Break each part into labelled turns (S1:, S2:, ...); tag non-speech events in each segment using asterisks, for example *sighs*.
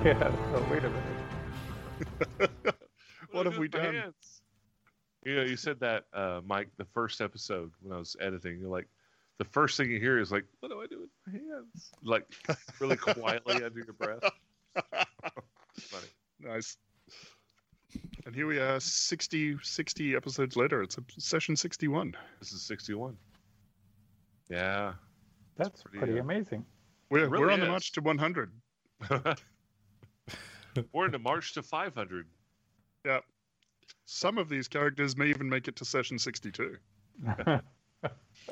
S1: *laughs* yeah. Oh, wait a minute.
S2: What have
S3: are
S2: we
S3: good
S2: done?
S3: Pants.
S2: You know, you said that, uh, Mike, the first episode when I was editing. You're like, the first thing you hear is like, "What do I do with my hands?" Like, *laughs* really quietly under your breath. Funny.
S3: Nice. And here we are, 60, 60 episodes later. It's session 61.
S2: This is sixty-one. Yeah,
S1: That's
S2: pretty,
S1: pretty,
S2: uh, *laughs*
S1: amazing. *laughs*
S3: We're,
S2: It really
S3: we're on the
S2: is.
S3: march to 100.
S2: we're in the march to five hundred.
S3: Some of these characters may even make it to session 62.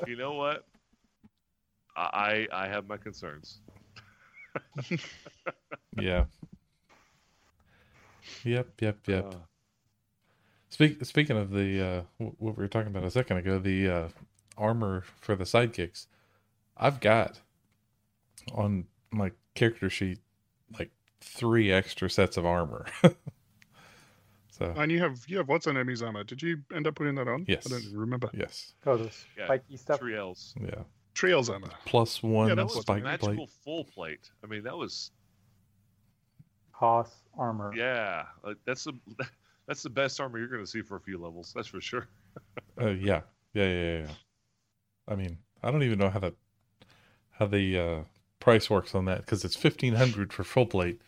S2: You know what? I I I have my concerns.
S4: Yeah. Yep, yep, yep.
S2: Uh,
S4: Speak, speaking of the uh, wh- what we were talking about a second ago, the uh, armor for the sidekicks, I've got on my character sheet like three extra sets of armor. *laughs* so
S3: And you have you have what's on Emmy's armor. Did you end up putting that on?
S4: Yes.
S3: I don't remember.
S4: yes,
S1: Oh, the
S2: Yeah,
S1: spiky stuff.
S2: three L's.
S4: yeah,
S3: Trails armor.
S4: plus one
S3: Yeah, that was a
S4: spike
S2: Magical
S4: plate.
S2: full plate. I mean, that was
S1: Hoss armor.
S2: yeah. Like, that's the *laughs* that's the best armor you're going to see for a few levels. That's for sure.
S4: Uh, yeah. yeah, yeah, yeah, yeah. I mean, I don't even know how the how the uh, price works on that because it's fifteen hundred for full plate,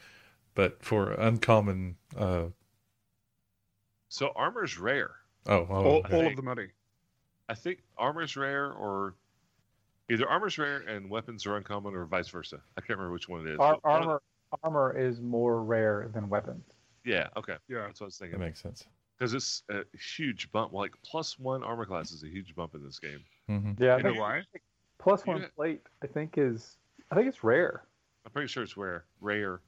S4: but for uncommon. Uh,
S2: So armor's rare.
S4: oh, oh,
S3: all,
S4: okay.
S3: all
S2: think-
S3: of the money.
S2: I think armor's rare or either armor's rare and weapons are uncommon or vice versa. I can't remember which one it is.
S1: Ar-
S2: But uh, one of-
S1: armor armor is more rare than weapons.
S2: yeah. Okay.
S3: Yeah.
S2: That's what I was
S4: that
S2: thinking.
S4: makes sense.
S2: Because it's a huge bump. Like plus one armor class is a huge bump in this game.
S4: Mm-hmm.
S1: Yeah,
S3: You know
S1: that's-
S3: why?
S1: plus
S2: you
S1: one
S2: know-
S1: plate. I think is I think it's rare.
S2: I'm pretty sure it's rare. Rare.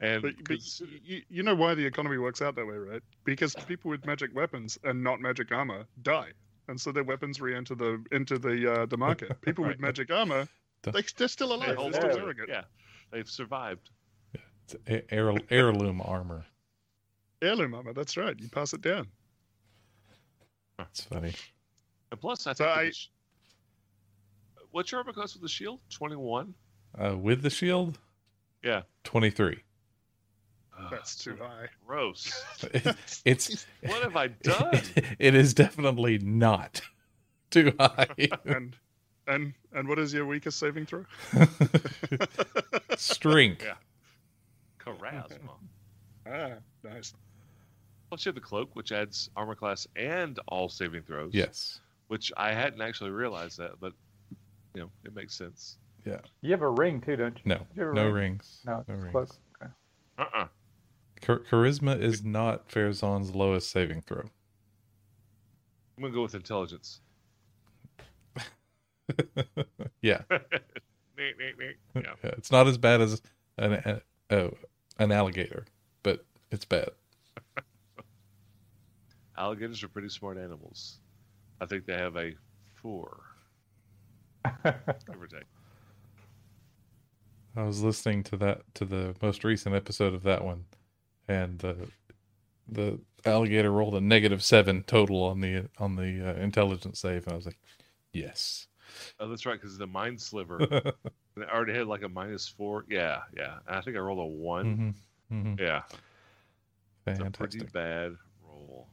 S2: And
S3: But, but
S2: consider-
S3: you, you know why the economy works out that way, right? Because people with magic weapons and not magic armor die, and so their weapons re-enter the into the uh, the
S2: *laughs*
S3: market. People
S2: Right.
S3: with magic armor,
S4: Duh.
S3: they, they're still
S2: they
S3: alive. They're
S2: hold
S3: still
S2: on
S1: Yeah.
S2: to it.
S3: arrogant.
S2: Yeah. They've survived.
S4: It's a- heir, heirloom armor.
S3: Heirloom armor. That's right. You pass it down.
S4: It's funny.
S2: And plus, I
S3: So
S2: think.
S3: I-
S2: the sh- What's your armor class with the shield? 21?
S4: Uh, with the shield,
S2: Yeah. *laughs*
S4: twenty three.
S2: Ugh,
S3: That's too
S2: *laughs*
S3: high.
S2: gross.
S4: It's
S2: what have I done?
S4: *laughs* it is definitely not *laughs* too
S2: *laughs*
S4: high.
S3: *laughs* and and and what is your weakest saving throw?
S4: Strength.
S2: Yeah. Charisma.
S3: ah, nice.
S2: Plus, you have the cloak, which adds armor class and all saving throws.
S4: Yes.
S2: Which I hadn't actually realized that, but you know, it makes sense.
S1: You have a ring too, don't you?
S4: No.
S1: You have a
S4: No
S1: ring.
S4: rings.
S1: No,
S4: no
S1: it's
S4: rings.
S1: close. Okay.
S2: Uh uh
S4: Char- charisma is not Farazan's lowest saving throw.
S2: I'm gonna go with intelligence.
S4: yeah.
S2: Neat, neat, neat.
S4: *laughs*
S2: Yeah.
S4: It's not as bad as an a- oh, an alligator, but it's bad.
S2: Alligators are pretty smart animals. I think they have a four, give or take.
S4: I was listening to that to the most recent episode of that one, and the the alligator rolled a negative seven total on the on the uh, intelligence save, and I was like, yes,
S2: Oh, that's right, because the mind sliver. And I already had like a minus four. Yeah, yeah. And I think I rolled a one.
S4: hmm
S2: Yeah. It's a pretty
S4: fantastic.
S2: bad roll.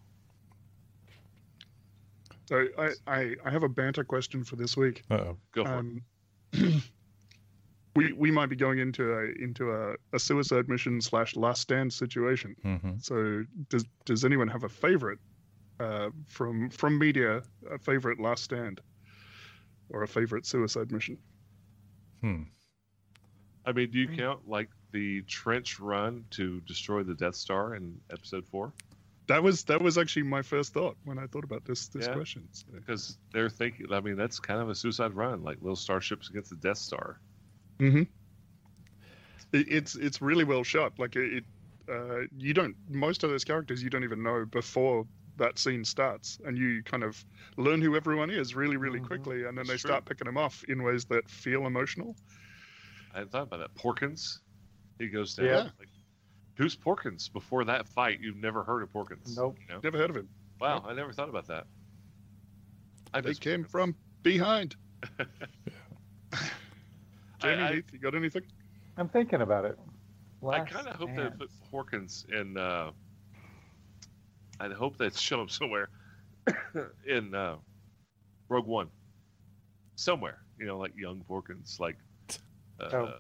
S3: So I, I I have a banter question for this week.
S4: Uh oh,
S2: Go for it.
S3: um, *clears throat* we we might be going into a into a, a suicide mission slash last stand situation.
S4: hmm
S3: So does does anyone have a favorite uh, from from media a favorite last stand or a favorite suicide mission?
S4: hmm.
S2: I mean, do you count like the trench run to destroy the Death Star in Episode Four?
S3: That was that was actually my first thought when I thought about this this
S2: Yeah.
S3: question. So,
S2: Because they're thinking. I mean, that's kind of a suicide run, like little starships against the Death Star.
S3: it, it's it's really well shot. Like it, it uh, you don't most of those characters you don't even know before that scene starts, and you kind of learn who everyone is really really
S1: Mhm.
S3: quickly, and then they
S2: Mm-hmm. That's true.
S3: start picking them off in ways that feel emotional.
S2: I hadn't thought about that. Porkins, he goes down.
S1: Yeah.
S2: Like, who's Porkins? Before that fight, you've never heard of Porkins.
S1: Nope.
S2: You know?
S3: Never heard of him.
S2: Wow, I never thought about that. I
S3: They
S2: miss
S3: came
S2: Porkins.
S3: from behind.
S2: I-
S3: Jamie
S2: I-
S3: Heath, you got anything?
S1: I'm thinking about it.
S2: I
S1: Last
S2: kind of hope
S1: Man.
S2: they put Hawkins in. Uh, I hope they *laughs* show him somewhere *coughs* in uh, Rogue One. Somewhere, you know, like young Hawkins, like. Uh,
S1: Oh.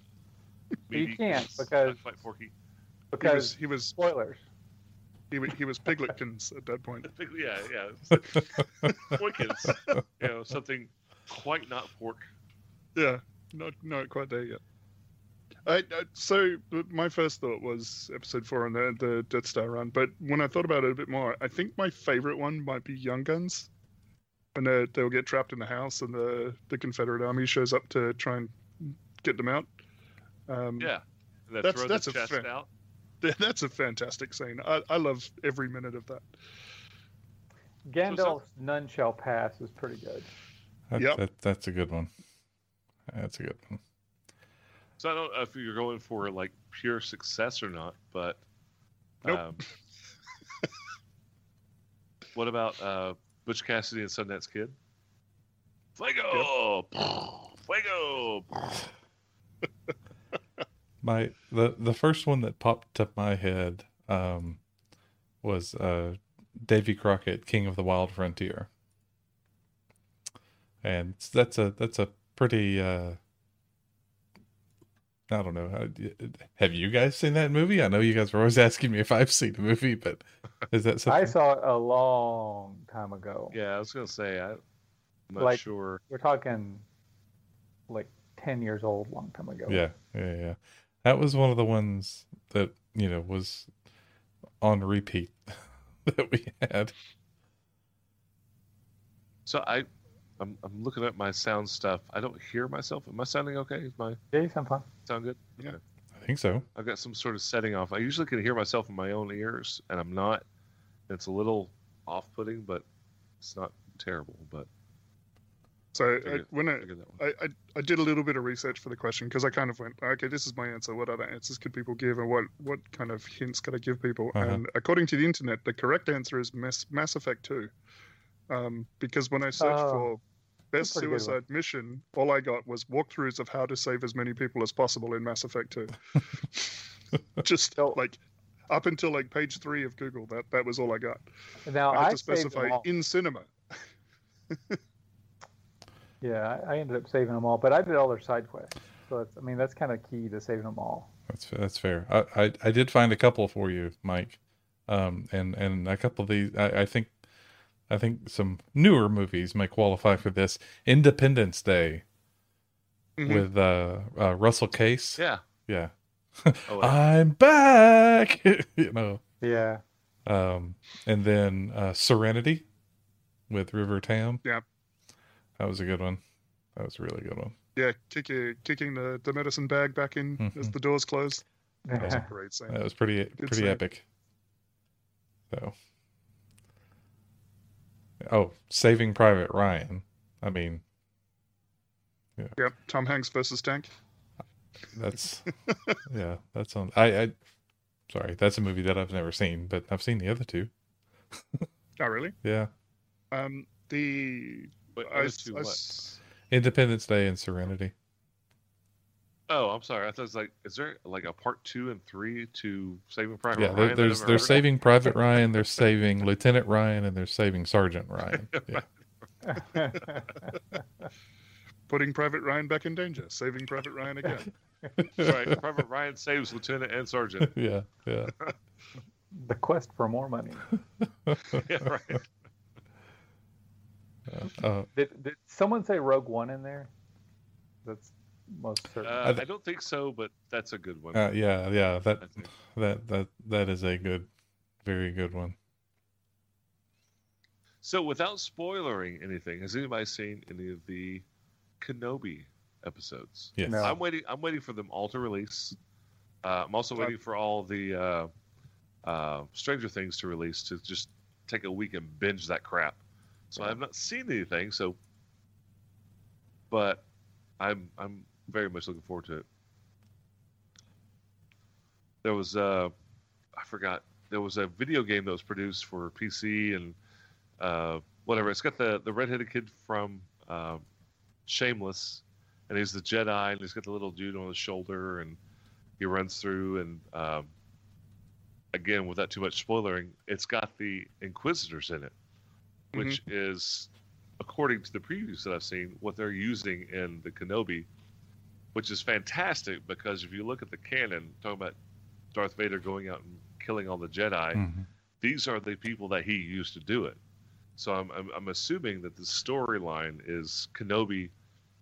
S2: maybe
S1: You can't,
S2: he's
S1: because-
S2: not quite Forky.
S3: He was
S1: because
S3: he was
S1: spoilers.
S3: he was, he was Pigletkins at that point.
S2: *laughs* Yeah,
S1: *laughs*
S2: yeah. Hawkins, you know, something quite not pork.
S3: Yeah, not not quite there yet. I, I, so but my first thought was episode four on the the Death Star run, but when I thought about it a bit more, I think my favorite one might be Young Guns, when they they'll get trapped in the house and the the Confederate army shows up to try and get them out. Um,
S2: Yeah. And that
S3: That's-
S2: throw
S3: that's
S2: the
S3: a
S2: chest
S3: fair-
S2: out.
S3: th- *laughs* that's a fantastic scene. I, I love every minute of that.
S1: Gandalf's none shall pass is pretty good.
S4: That,
S3: Yep.
S4: that, that's a good one. That's a good one.
S2: So I don't know if you're going for like pure success or not, but
S3: Nope.
S2: um, *laughs* what about uh, Butch Cassidy and Sundance Kid? Fuego, fuego.
S4: My the the first one that popped up my head um, was uh, Davy Crockett, King of the Wild Frontier, and s- that's a that's a pretty uh, I don't know. how- d- Have you guys seen that movie? I know you guys were always *laughs* asking me if I've seen the movie, but is that something?
S1: I saw it a long time ago.
S2: Yeah, I was gonna say I, am not
S1: Like-
S2: sure.
S1: We're talking like ten years old, long time ago.
S4: Yeah, yeah, yeah. That was one of the ones that you know was on repeat *laughs* that we had.
S2: So I, I'm, I'm looking at my sound stuff. I don't hear myself. Am I sounding okay? Is my
S1: Yeah, you sound fun.
S2: sound good?
S4: I think so.
S2: I've got some sort of setting off. I usually can hear myself in my own ears, and I'm not. It's a little off-putting, but it's not terrible. But
S3: So I,
S2: Figure-
S3: when I,
S2: I get that one.
S3: I, I, I did a little bit of research for the question because I kind of went, okay, this is my answer. What other answers could people give, and what, what kind of hints could I give people?
S4: Uh-huh.
S3: And according to the internet, the correct answer is Mass, Mass Effect Two, um, because when I searched
S1: Oh,
S3: for best
S1: a pretty good one.
S3: suicide mission, all I got was walkthroughs of how to save as many people as possible in Mass Effect Two. Just
S1: So-
S3: like up until like page three of Google, that that was all I got.
S1: Now
S3: I had to
S1: Oh, saved them
S3: specify
S1: all.
S3: in cinema.
S1: Yeah, I I ended up saving them all, but I did all their side quests. So that's, I mean, that's kind of key to saving them all.
S4: That's that's fair. I, I I did find a couple for you, Mike, um, and and a couple of these. I, I think I think some newer movies may qualify for this. Independence Day
S3: Mhm.
S4: with uh, uh, Russell Case.
S2: Mm-hmm. yeah.
S4: Yeah.
S2: Oh, wait.
S4: I'm back. *laughs* you know,
S1: *laughs* Yeah,
S4: um, and then uh, Serenity with River Tam.
S3: Yeah.
S4: that was a good one. That was a really good one.
S3: Yeah, kick your, kicking the, the medicine bag back in as
S4: Mhm.
S3: the doors close. That was a
S1: yeah.
S3: great scene.
S4: That was pretty pretty
S3: save.
S4: epic. So, oh, Saving Private Ryan. I mean,
S3: Yep, Tom Hanks versus Tank.
S2: *laughs*
S4: that's yeah, that's on. I, I sorry, that's a movie that I've never seen, but I've seen the other two.
S3: Oh, really?
S4: Yeah,
S3: Um, the
S2: Wait,
S3: I,
S2: I,
S3: s- I s-
S4: Independence Day and Serenity.
S2: Oh, I'm sorry. I thought it was like, is there like a part two and three to Saving Private
S4: yeah,
S2: Ryan?
S4: there-
S2: that
S4: there's
S2: I've
S4: they're
S2: heard?
S4: Saving Private Ryan, they're Saving Lieutenant Ryan, and they're Saving Sergeant
S2: *laughs*
S4: Ryan. Yeah.
S3: putting Private Ryan back in danger, saving Private Ryan again.
S2: right. Private Ryan saves Lieutenant and Sergeant.
S4: *laughs* yeah, yeah.
S1: the quest for more money.
S2: yeah, right.
S4: Uh,
S1: Did, did someone say Rogue One in there? That's most certain.
S2: Uh,
S4: th-
S2: I don't think so, but that's a good one.
S4: uh, yeah, yeah. That
S2: I think.
S4: that that that is a good, very good one.
S2: So, without spoiling anything, has anybody seen any of the Kenobi episodes?
S4: Yes.
S1: No.
S2: I'm waiting. I'm waiting for them all to release. Uh, I'm also
S3: Right.
S2: waiting for all the uh, uh, Stranger Things to release to just take a week and binge that crap. So I've not seen anything. So, but I'm I'm very much looking forward to it. There was uh, I forgot. There was a video game that was produced for PC and uh, whatever. It's got the the redheaded kid from um Shameless and he's the Jedi, and he's got the little dude on his shoulder, and he runs through and um, again without too much spoilering it's got the inquisitors in it which is according to the previews that i've seen what they're using in the kenobi which is fantastic because if you look at the canon talking about darth vader going out and killing all the jedi
S4: Mhm.
S2: these are the people that he used to do it. So I'm I'm, I'm assuming that the storyline is Kenobi.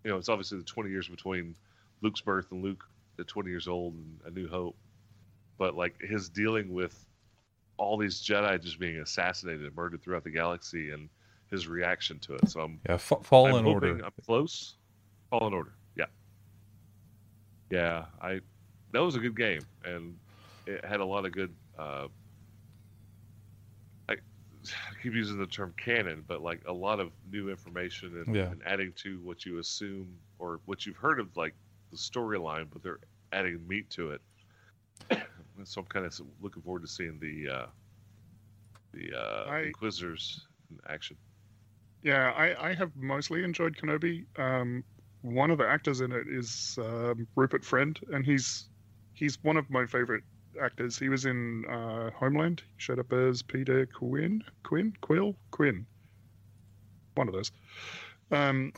S2: You know, it's obviously the 20 years between Luke's birth and Luke at 20 years old and A New Hope, but like his dealing with all these Jedi just being assassinated and murdered throughout the galaxy and his reaction to it. So I'm
S4: Yeah, fa- fall
S2: I'm
S4: in
S2: hoping
S4: order.
S2: I'm close. Fall in order. Yeah. Yeah, I. That was a good game, and it had a lot of good. Uh, I, *sighs* I keep using the term canon, but like a lot of new information and,
S4: Yeah.
S2: and adding to what you assume or what you've heard of, like the storyline, but they're adding meat to it. *coughs* And so I'm kind of looking forward to seeing the uh, the uh,
S3: I-
S2: Inquisitors in action.
S3: Yeah, I, I have mostly enjoyed Kenobi. Um, one of the actors in it is um, Rupert Friend, and he's he's one of my favorite actors. He was in uh, Homeland. He showed up as Peter Quinn, Quinn, Quill, Quinn. One of those. Um,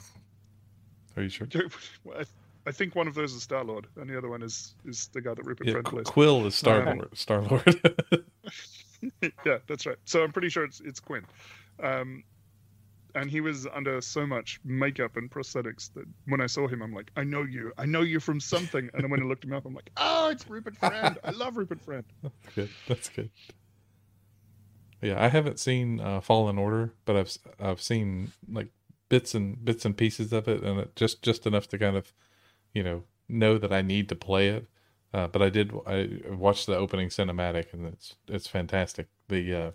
S4: Are you sure?
S3: I, I think one of those is Star Lord, and the other one is is the guy that Rupert
S4: Yeah,
S3: Friend
S4: Qu-
S3: plays.
S4: Quill is Star
S1: Uh,
S4: Lord. Star Lord. *laughs*
S3: yeah, that's right. So I'm pretty sure it's it's Quinn. Um, and he was under so much makeup and prosthetics that when I saw him, I'm like, I know you, I know you from something. And then when I looked him up, I'm like, oh, it's Rupert Friend. I love Rupert Friend.
S4: good. That's good. Yeah, I haven't seen uh, Fall in Order, but I've s- I've seen like bits and bits and pieces of it, and it just just enough to kind of, you know, know that I need to play it. Uh, but I did I watched the opening cinematic, and it's it's fantastic. The uh,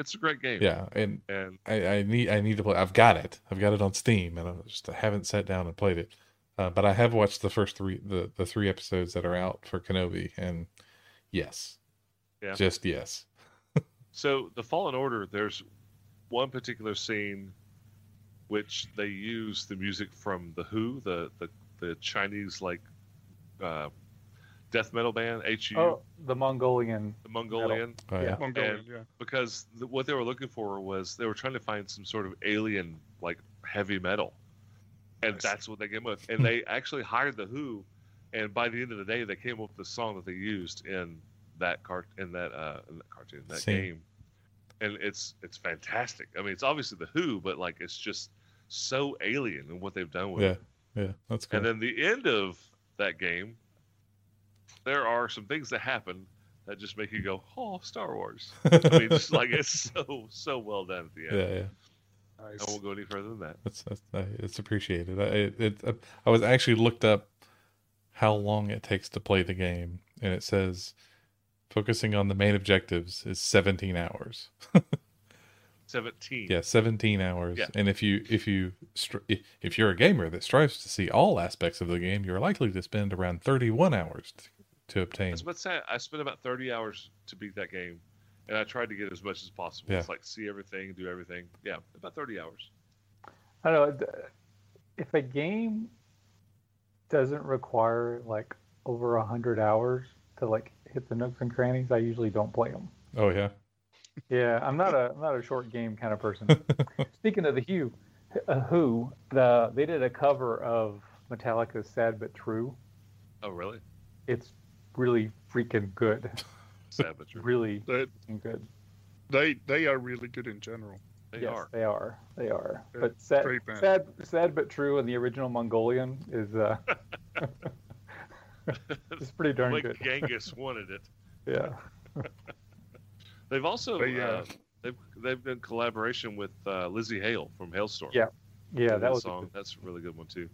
S2: It's a great game.
S4: yeah, and
S2: And
S4: I, I need I need to play. I've got it. I've got it on Steam, and I just I haven't sat down and played it. Uh, but I have watched the first three the, the three episodes that are out for Kenobi, and yes,
S2: Yeah.
S4: just yes.
S2: So the Fallen Order, there's one particular scene which they use the music from the Who, the the, the Chinese like uh, death metal band HU,
S1: Oh, the Mongolian.
S2: the Mongolian,
S4: Oh, yeah.
S1: Yeah.
S3: Mongolian,
S2: And-
S3: yeah.
S2: because the, what they were looking for was they were trying to find some sort of alien like heavy metal, and
S3: Nice.
S2: that's what they came
S4: *laughs*
S2: up. And they actually hired the Who, and by the end of the day, they came up with the song that they used in that cart in that uh in that cartoon that
S4: Same.
S2: game, and it's it's fantastic. I mean, it's obviously the Who, but like it's just so alien in what they've done with
S4: yeah,
S2: it.
S4: yeah, that's good.
S2: And then the end of that game, there are some things that happen that just make you go, "Oh, Star Wars." I mean, just like it's so so well done at the end.
S4: yeah, yeah,
S2: I won't go any further than that.
S4: that's, that's I- it's appreciated. I it, it I was actually looked up how long it takes to play the game, and it says focusing on the main objectives is 17 hours.
S2: Seventeen.
S4: yeah 17 hours
S2: Yeah.
S4: and if you if you str- if- if you're a gamer that strives to see all aspects of the game you're likely to spend around 31 hours t- to obtain
S2: That's what's that. I spent about thirty hours to beat that game, and I tried to get as much as possible.
S4: Yeah.
S2: It's like see everything, do everything. Yeah, about thirty hours.
S1: I don't know. d- If a game doesn't require like over a hundred hours to like hit the nooks and crannies, I usually don't play them.
S4: oh yeah
S1: Yeah, I'm not a I'm not a short game kind of *laughs* person. Speaking of the Who, uh, Who, the they did a cover of Metallica's "Sad but True."
S2: Oh, really?
S1: It's really freaking good. *laughs*
S2: Savage.
S1: Really
S3: They,
S1: freaking good.
S3: they they are really good in general.
S2: They
S1: yes,
S2: are.
S1: they are. They are.
S3: They're
S1: But sad,
S3: great band.
S1: sad, sad but true, and the original Mongolian is uh,
S2: *laughs*
S1: it's pretty darn
S2: Like
S1: good.
S2: Genghis wanted it.
S1: Yeah.
S2: They've also
S3: They, uh,
S2: uh, they've they've done collaboration with uh, Lizzie Hale from Hailstorm.
S1: Yeah, Yeah,
S2: Did
S1: that was a
S2: song.
S1: good
S2: That's a really good one too.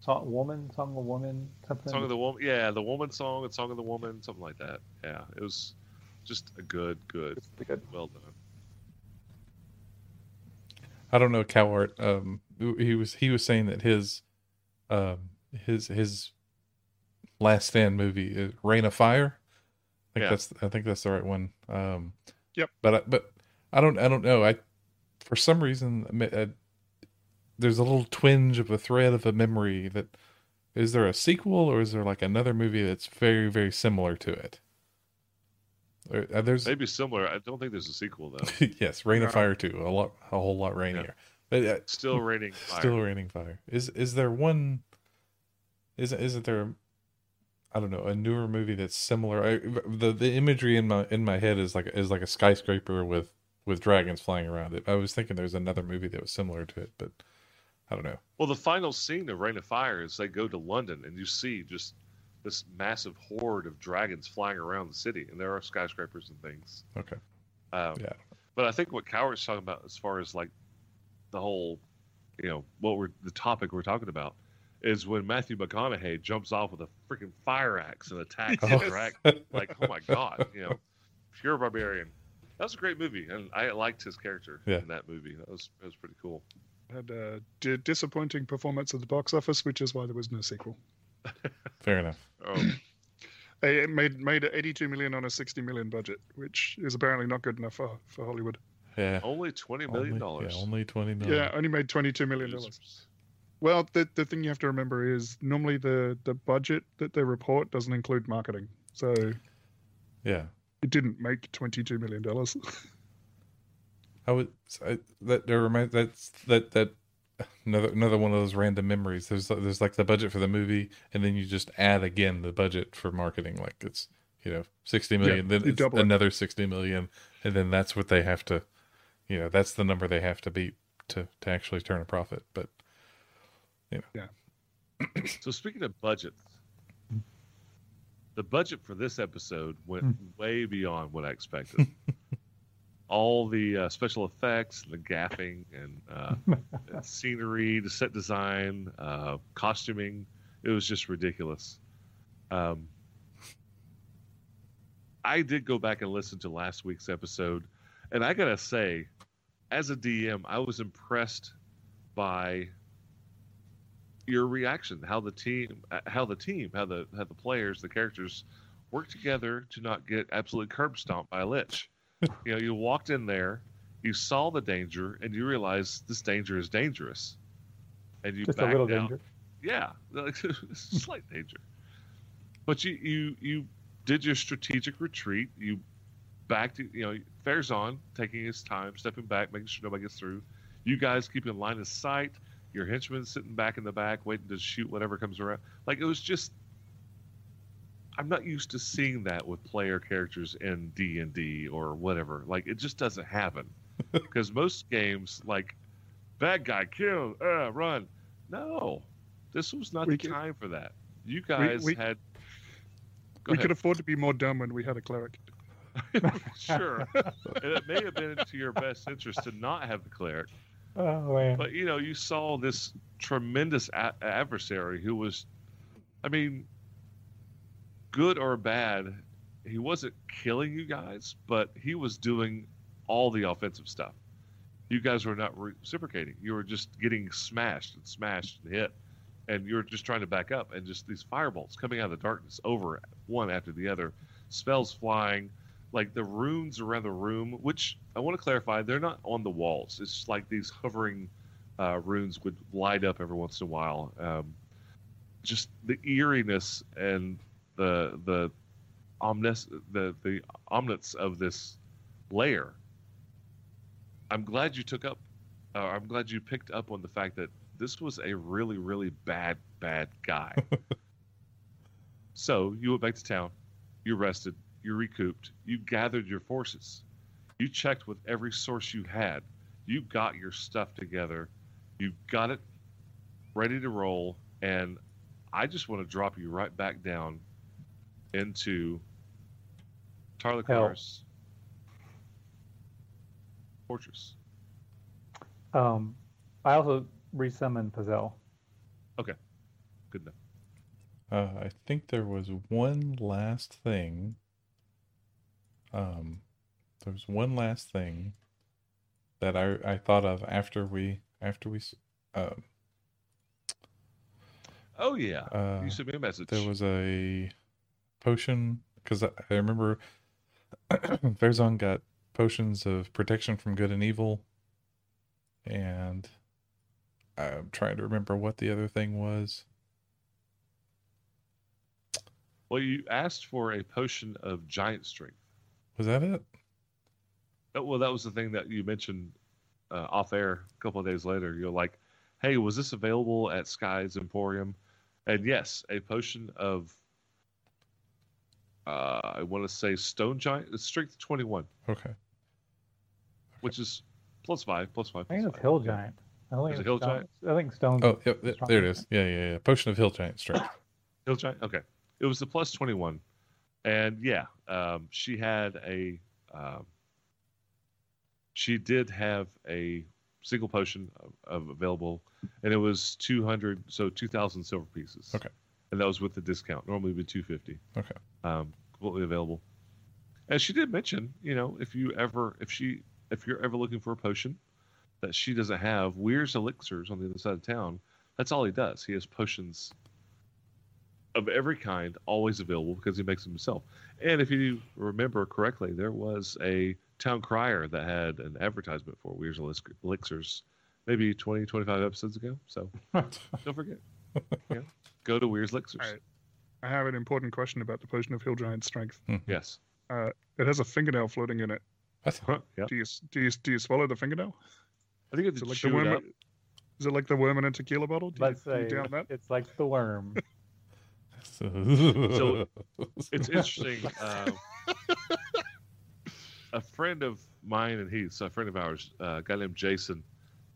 S1: song. Woman, song of woman, something.
S2: Song of the woman, yeah, the woman song and song of the woman, something like that. Yeah, it was just a good, good,
S1: It's pretty good.
S2: well done.
S4: i don't know cowart um he was he was saying that his um his his last stand movie is rain of fire i think
S2: Yeah.
S4: that's i think that's the right one um
S3: Yep.
S4: but I, but i don't i don't know i for some reason I, mean, I, there's a little twinge of a thread of a memory that Is there a sequel or is there like another movie that's very very similar to it? Or- uh, There's
S2: Maybe similar. I don't think there's a sequel though.
S4: *laughs* yes, Rain
S3: No.
S4: of Fire too. A lot, a whole lot rainier. But uh,
S2: Still raining fire.
S4: Still raining fire. Is is there one? Isn't isn't there? I don't know a newer movie that's similar. I, the the imagery in my in my head is like is like a skyscraper with with dragons flying around it. I was thinking there was another movie that was similar to it, but I don't know.
S2: Well, the final scene of Rain of Fire is they go to London and you see just this massive horde of dragons flying around the city, and there are skyscrapers and things.
S4: Okay,
S2: Um,
S4: Yeah.
S2: But I think what Coward's talking about, as far as like the whole, you know, what we're the topic we're talking about, is when Matthew McConaughey jumps off with a freaking fire axe and attacks
S4: *laughs* Oh.
S2: the dragon. Like, oh my god, you know, pure barbarian. That was a great movie, and I liked his character
S4: Yeah.
S2: in that movie. That was that was pretty
S4: *clears throat*
S2: cool.
S3: Had a d- disappointing performance at the box office, which is why there was no sequel.
S4: fair enough.
S2: Oh,
S3: Uh, It made made it 82 million on a 60 million budget, which is apparently not good enough for, for Hollywood.
S4: Yeah,
S2: only twenty
S4: Only-
S2: million dollars.
S4: Yeah, only twenty million.
S3: Yeah, only made 22 million dollars. Well, the the thing you have to remember is normally the the budget that they report doesn't include marketing, so
S4: yeah.
S3: it didn't make 22 million dollars. *laughs*
S4: I would I, that that reminds that's that that another another one of those random memories. There's there's like the budget for the movie, and then you just add again the budget for marketing. Like it's you know sixty million,
S3: you
S4: then it's
S3: double it.
S4: another sixty million, and then that's what they have to, you know, that's the number they have to beat to to actually turn a profit. But
S2: So speaking of budgets, the budget for this episode went
S4: Hmm.
S2: way beyond what I expected.
S4: *laughs*
S2: All the uh, special effects, the gaffing, and
S4: *laughs*
S2: uh, scenery, the set design, uh, costuming—it was just ridiculous. Um, I did go back and listen to last week's episode, and I gotta say, as a DM, I was impressed by your reaction, how the team, uh, how the team, how the how the players, the characters work together to not get absolutely curb stomped by
S1: *laughs*
S2: a lich. you know, you walked in there, you saw the danger, and you realized this danger is dangerous, and you
S1: Just a
S2: backed
S1: little
S2: out.
S1: danger.
S2: Yeah, *laughs* like, slight danger. But you you you did your strategic retreat. You backed it- you know fares on, taking his time, stepping back, making sure nobody gets through. You guys keeping line of sight. Your henchman sitting back in the back, waiting to shoot whatever comes around. Like it was just. I'm not used to seeing that with player characters in D and D or whatever. Like it just
S3: *laughs*
S2: doesn't happen, because most games like bad guy kill, uh, run. No, this was not
S3: We
S2: the
S3: could-
S2: time for that. You guys
S3: we-
S2: had.
S3: we
S2: Go
S3: *laughs*
S2: ahead.
S3: could afford to be more dumb when we had a cleric.
S2: sure, and it may have been to your best interest to not have the cleric.
S1: Oh man.
S2: But you know, you saw this tremendous a- adversary who was, I mean, good or bad, he wasn't killing you guys, but he was doing all the offensive stuff. You guys were not reciprocating. You were just getting smashed and smashed and hit, and you were just trying to back up. And just these firebolts coming out of the darkness, over one after the other, spells flying, like the runes around the room. Which I want to clarify, they're not on the walls. It's just like these hovering uh, runes would light up every once in a while. Um, just the eeriness and the the omnis the the omnits of this layer. I'm glad you took up. Uh, I'm glad you picked up on the fact that this was a really really bad bad guy. so you went back to town. You rested. You recouped. You gathered your forces. You checked with every source you had. You got your stuff together you got it ready to roll and i just want to drop you right back down into tarlakar's fortress
S1: Um, I also resummoned Pazel.
S2: good enough
S4: Uh, I think there was one last thing. Um, there was one last thing that I I thought of after we after we s- um
S2: oh yeah
S4: uh,
S2: you sent me a message
S4: there was a potion because I, I remember *clears throat* Verzon got potions of protection from good and evil, and I'm trying to remember what the other thing was.
S2: Well, you asked for a potion of giant strength.
S4: Was that it?
S2: Oh, well, that was the thing that you mentioned uh, off air a couple of days later. You're like, hey, was this available at Sky's Emporium? And yes, a potion of, uh, I want to say stone giant, it's strength 21,
S4: Okay.
S2: which is plus five, plus five.
S1: I think
S2: plus
S1: it's
S2: five.
S1: Hill Giant. I think
S2: Is it
S1: it's
S2: Hill
S1: Stone-
S2: Giant?
S1: I think Stone.
S4: Oh, yep. th- There it is. Yeah, yeah, yeah. Potion of Hill Giant Strength.
S2: Hill Giant? Okay. It was the plus 21. And yeah, um, she had a. Um, she did have a single potion of, of available, and it was 200, so 2,000 silver pieces.
S4: Okay.
S2: And that was with the discount. Normally it would be 250.
S4: Okay.
S2: Um, completely available. And she did mention, you know, if you ever, if she, if you're ever looking for a potion that she doesn't have, Weir's Elixirs on the other side of town, that's all he does. He has potions of every kind always available because he makes them himself. And if you remember correctly, there was a town crier that had an advertisement for Weir's Elis- Elixirs maybe 20, 25 episodes ago. *laughs* So don't
S3: *laughs*
S2: forget. yeah. Go to Weir's Elixirs.
S3: All right. I have an important question about the potion of hill giant strength.
S2: Yes. *laughs*
S3: It has a fingernail floating in it.
S4: That's
S2: Huh, yeah.
S3: Do you do you do you swallow the fingernail?
S2: I think it's
S3: Is it like
S2: chew
S3: the
S2: it
S3: worm?
S2: up.
S3: Is it like the worm in a tequila bottle? Do you,
S1: Let's
S3: do you
S1: say
S3: down that?
S1: it's like the worm.
S4: so,
S2: It's interesting. uh, a friend of mine and he's a friend of ours, uh, a guy named Jason,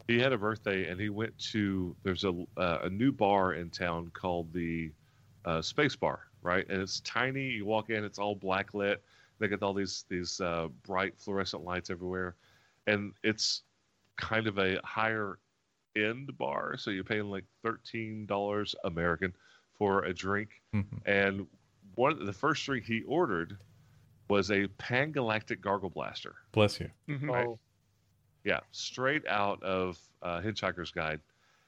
S2: he had a birthday and he went to there's a uh, a new bar in town called the uh, Space Bar, right? And it's tiny. You walk in, it's all black lit. They got all these these uh, bright fluorescent lights everywhere, and it's kind of a higher end bar. So you're paying like thirteen dollars American for a drink
S4: Mhm.
S2: and one of the first drink he ordered was a Pan Galactic Gargle Blaster.
S4: *laughs* Bless you.
S3: Mhm.
S1: Oh,
S2: *laughs* Right. Yeah, straight out of uh, Hitchhiker's Guide.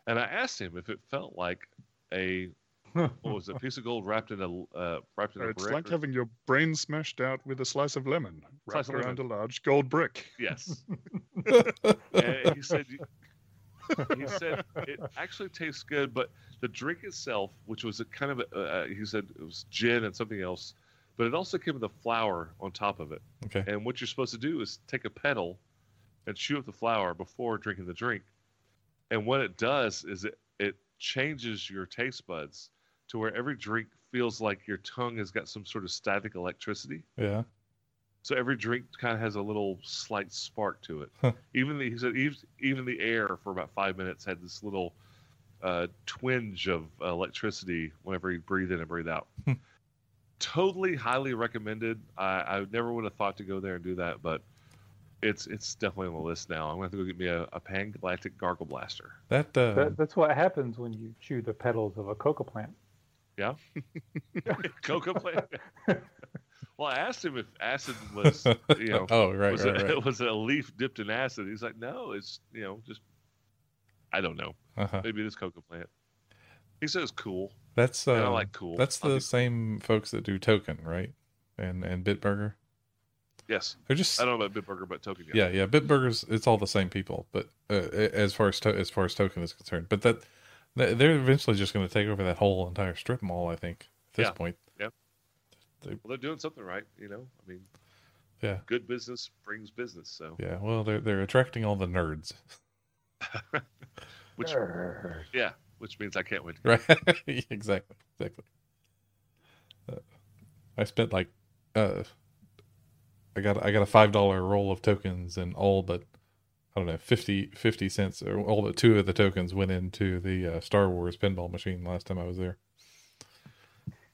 S2: And I asked him if it felt like a what was it, a piece of gold wrapped in a uh, wrapped in a
S3: It's
S2: brick
S3: like
S2: or-
S3: having your brain smashed out with a slice of lemon wrapped
S2: Slice of
S3: around a large gold brick.
S2: yes. *laughs* and he said he said it actually tastes good, but the drink itself, which was a kind of a, uh, he said it was gin and something else, but it also came with a flower on top of it.
S4: Okay.
S2: And what you're supposed to do is take a petal and chew up the flower before drinking the drink. And what it does is it, it changes your taste buds to where every drink feels like your tongue has got some sort of static electricity.
S4: Yeah.
S2: So every drink kind of has a little slight spark to it.
S4: Huh.
S2: Even the, he said even, even the air for about five minutes had this little uh, twinge of uh, electricity whenever he breathed in and breathed out.
S4: Hmm.
S2: totally highly recommended. I, I never would have thought to go there and do that, but it's it's definitely on the list now. I'm gonna have to go get me a, a Pan Galactic Gargle Blaster. *laughs*
S4: That, uh,
S1: that, that's what happens when you chew the petals of a coca plant.
S2: Coca
S4: *laughs*
S2: plant. well, I asked him if acid was you know
S4: oh, right,
S2: was,
S4: right,
S2: a, *laughs*
S4: right.
S2: was a leaf dipped in acid. He's like, no, it's you know just I don't know.
S4: Uh-huh.
S2: Maybe it is coca plant. He says cool.
S4: That's uh,
S2: and I like cool.
S4: that's
S2: I'll
S4: the
S2: be-
S4: same folks that do Token, right? And and Bitburger.
S2: yes.
S4: They're just
S2: I don't know about Bitburger, but Token.
S4: yeah, yeah. Bitburgers, it's all the same people, but uh, as far as to- as far as Token is concerned, but that th- they're eventually just going to take over that whole entire strip mall. I think at this
S2: Yeah.
S4: point.
S2: Well, they're doing something right, you know. I mean,
S4: Yeah.
S2: good business brings business. So,
S4: Yeah. Well, they're they're attracting all the nerds,
S2: which
S1: Grrr.
S2: yeah, which means I can't wait. To
S4: *laughs* right? exactly. Exactly. Uh, I spent like, uh, I got I got a five dollar roll of tokens, and all but I don't know 50, 50 cents or all but two of the tokens went into the uh, Star Wars pinball machine last time I was there.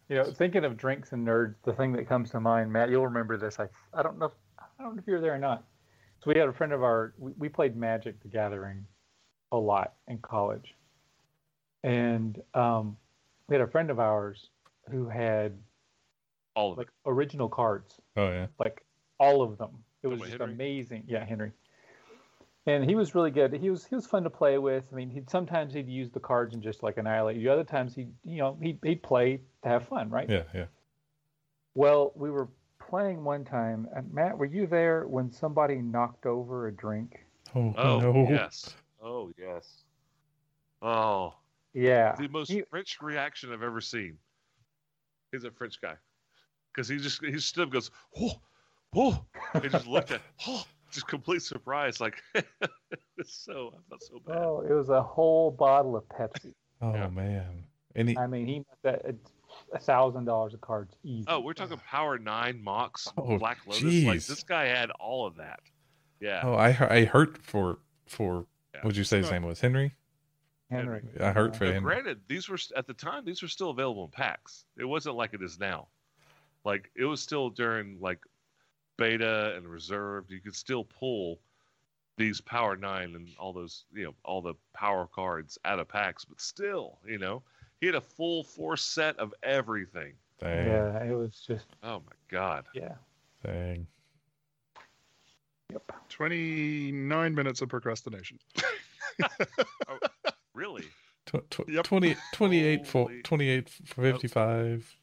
S1: You know, thinking of drinks and nerds, the thing that comes to mind, Matt, you'll remember this. I, I don't know, if, I don't know if you were there or not. So we had a friend of our, we, we played Magic: The Gathering a lot in college, and um, we had a friend of ours who had
S2: All of
S1: like original cards,
S4: Oh yeah.
S1: like all of them. It
S2: Oh,
S1: was
S2: wait,
S1: just
S2: Henry?
S1: amazing. Yeah, Henry. And he was really good. He was he was fun to play with. I mean, he'd sometimes he'd use the cards and just like annihilate you. Other times he you know he he'd play to have fun, right?
S4: Yeah, yeah.
S1: Well, we were playing one time, and Matt, were you there when somebody knocked over a drink?
S4: Oh,
S2: it. Oh
S4: *laughs* no.
S2: yes. Oh yes. Oh,
S1: Yeah.
S2: the most
S1: He-
S2: French reaction I've ever seen. He's a French guy because he just he stood up, and goes, whoa, whoa, and just looked
S4: *laughs*
S2: at, oh, just complete surprise, like *laughs* it's so I felt so bad.
S1: Oh, it was a whole bottle of Pepsi.
S4: Oh
S2: Yeah.
S4: man. Any
S1: I mean, he must have uh, a thousand dollars of cards easy.
S2: Oh, we're talking Power Nine, Mox,
S4: Oh,
S2: Black Lotus. Like
S4: jeez.
S2: this guy had all of that. Yeah,
S4: Oh, I I hurt for for
S2: Yeah.
S4: what'd you say his
S3: No.
S4: name was Henry?
S1: Henry.
S4: I hurt for
S2: Now,
S4: Henry.
S2: granted, these were at the time these were still available in packs. It wasn't like it is now. Like it was still during like beta and reserved. You could still pull these power nine and all those you know all the power cards out of packs, but still, you know, he had a full force set of everything.
S4: Dang,
S1: Yeah, it was just
S2: Oh my god.
S1: yeah.
S4: dang.
S1: Yep.
S3: 29 minutes of procrastination.
S2: Really?
S4: Tw- tw-
S3: Yep.
S4: 20, 28, for,
S2: Holy-
S4: 28 for 55.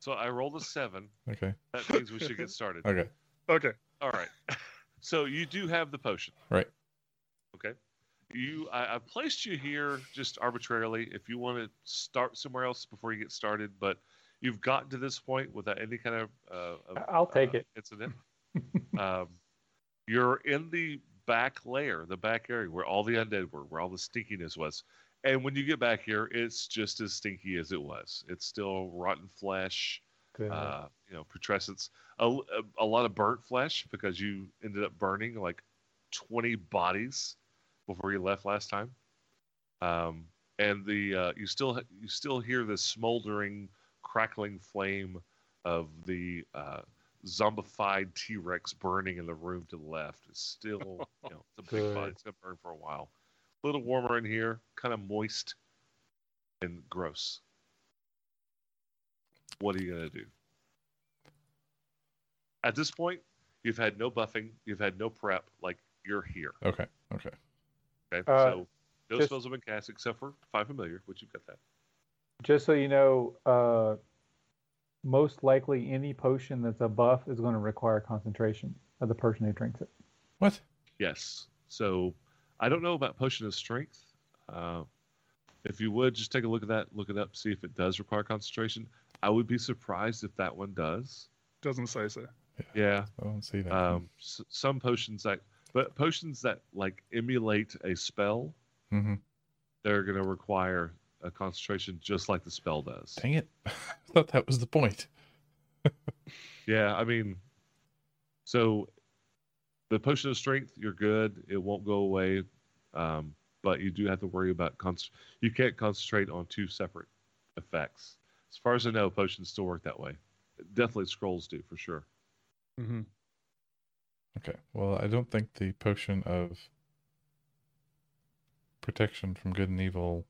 S2: So I rolled a seven.
S4: Okay.
S2: That means we should get started.
S4: Okay.
S3: Okay.
S2: All right. *laughs* So you do have the potion.
S4: Right.
S2: Okay. You, I, I placed you here just arbitrarily. If you want to start somewhere else before you get started, but you've gotten to this point without any kind of, uh, of
S1: I- I'll take
S2: uh,
S1: it.
S2: incident. um, you're in the back layer, the back area where all the undead were, where all the stinkiness was. And when you get back here, it's just as stinky as it was. It's still rotten flesh
S1: Good.
S2: uh, you know, putrescence, a, a, a lot of burnt flesh because you ended up burning like 20 bodies before you left last time. Um, and the uh, you still you still hear the smoldering, crackling flame of the uh, zombified T Rex burning in the room to the left. It's still
S1: *laughs*
S2: you know it's a big
S1: Oh, Good.
S2: body. It's gonna burn for a while. A little warmer in here, kind of moist and gross. What are you gonna do? At this point, you've had no buffing, you've had no prep. Like you're here.
S4: Okay. Okay.
S2: Okay,
S1: Uh,
S2: so no
S1: just-
S2: spells have been cast except for five familiar, which you've got that.
S1: just so you know, uh, most likely any potion that's a buff is going to require concentration of the person who drinks it.
S4: What?
S2: Yes. So I don't know about potion of strength. Uh, if you would just take a look at that, look it up, see if it does require concentration. I would be surprised if that one does.
S3: Doesn't say so.
S2: Yeah.
S4: I don't see that.
S2: Um, s- some potions that, but potions that like emulate a spell,
S4: mm-hmm.
S2: they're going to require a concentration just like the spell does.
S4: Dang it. *laughs* I thought that was the point.
S2: Yeah, I mean, so the potion of strength, you're good. It won't go away, um, but you do have to worry about con- you can't concentrate on two separate effects. As far as I know, potions still work that way. Definitely scrolls do for sure.
S3: Mm-hmm.
S4: Okay. Well, I don't think the potion of protection from good and evil.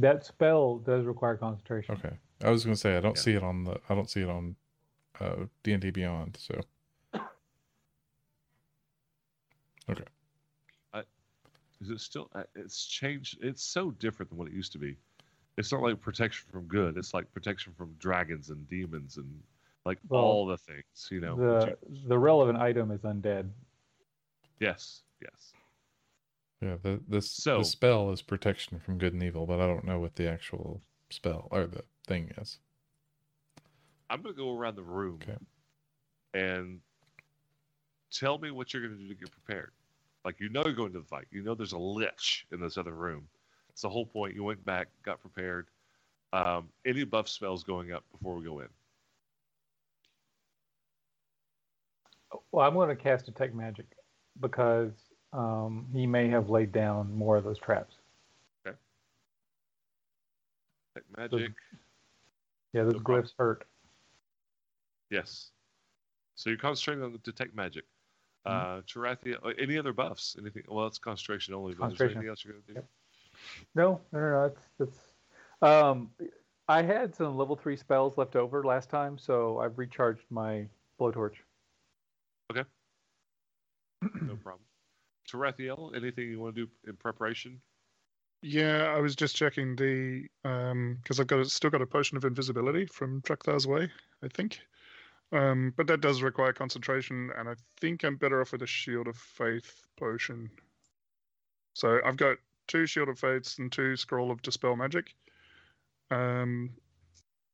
S1: That spell does require concentration.
S4: Okay. I was going to say I don't
S2: Yeah.
S4: see it on the I don't see it on uh D&D Beyond, so
S2: Is it still? uh, It's changed. It's so different than what it used to be. It's not like protection from good. It's like protection from dragons and demons and like
S1: Well,
S2: all the things. You know. that
S1: the
S2: you-
S1: the relevant item is undead.
S2: yes. Yes.
S4: Yeah, the this
S2: So-
S4: the spell is protection from good and evil, but I don't know what the actual spell or the thing is.
S2: I'm gonna go around the room
S4: Okay.
S2: and tell me what you're gonna do to get prepared. Like you know you're going to the fight. You know there's a lich in this other room. It's the whole point. You went back, got prepared. Um, any buff spells going up before we go in?
S1: Well, I'm going to cast detect magic because um, he may have laid down more of those traps.
S2: Like magic.
S1: Yeah, those
S2: No problem.
S1: glyphs hurt.
S2: Yes. So you're concentrating on the detect magic. Uh, Charathia, uh, any other buffs? Anything? Well, it's concentration only. But is there
S1: Concentration.
S2: anything else you're gonna do?
S1: Yep. No, no, no, no. That's that's. Um, I had some level three spells left over last time, so I've recharged my blowtorch.
S2: No problem. Tarathiel, anything you want to do in preparation?
S3: Yeah, I was just checking the um because I've got a, still got a potion of invisibility from Trakthar's Way, I think. Um, but that does require concentration, and I think I'm better off with a Shield of Faith potion. So I've got two Shield of Faiths and two Scroll of Dispel Magic, Um,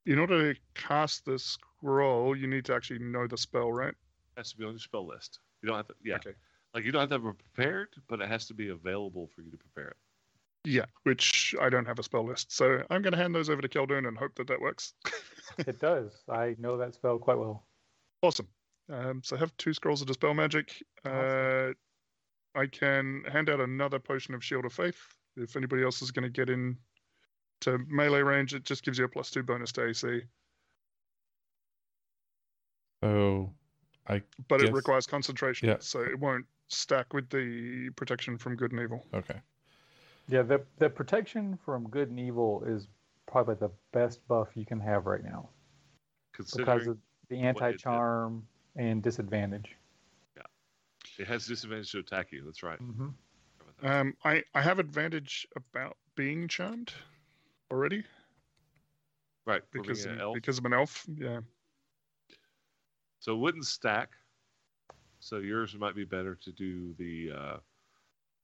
S3: in order to cast the scroll, you need to actually know the spell, right?
S2: has to be on your spell list. You don't have to. Yeah.
S3: Okay.
S2: Like you don't have to have it prepared, but it has to be available for you to prepare it.
S3: Yeah, which I don't have a spell list, so I'm going to hand those over to Keldun and hope that that works.
S2: *laughs*
S1: It does. I know that spell quite well.
S3: Awesome. Um, so I have two scrolls of dispel magic.
S1: Awesome.
S3: Uh, I can hand out another potion of Shield of Faith. If anybody else is going to get in to melee range, it just gives you a plus two bonus to AC,
S4: So
S3: but it
S4: Yes.
S3: requires concentration,
S4: Yeah.
S3: so it won't stack with the protection from good and evil.
S4: okay.
S1: Yeah, the the protection from good and evil is probably the best buff you can have right now because
S2: Considering
S1: of the
S2: it did.
S1: anti charm and disadvantage.
S2: it has disadvantage to attack you. That's right.
S1: hmm
S3: Um, I I have advantage about being charmed already
S2: right. for being
S3: because
S2: an elf.
S3: because I'm an elf. Yeah.
S2: So it wouldn't stack. So yours might be better to do the uh,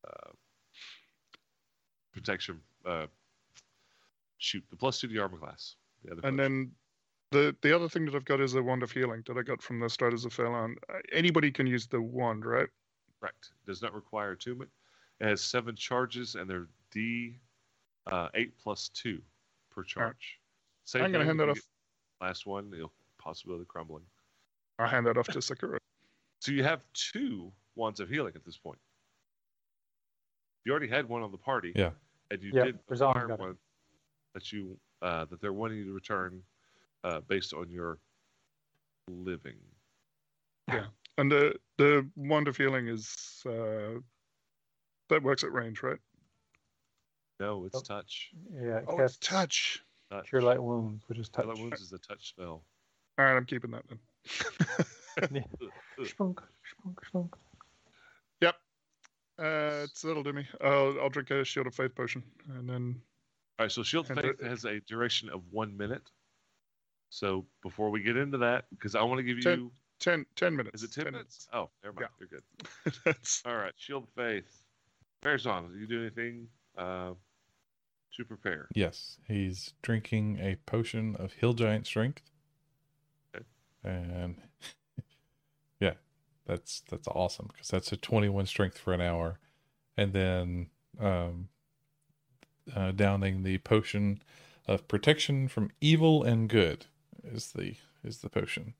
S2: uh, protection. Uh, shoot the plus two to the armor class. The other
S3: And
S2: potion.
S3: then the the other thing that I've got is a wand of healing that I got from the Stratas of Phalan. Uh, Anybody can use the wand, right?
S2: correct does not require attunement. It has seven charges and they're D uh, eight plus two per charge. Same
S3: I'm gonna
S2: thing,
S3: hand
S2: if
S3: that
S2: you
S3: off.
S2: get the Last one, it'll possibility of crumbling.
S3: I'll hand that off to
S2: *laughs*
S3: Sakura.
S2: So you have two wands of healing at this point. You already had one on the party.
S4: Yeah.
S2: And you
S1: Yeah,
S2: did
S1: Razan
S2: acquire
S1: got it.
S2: one that you uh, that they're wanting you to return uh, based on your living.
S3: And the the wand of healing is uh, that works at range, right?
S2: No, it's
S1: Nope.
S2: touch.
S1: Yeah, it
S3: Oh, it's
S1: casts
S3: touch.
S2: touch.
S1: cure light wounds, which is touch.
S2: Cure Light wounds is the touch spell.
S3: All right, I'm keeping that then.
S2: Ugh, ugh.
S1: Shpunk, shpunk, shpunk.
S3: Uh, so that'll do me. I'll, I'll drink a shield of faith potion, and then
S2: All right, so Shield of
S3: And
S2: Faith
S3: the-
S2: has a duration of one minute. So before we get into that, because I want to give you,
S3: Ten- 10, 10 minutes.
S2: is it 10, minutes? Oh, never mind.
S3: Yeah.
S2: You're good.
S3: minutes. *laughs* That's-
S2: All right, Shield of Faith. Farazan, do you do anything uh, to prepare?
S4: Yes, he's drinking a potion of hill giant strength.
S2: Okay.
S4: And *laughs* yeah, that's that's awesome because that's a 21 strength for an hour. And then um uh, downing the potion of protection from evil and good is the is the potion.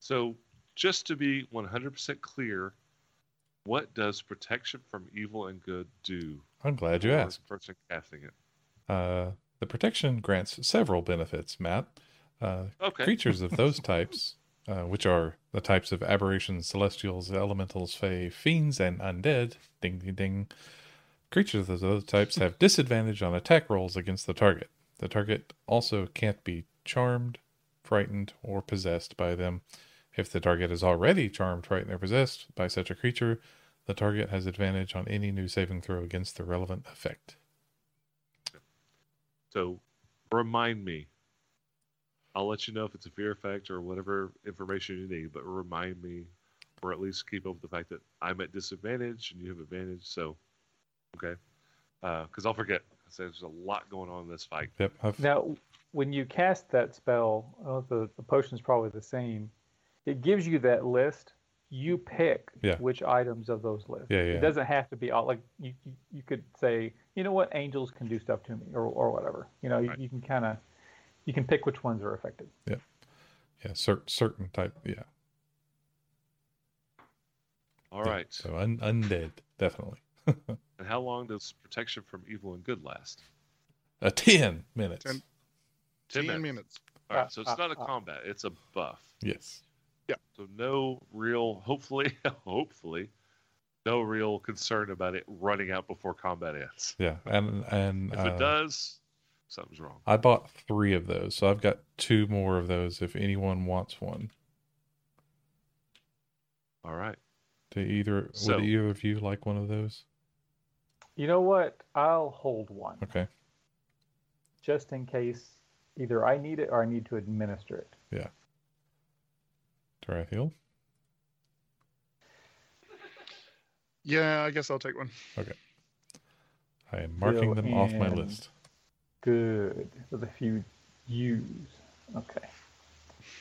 S2: So, just to be 100% clear, what does protection from evil and good do?
S4: I'm glad you
S2: for
S4: asked.
S2: the Person casting it.
S4: Uh, the protection grants several benefits, Matt. Uh,
S2: Okay.
S4: creatures of those types, uh, which are the types of aberrations, celestials, elementals, fae, fiends, and undead, ding ding ding, creatures of those types have disadvantage on attack rolls against the target. The target also can't be charmed, frightened, or possessed by them. If the target is already charmed, frightened, or possessed by such a creature, the target has advantage on any new saving throw against the relevant effect.
S2: So, remind me. I'll let you know if it's a fear effect or whatever information you need, but remind me, or at least keep up with the fact that I'm at disadvantage and you have advantage. So, okay, because I'll forget. 'Cause There's a lot going on in this fight.
S4: Yep, I've,
S1: Now, when you cast that spell, oh, the, the potion's probably the same. It gives you that list. You pick
S4: Yeah.
S1: which items of those lists.
S4: Yeah, yeah.
S1: It doesn't have to be all like you, you. You could say, you know what, angels can do stuff to me, or or whatever. You know,
S2: Right.
S1: you, you can kind of, you can pick which ones are affected.
S4: yeah, cer- certain type, yeah.
S2: All
S4: yeah.
S2: right.
S4: So un- undead, definitely.
S2: And how long does protection from evil and good last?
S4: *laughs* A 10 Uh, minutes.
S3: Ten-
S2: 10 minutes. All
S1: Uh,
S2: right. So it's
S1: uh,
S2: not a
S1: uh.
S2: combat. It's a buff.
S4: Yes.
S2: So no real, hopefully, *laughs* hopefully, no real concern about it running out before combat ends.
S4: Yeah. And and
S2: If
S4: uh,
S2: it does, something's wrong.
S4: I bought 3 of those. So I've got two more of those if anyone wants one.
S2: All right.
S4: Do either
S2: So-
S4: would either of you like one of those?
S1: You know what? I'll hold one
S4: Okay.
S1: just in case either I need it or I need to administer it.
S4: Tarathiel.
S3: Yeah, I guess I'll take one.
S4: I am marking
S1: Hill
S4: them off my
S1: and-
S4: list.
S1: good with a few U's. Okay.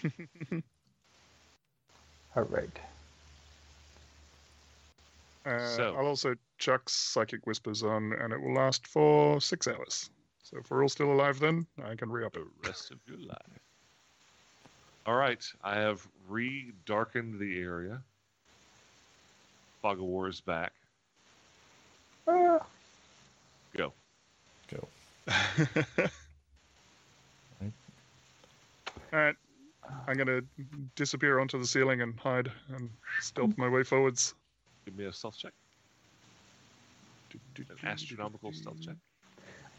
S2: *laughs*
S1: All right.
S3: Uh,
S2: So-
S3: I'll also chuck Psychic Whispers on, and it will last for six hours. So if we're all still alive, then I can re up it.
S2: the rest of your life. All right, I have re-darkened the area. Fog of War is back.
S1: Ah,
S2: Go.
S4: Go.
S3: all right, I'm gonna disappear onto the ceiling and hide and stealth my way forwards.
S2: Give me a stealth check. An astronomical stealth check.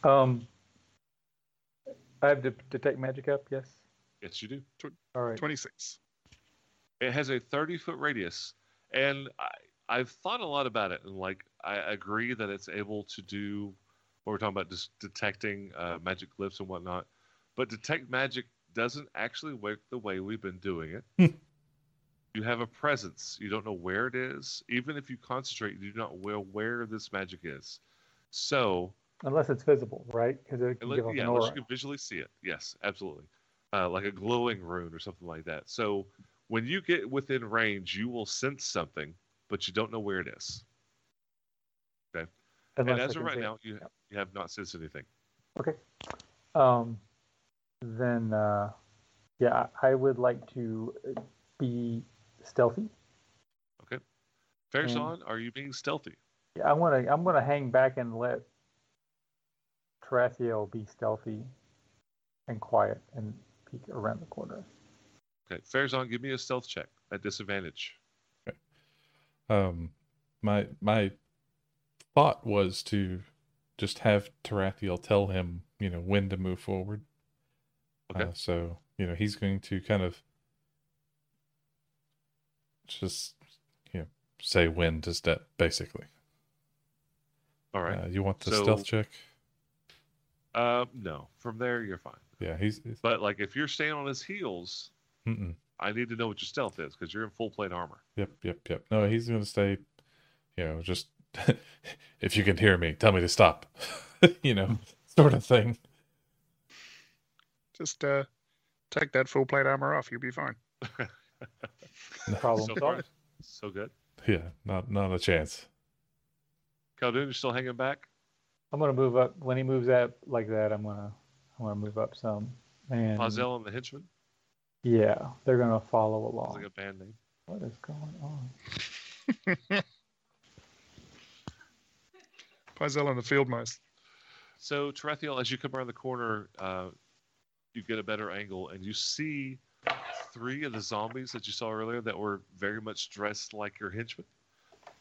S1: Um, I have to detect magic up. Yes.
S2: Yes, you do.
S1: All right.
S3: Twenty-six.
S2: It has a 30 foot radius, and I, I've thought a lot about it, and like I agree that it's able to do what we're talking about, just detecting uh, magic glyphs and whatnot. But detect magic doesn't actually work the way we've been doing it. you have a presence. You don't know where it is. Even if you concentrate, you do not know where this magic is. So
S1: Unless it's visible, right? Because it can
S2: Unless-
S1: give off
S2: yeah,
S1: an
S2: unless
S1: aura.
S2: you can visually see it. Yes, absolutely. Uh, like a glowing rune or something like that. So when you get within range, you will sense something, but you don't know where it is.
S1: Unless
S2: and
S1: I
S2: as of
S1: can
S2: right
S1: see it.
S2: now, you, you have not sensed anything.
S1: Um, then, uh, yeah, I I would like to uh, be stealthy.
S2: Fair's
S1: Mm.
S2: on, are you being stealthy?
S1: Yeah, I want to. I'm going to hang back and let Tarathiel be stealthy and quiet and peek around the corner.
S2: Okay, Fair's on, give me a stealth check at disadvantage.
S4: Um, my my thought was to just have Tarathiel tell him, you know, when to move forward.
S2: Okay.
S4: Uh, so you know he's going to kind of just you know say when to step, basically.
S2: All right.
S4: Uh, you want the
S2: So-
S4: stealth check?
S2: Uh, no, from there, you're fine.
S4: Yeah, he's. he's
S2: But like if you're staying on his heels,
S4: mm-mm.
S2: I need to know what your stealth is because you're in full plate armor.
S4: Yep, yep, yep. No, he's going to stay. You know, just *laughs* if you can hear me, tell me to stop. *laughs* you
S2: Hmm.
S4: know, sort of thing.
S3: Just uh, take that full plate armor off. You'll be fine.
S1: Problem
S2: So far,
S1: solved.
S2: so good.
S4: *laughs* Yeah, not not a chance.
S2: Caldoon, you're still hanging back?
S1: I'm going to move up. When he moves up like that, I'm going to. I want to move up some. And
S2: Pazel and the henchman?
S1: yeah, they're going to follow
S2: Sounds
S1: along.
S2: like a band name.
S1: What is going on?
S3: Pizel and the field mice.
S2: So, Tarathiel, as you come around the corner, uh, you get a better angle and you see three of the zombies that you saw earlier that were very much dressed like your henchmen.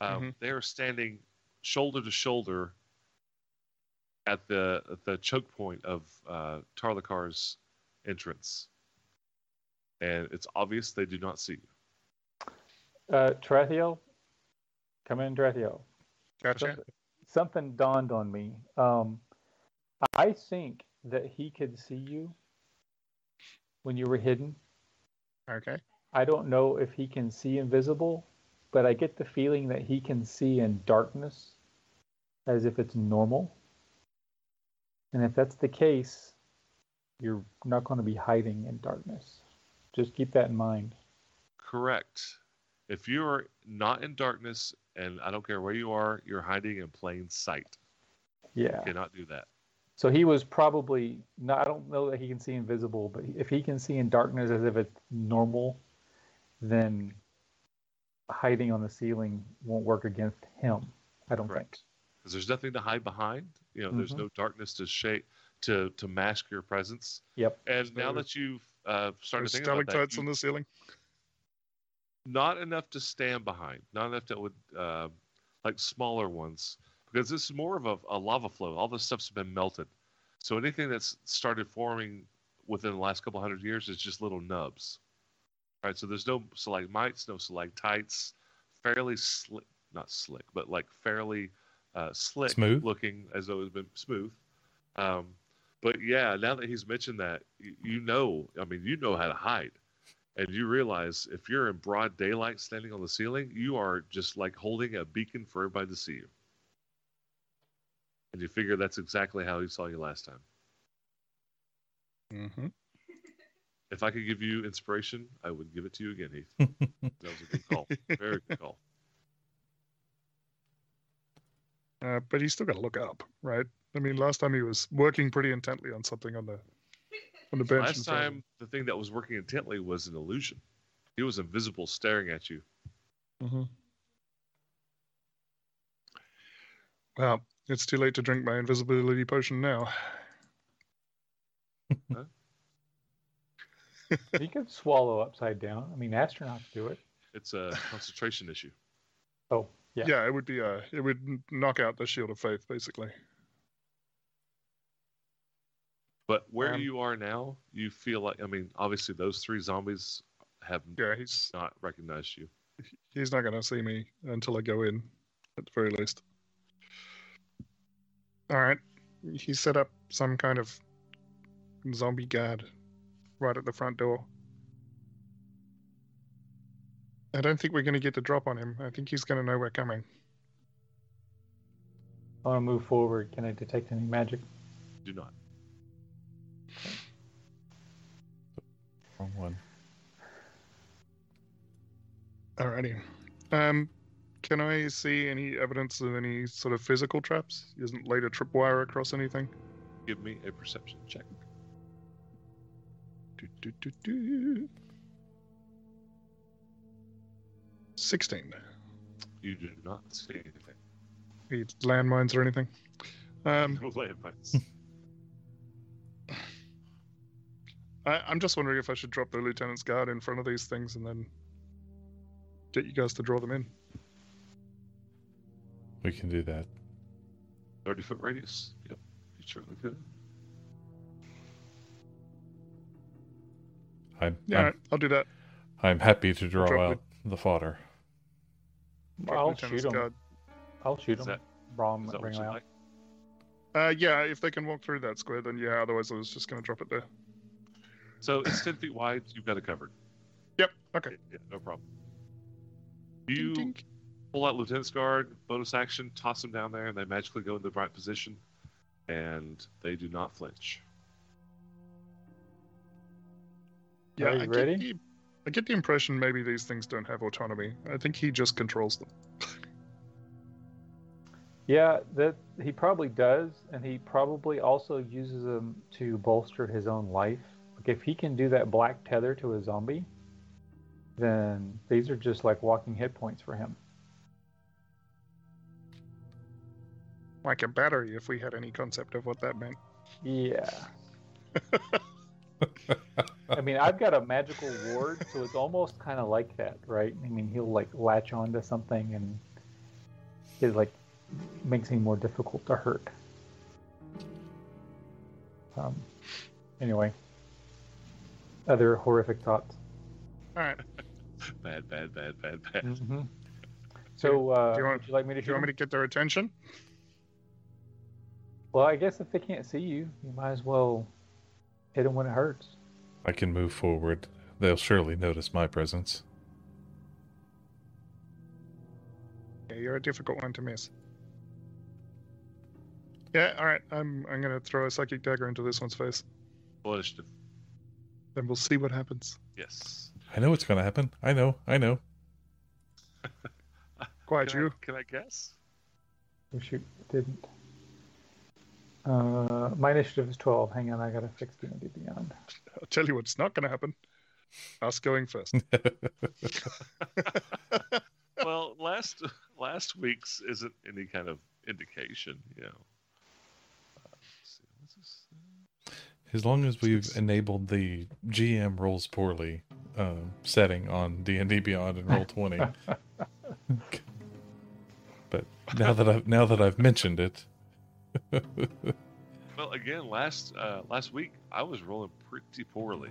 S2: Um,
S3: Mhm.
S2: They are standing shoulder to shoulder at the at the choke point of uh, Tarlakar's entrance. And it's obvious they do not see you.
S1: Uh, Tarathiel, come in, Tarathiel.
S3: Gotcha.
S1: Something, something dawned on me. Um, I think that he could see you when you were hidden.
S3: Okay.
S1: I don't know if he can see invisible, but I get the feeling that he can see in darkness as if it's normal. And if that's the case, you're not going to be hiding in darkness. Just keep that in mind.
S2: Correct. If you are not in darkness, and I don't care where you are, you're hiding in plain sight.
S1: Yeah.
S2: Cannot do that.
S1: So he was probably not. I don't know that he can see invisible, but if he can see in darkness as if it's normal, then hiding on the ceiling won't work against him. I don't
S2: Correct. because there's nothing to hide behind. You know, there's
S1: Mhm.
S3: Mm-hmm.
S2: no darkness to shape to to mask your presence.
S1: Yep.
S2: And
S3: So
S2: now that you've uh, started
S3: There's
S2: to think about that,
S3: stalactites
S2: you-
S3: on the ceiling.
S2: not enough to stand behind, not enough that would uh, like smaller ones, because this is more of a, a lava flow. All this stuff's been melted, so anything that's started forming within the last couple hundred years is just little nubs. All right, so there's no stalagmites, no stalactites, fairly slick, not slick, but like fairly uh, slick
S4: Smooth?
S2: looking, as though it's been smooth. Um, but yeah, now that he's mentioned that, you, you know, I mean, you know how to hide and you realize if you're in broad daylight standing on the ceiling, you are just like holding a beacon for everybody to see you. And you figure that's exactly how he saw you last time.
S3: Mm-hmm.
S2: If I could give you inspiration, I would give it to you again, Heath. that was a good call. Very good call.
S3: Uh, but he's still got to look up, right? I mean, last time he was working pretty intently on something on the on the bench.
S2: Last
S3: and so-
S2: time, the thing that was working intently was an illusion. He was invisible, staring at you.
S3: Mhm. Well, it's too late to drink my invisibility potion now.
S1: You could swallow upside down. I mean, astronauts do it. *laughs*
S2: It's a concentration issue.
S1: Oh, yeah.
S3: Yeah, it would be uh it would n- knock out the shield of faith basically.
S2: But where
S1: Um,
S2: you are now, you feel like I mean, obviously those three zombies have
S3: Yeah, he's
S2: not recognized you.
S3: he's not gonna see me until I go in, at the very least. All right, he set up some kind of zombie guard right at the front door. I don't think we're gonna get the drop on him. I think he's gonna know we're coming.
S1: I want to move forward. Can I detect any magic?
S2: Do not.
S4: Wrong one.
S3: Alrighty. Um, can I see any evidence of any sort of physical traps? Isn't laid a tripwire across anything?
S2: Give me a perception check.
S3: Do, do, do, do. 16.
S2: You do not see
S1: *laughs*
S2: anything.
S3: Any landmines or anything? Um,
S2: No landmines.
S3: I, I'm just wondering if I should drop the lieutenant's guard in front of these things and then get you guys to draw them in.
S4: We can do that.
S2: Thirty foot radius. Yep. You certainly could.
S4: I'm
S3: Yeah,
S4: I'm,
S3: alright, I'll do that.
S4: I'm happy to draw
S3: Drop
S4: out the fodder.
S3: Drop
S1: I'll
S3: lieutenant's
S1: shoot him.
S3: guard.
S1: I'll shoot
S2: Is
S1: him.
S2: that-
S1: Braum,
S2: Is that what
S1: bring
S2: you
S1: him out.
S2: like?
S3: Uh, yeah, if they can walk through that square, then yeah. Otherwise, I was just going to drop it there.
S2: So it's ten feet wide. You've got it covered.
S3: Yep. Okay.
S2: Yeah, yeah, no problem.
S3: Ding,
S2: You
S3: ding.
S2: pull out lieutenant's guard, bonus action, toss them down there, and they magically go into the right position, and they do not flinch.
S1: Are you
S3: I
S1: ready?
S3: Get the, I get the impression maybe these things don't have autonomy. I think he just controls them.
S1: Yeah, that he probably does, and he probably also uses them to bolster his own life. Like if he can do that black tether to a zombie, then these are just like walking hit points for him.
S3: Like a battery, if we had any concept of what that meant.
S1: Yeah. I mean, I've got a magical ward, so it's almost kind of like that, right? I mean, he'll like latch onto something, and it like makes him more difficult to hurt. Um. Anyway, other horrific thoughts.
S3: All right.
S2: Bad, bad, bad, bad, bad.
S1: hmm So, uh,
S3: Mm-hmm. Do you want-
S1: would you like me to
S3: Do
S1: shoot?
S3: you want me
S1: him?
S3: to get their attention?
S1: Well, I guess if they can't see you, you might as well hit him when it hurts.
S4: I can move forward. They'll surely notice my presence.
S3: Yeah, you're a difficult one to miss. Yeah. All right. I'm I'm gonna throw a psychic dagger into this one's face.
S2: Well, it's the-
S3: Then we'll see what happens.
S2: Yes.
S4: I know it's going to happen. I know. I know.
S3: Quiet
S2: Can I,
S3: you.
S2: can I guess? *laughs*
S1: Oh, shoot, it didn't. Uh, my initiative is 12. Hang on, I gotta fix the D beyond.
S3: I'll tell you what's not gonna happen. Us going
S1: *laughs*
S3: first.
S2: well, last last week's isn't any kind of indication, you know. Uh, let's see, what's this?
S4: As long as we've enabled the GM rolls poorly um, setting on D and D Beyond and
S3: *laughs*
S4: Roll Twenty, but now that I've now that I've mentioned it,
S2: Well, again, last uh, last week I was rolling pretty poorly.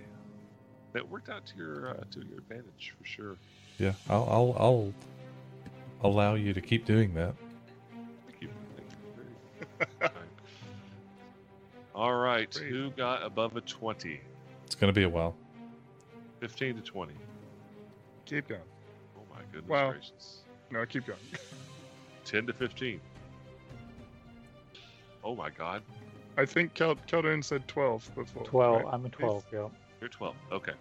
S2: That worked out to your uh, to your advantage for sure.
S4: yeah, I'll I'll, I'll allow you to keep doing that.
S2: Thank you. Thank you.
S3: *laughs*
S2: Very kind. All right,
S3: Great.
S2: who got above a 20?
S4: It's going to be a while.
S2: 15 to 20.
S3: Keep going.
S2: Oh my goodness
S3: Wow.
S2: gracious.
S3: No, keep going.
S2: 10 to 15. Oh my god.
S3: I think Cal- Caldoon said 12 before.
S1: Twelve.
S3: right?
S1: I'm a twelve. Yeah.
S2: You're 12. Okay.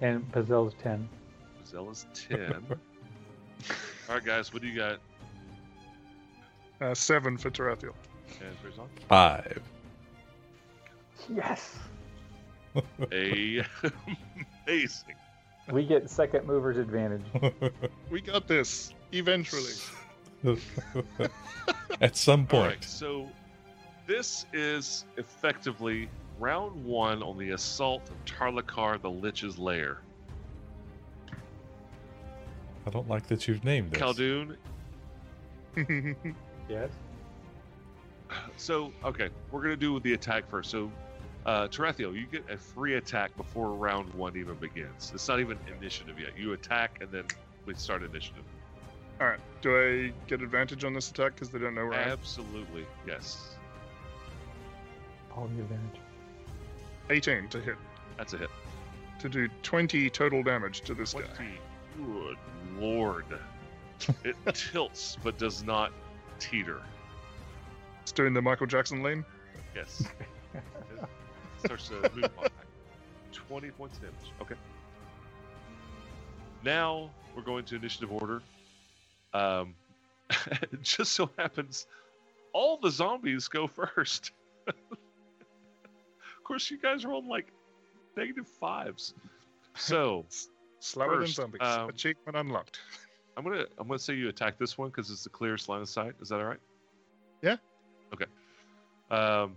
S1: And Pazel's ten.
S2: Zella's 10.
S3: *laughs*
S2: All right, guys, what do you got?
S3: Uh, seven for Tarathiel.
S2: And for Zonk?
S4: Five. *laughs*
S1: Yes.
S2: A- *laughs* Amazing.
S1: We get second mover's advantage.
S3: We got this eventually. *laughs*
S4: *laughs* At some
S2: All
S4: point.
S2: right, so this is effectively round one on the assault of Tarlakar the Lich's lair.
S4: I don't like that you've named this.
S2: Khaldun.
S1: *laughs* Yes.
S2: So okay, we're gonna do the attack first. So, uh, Tarathiel, you get a free attack before round one even begins. It's not even initiative yet. You attack and then we start initiative.
S3: All right. Do I get advantage on this attack because they don't know where
S2: Uh,
S3: I am?
S2: Absolutely, yes.
S1: All the advantage.
S3: 18 to hit.
S2: That's a hit.
S3: To do 20 total damage to this guy.
S2: Twenty. Good lord. It *laughs* tilts but does not teeter.
S3: It's doing the Michael Jackson lane.
S2: Yes. It starts to move on. 20 points of damage. Okay. Now we're going to initiative order. Um, *laughs* it just so happens all the zombies go first. *laughs* of course, you guys are on like negative fives. So
S3: Slower
S2: First,
S3: than zombies.
S2: um,
S3: Achievement unlocked.
S2: I'm gonna I'm gonna say you attack this one because it's the clearest line of sight. Is that all right?
S3: Yeah.
S2: Okay. Um,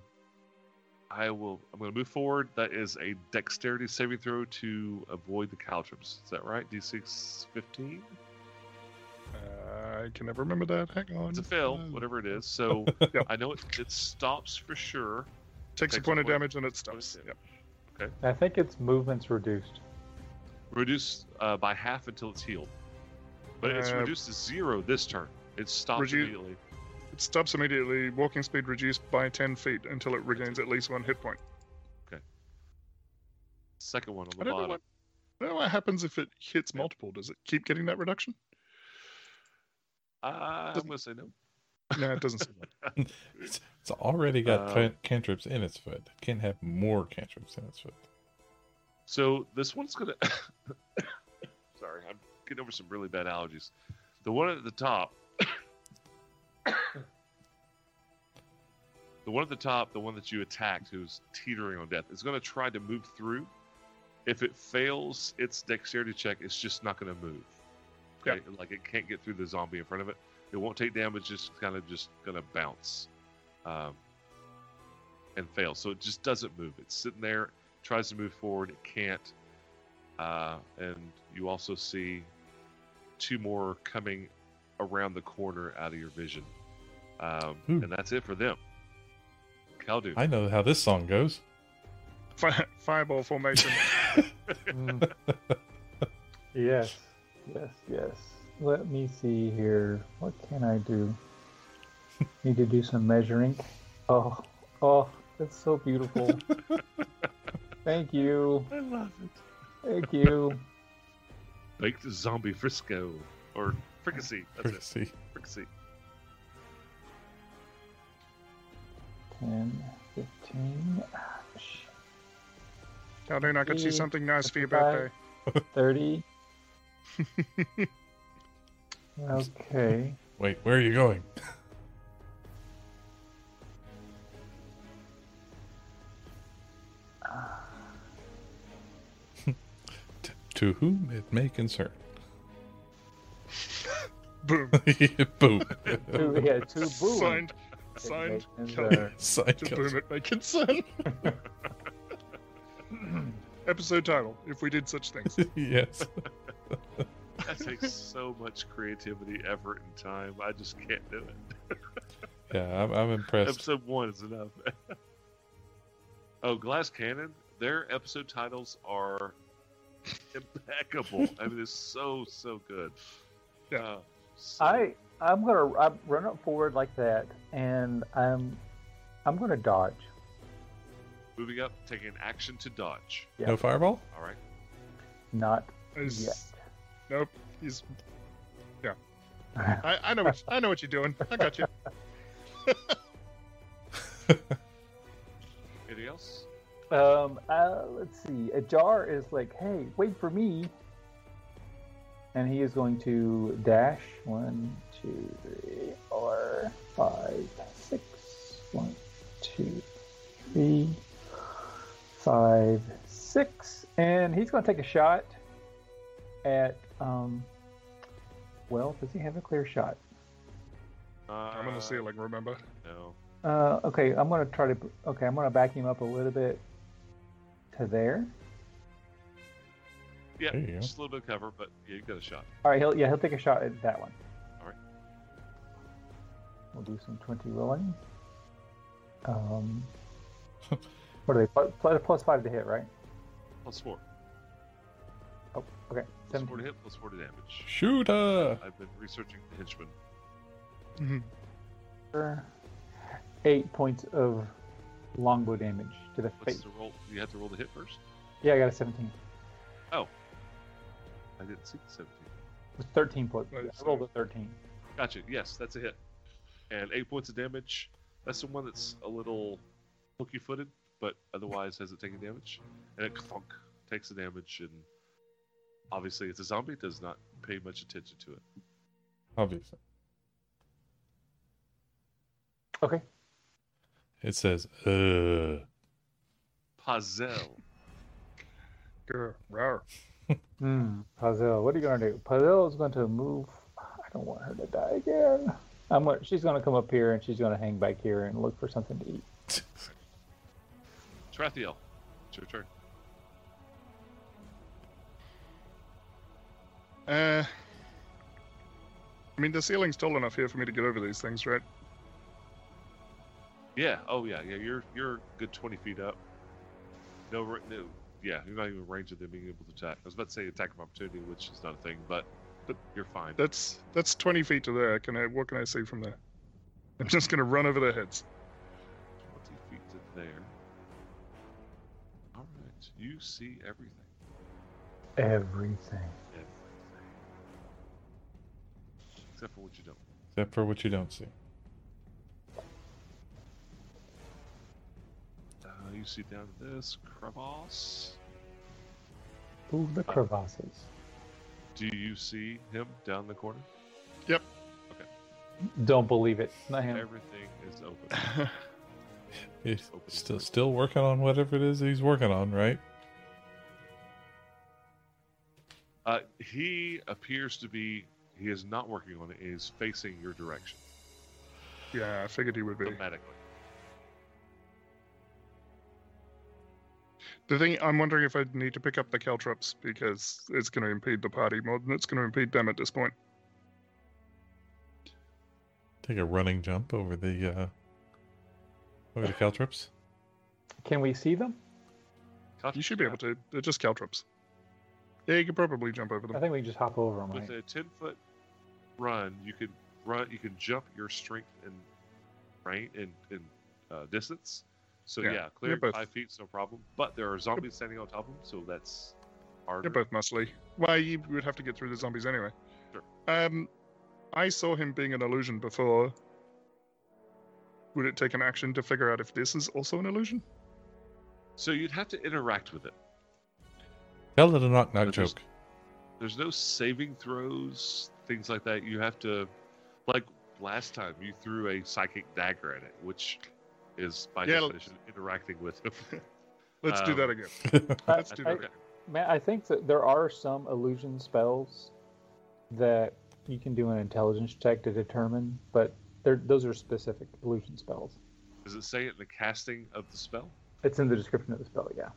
S2: I will. I'm gonna move forward. That is a dexterity saving throw to avoid the caltrips. Is that right? D6 15.
S3: Uh, I can never remember that. Hang on.
S2: It's a fail,
S3: Uh,
S2: whatever it is. So
S3: *laughs* Yeah.
S2: I know it, it stops for sure.
S3: Takes a point of damage and it stops.
S2: damage.
S3: Yep.
S1: I think its movement's reduced.
S2: Reduced uh, by half until it's healed, but it's
S3: Uh,
S2: reduced to zero this turn. It stops
S3: reduce-
S2: immediately.
S3: It stops immediately. Walking speed reduced by 10 feet until it regains at least one hit point.
S2: Second one on
S3: I
S2: the
S3: don't know
S2: bottom.
S3: what. I don't know what happens if it hits multiple. Does it keep getting that reduction?
S2: Uh, I'm
S3: Doesn't-
S2: gonna say no.
S3: No, it doesn't. *laughs* seem like
S4: It's, it's already got
S2: Uh,
S4: can- cantrips in its foot. It can't have more cantrips in its foot.
S2: So this one's gonna. *coughs* Sorry, I'm getting over some really bad allergies. The one at the top. *coughs* the one at the top, the one that you attacked, who's teetering on death, is going to try to move through. If it fails its dexterity check, it's just not going to move. Okay, like it can't get through the zombie in front of it. It won't take damage. It's kind of just going to bounce, um, and fail. So it just doesn't move. It's sitting there tries to move forward. It can't. Uh, and you also see two more coming around the corner out of your vision. Um,
S4: Hmm.
S2: And that's it for them. Caldu.
S4: I know how this song goes.
S3: Fi- Fireball
S2: *laughs*
S3: formation.
S1: Mm. yes. Yes, yes. Let me see here. What can I do? Need to do some measuring. Oh, oh, that's so *laughs* beautiful. Thank you.
S2: I love it.
S1: Thank you.
S2: Baked Zombie Frisco. Or Fricassee. That's it.
S4: Courtesy.
S2: Fricassee.
S1: 10, 15, sh-
S3: Caldoon, I could see
S1: Fifty,
S3: something nice for your
S1: fifty-five.
S3: birthday. *laughs*
S1: 30.
S3: *laughs*
S1: okay.
S4: Wait, where are you going? T- to whom it may concern. *laughs*
S3: Boom.
S4: Boom.
S1: Two, yeah, two
S3: *laughs*
S1: boom.
S3: Signed. Signed.
S1: And, uh,
S3: Caldoon. To
S4: Psycho.
S3: boom it may concern. *clears throat* Episode title, if we did such things.
S4: yes.
S2: That takes so much creativity, effort, and time. I just can't do it.
S4: Yeah, I'm, I'm impressed.
S2: Episode one is enough. *laughs* oh, Glass Cannon, their episode titles are impeccable. I mean, it's so so good.
S3: Yeah.
S2: Uh, so-
S1: I I'm gonna i run up forward like that, and I'm I'm gonna dodge.
S2: moving up, taking an action to dodge.
S1: Yeah.
S4: No fireball?
S2: All right,
S1: Not *laughs*
S3: Is-
S1: yet.
S3: Nope. He's. Yeah. I, I know. What, I know what you're doing. I got you.
S2: else?
S1: Um, uh, let's see. Ajar is like, hey, wait for me. And he is going to dash one, two, three, four, five, six. One, two, three, five, six. And he's going to take a shot at, um, well, does he have a clear shot?
S2: Uh,
S3: I'm gonna see it like remember.
S2: No.
S1: Uh, okay, I'm gonna try to. Okay, I'm gonna back him up a little bit to there.
S2: Yeah,
S4: There you go.
S2: just a little bit of cover, but yeah, you got a shot.
S1: All right, he'll yeah he'll take a shot at that one.
S2: All right.
S1: We'll do some twenty rolling. *laughs* Um, what are they? Plus, plus- plus five to hit, right?
S2: Plus four.
S1: Oh, okay.
S2: Plus four to
S1: 17.
S2: hit, plus four to damage.
S4: Shooter.
S2: I've been researching the henchman.
S1: Eight points of longbow damage to the
S2: What's
S1: face.
S2: the roll? You have to roll the hit first?
S1: Yeah, I got a seventeen.
S2: I didn't see the 17.
S1: It's thirteen points.
S3: Right,
S1: Yeah, I
S3: so-
S1: rolled a thirteen.
S2: Gotcha. Yes, that's a hit. And eight points of damage. That's the one that's a little hooky footed, but otherwise hasn't taken damage. And it clunk takes the damage, and obviously it's a zombie, it does not pay much attention to it.
S4: Obviously.
S1: Okay.
S4: It says, uh.
S2: Pazel.
S3: Grr, rawr.
S1: Hmm. Pazel, what are you gonna do? Pazel is going to move. I don't want her to die again. I'm. Gonna, she's going to come up here and she's going to hang back here and look for something to eat.
S2: Trathiel, it's your turn.
S3: Uh, I mean, the ceiling's tall enough here for me to get over these things, right?
S2: Yeah. Oh, yeah. Yeah. You're you're a good twenty feet up. No, ra- no. Yeah. You're not even in range of them being able to attack. I was about to say attack of opportunity, which is not a thing, but
S3: But
S2: you're fine.
S3: That's that's 20 feet to there. Can I? What can I see from there? I'm just gonna run over their heads.
S2: Twenty feet to there. All right. You see everything.
S1: Everything.
S2: Everything. Except for what you don't.
S4: Except for what you don't see.
S2: Uh, you see down to this crevasse.
S1: Move the crevasses.
S2: Do you see him down the corner?
S1: Don't believe it. Not him.
S2: Everything is open.
S3: *laughs*
S4: He's
S2: Open
S4: still,
S2: door.
S4: still working on whatever it is he's working on, right?
S2: Uh, he appears to be. He is not working on it. He is facing your direction
S3: Yeah, I figured he would be.
S2: dramatically.
S3: The thing I'm wondering if I need to pick up the caltrops because it's gonna impede the party more than it's gonna impede them at this point.
S4: Take a running jump over the uh over the caltrops.
S1: Can we see them?
S3: You should be able to. They're just caltrops. Yeah, you could probably jump over
S1: I
S3: them.
S1: think we can just hop over them.
S2: With
S1: Right?
S2: a ten foot run, you can run. You can jump your strength and right and and uh, distance. So yeah,
S3: Yeah.
S2: clear
S3: both-
S2: five feet, no problem. But there are zombies standing on top of him, so that's harder.
S3: They're both muscly. Why you would have to get through the zombies anyway.
S2: Sure.
S3: Um, I saw him being an illusion before. Would it take an action to figure out if this is also an illusion?
S2: So you'd have to interact with it.
S4: Tell it a knock knock
S2: But there's-
S4: joke.
S2: There's no saving throws, things like that. You have to, like last time, you threw a psychic dagger at it, which is by
S3: Yeah, l-
S2: definition interacting with him.
S3: *laughs* Let's do
S2: Um,
S3: that again.
S1: I,
S3: Let's do
S1: I,
S3: that.
S2: Okay.
S1: Matt, I think that there are some illusion spells that you can do an intelligence check to determine, but they're, those are specific illusion spells.
S2: Does it say it in the casting of the spell?
S1: It's in the description of the spell, yeah.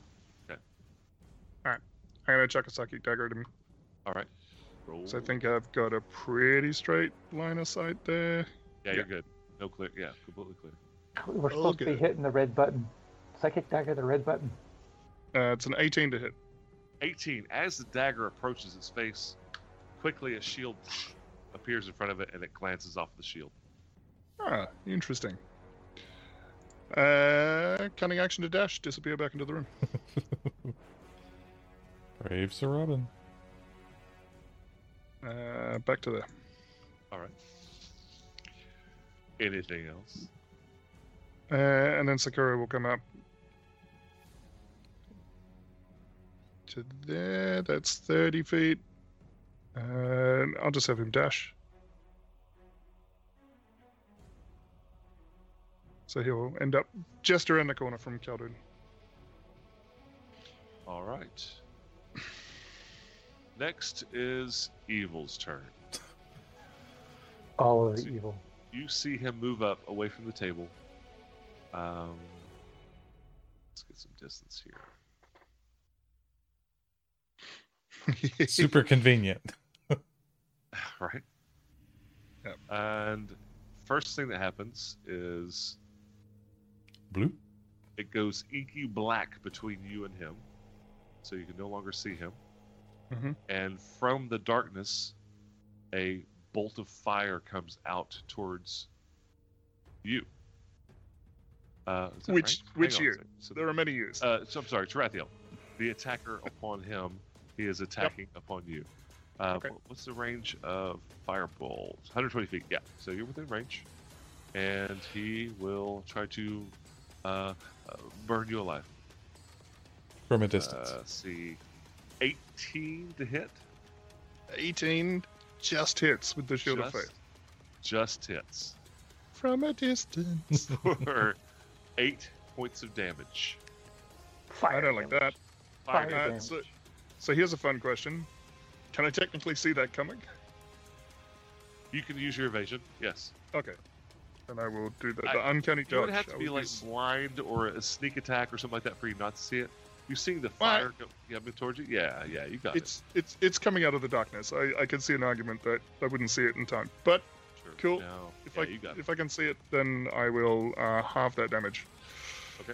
S3: I'm gonna chuck a psychic dagger at him.
S2: All right. Roll.
S3: So I think I've got a pretty straight line of sight there.
S2: Yeah, you're good. No clear. Yeah, completely clear.
S1: We
S3: Oh,
S1: We're supposed to be
S3: Okay.
S1: hitting the red button. Psychic dagger, the red button.
S3: Uh, it's an 18 to hit.
S2: 18. As the dagger approaches its face, quickly a shield appears in front of it and it glances off the shield.
S3: Ah, interesting. Uh, cunning action to dash, disappear back into the room.
S4: *laughs* Brave Sir Robin.
S3: Uh, back to there.
S2: All right. Anything else?
S3: Uh, and then Sakura will come up. to there. That's 30 feet. And I'll just have him dash. So he'll end up just around the corner from *laughs* Keldun.
S2: All right. Next is Evil's turn.
S1: All of the evil.
S2: You see him move up away from the table. Um, let's get some distance here. *laughs*
S4: Super convenient.
S2: right?
S3: Yep.
S2: And first thing that happens is
S4: Blue.
S2: it goes inky black between you and him, so you can no longer see him.
S3: Mhm.
S2: And from the darkness, a bolt of fire comes out towards you. Uh, is that
S3: Which-
S2: right?
S3: which
S2: Hang on a
S3: you?
S2: second. So
S3: There are many years.
S2: uh, so I'm sorry, Tarathiel. The attacker upon him, he is attacking upon you. Uh,
S3: Okay.
S2: wh- What's the range of firebolt? 120 feet. Yeah, so you're within range, and he will try to uh, uh, burn you alive.
S4: From a distance.
S2: Uh, let's see, 18 to hit.
S3: 18 just hits with the shield
S2: just,
S3: of faith.
S2: Just hits
S3: From a distance.
S2: for eight points of damage.
S1: Fire
S3: I don't like
S1: damage.
S3: that.
S1: Fire
S2: Fire
S3: Uh,
S1: damage.
S3: so- So here's a fun question. Can I technically see that coming?
S2: You can use your evasion. Yes.
S3: Okay. Then I will do the,
S2: I-
S3: the uncanny dodge.
S2: You would have
S3: I
S2: to be
S3: will
S2: like
S3: use-
S2: blind or a sneak attack or something like that for you not to see it. You seeing the
S3: Well, I-
S2: fire go yeah, towards you? Yeah, yeah, you got
S3: it's it's it's coming out of the darkness. I, I can see an argument that I wouldn't see it in time. But
S2: it. Sure.
S3: cool.
S2: No,
S3: if
S2: yeah,
S3: I
S2: you got it.
S3: if I can see it, then I will uh, halve that damage.
S2: Okay.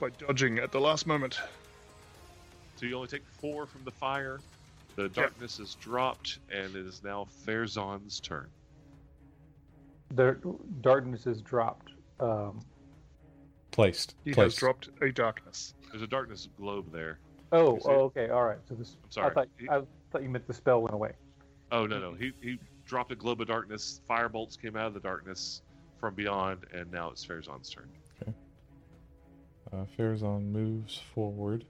S3: By dodging at the last moment.
S2: So you only take four from the fire. The darkness is dropped, and it is now Fairzon's turn.
S1: The darkness is dropped. Um,
S4: Placed.
S3: He has
S4: Placed.
S3: dropped a darkness.
S2: There's a darkness globe there.
S1: oh,
S2: Is it-
S1: oh, okay, all right. So this.
S2: I'm sorry.
S1: I thought
S2: He-
S1: I thought you meant the spell went away.
S2: oh no, no,
S3: Mm-hmm.
S2: he he dropped a globe of darkness. Fire bolts came out of the darkness from beyond, and now it's Fairzon's turn.
S4: Uh, Farazan moves forward,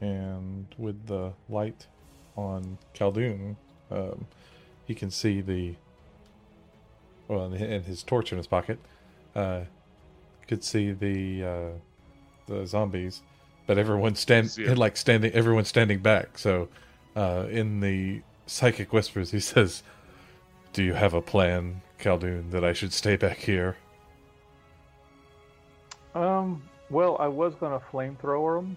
S4: and with the light on Khaldun, um, he can see the. Well, and- and his torch in his pocket, uh, could see the uh, the zombies, but everyone stand
S2: Zero.
S4: like standing. Everyone standing back. So, uh, in the psychic whispers, he *laughs* says, "Do you have a plan, Khaldun, that I should stay back here?"
S1: Um. Well, I was gonna flamethrower him,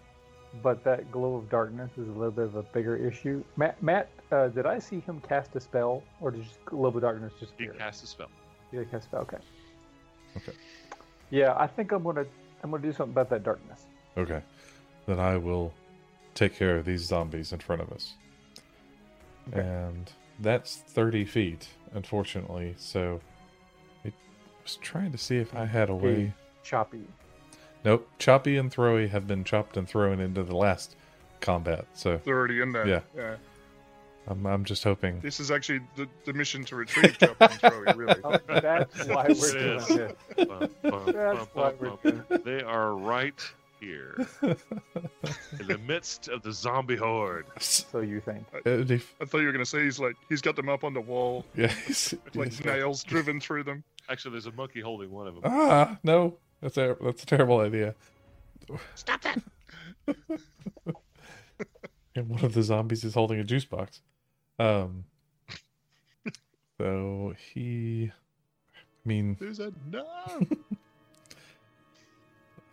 S1: but that glow of darkness is a little bit of a bigger issue. Matt, Matt, uh, did I see him cast a spell, or did just glow of darkness just
S2: He
S1: appear?
S2: casts a spell.
S1: He did cast a spell. Okay.
S4: Okay.
S1: Yeah, I think I'm gonna I'm gonna do something about that darkness.
S4: Okay. Then I will take care of these zombies in front of us.
S1: Okay.
S4: And that's 30 feet, unfortunately. So I was trying to see if I had a way.
S1: Choppy.
S4: Nope. Choppy and Throwy have been chopped and thrown into the last combat. So
S3: They're already in there.
S4: Yeah.
S3: yeah.
S4: I'm, I'm just hoping.
S3: This is actually the, the mission to retrieve Chop and Throw,
S1: *laughs*
S3: really.
S2: *laughs*
S1: Oh, that's why we're doing
S2: Yes.
S1: this.
S2: Bum, bum,
S1: That's
S2: bum,
S1: why
S2: bum,
S1: we're
S2: bum.
S1: doing. This.
S2: They are right here in the midst of the zombie horde.
S1: So you think?
S4: And *laughs* if-
S3: I thought you were gonna say he's like he's got them up on the wall,
S4: yeah, he's-
S3: like nails driven through them.
S2: Actually, there's a monkey holding one of them.
S4: ah, no. That's a, that's a terrible idea.
S3: Stop that!
S4: And one of the zombies is holding a juice box. Um. So he, I mean, *laughs*
S3: There's a no.
S4: I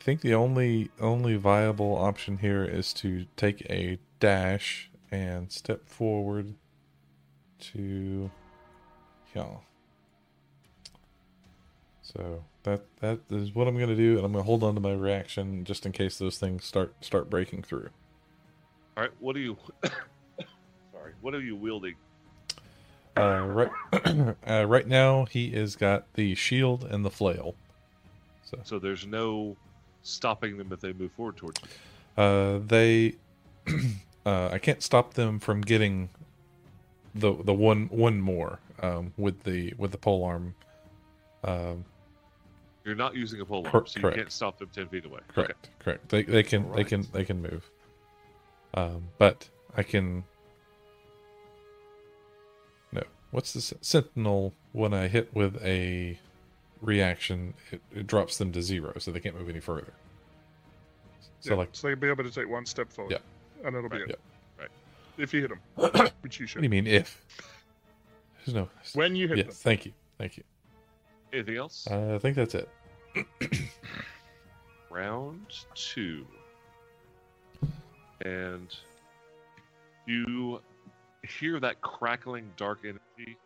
S4: think the only only viable option here is to take a dash and step forward to, yeah. So that that is what I'm gonna do, and I'm gonna hold on to my reaction just in case those things start start breaking through.
S2: All right, what are you? *coughs* sorry, what are you wielding?
S4: Uh, right, *clears throat* uh, right now he has got the shield and the flail. So
S2: So there's no stopping them if they move forward towards you.
S4: uh, they, *clears throat* uh, I can't stop them from getting the the one one more um, with the with the pole arm. Um,
S2: You're not using a pole arm,
S4: Cor-
S2: so you
S4: correct.
S2: can't stop them ten feet away.
S4: correct, correct. They they can they
S2: Right.
S4: can they can move. Um, but I can. No, what's the sen- sentinel? When I hit with a reaction, it, it drops them to zero, so they can't move any further. So
S3: yeah, *coughs*
S4: like
S3: so you'll be able to take one step forward. And that'll be
S2: Right,
S3: it.
S2: yeah. Right.
S3: If you hit them, which you
S4: What do you
S3: should.
S4: mean if? There's no.
S3: When you hit
S4: Yes, thank you, thank you.
S2: Anything else?
S4: Uh, I think that's it.
S2: Round two. And you hear that crackling dark energy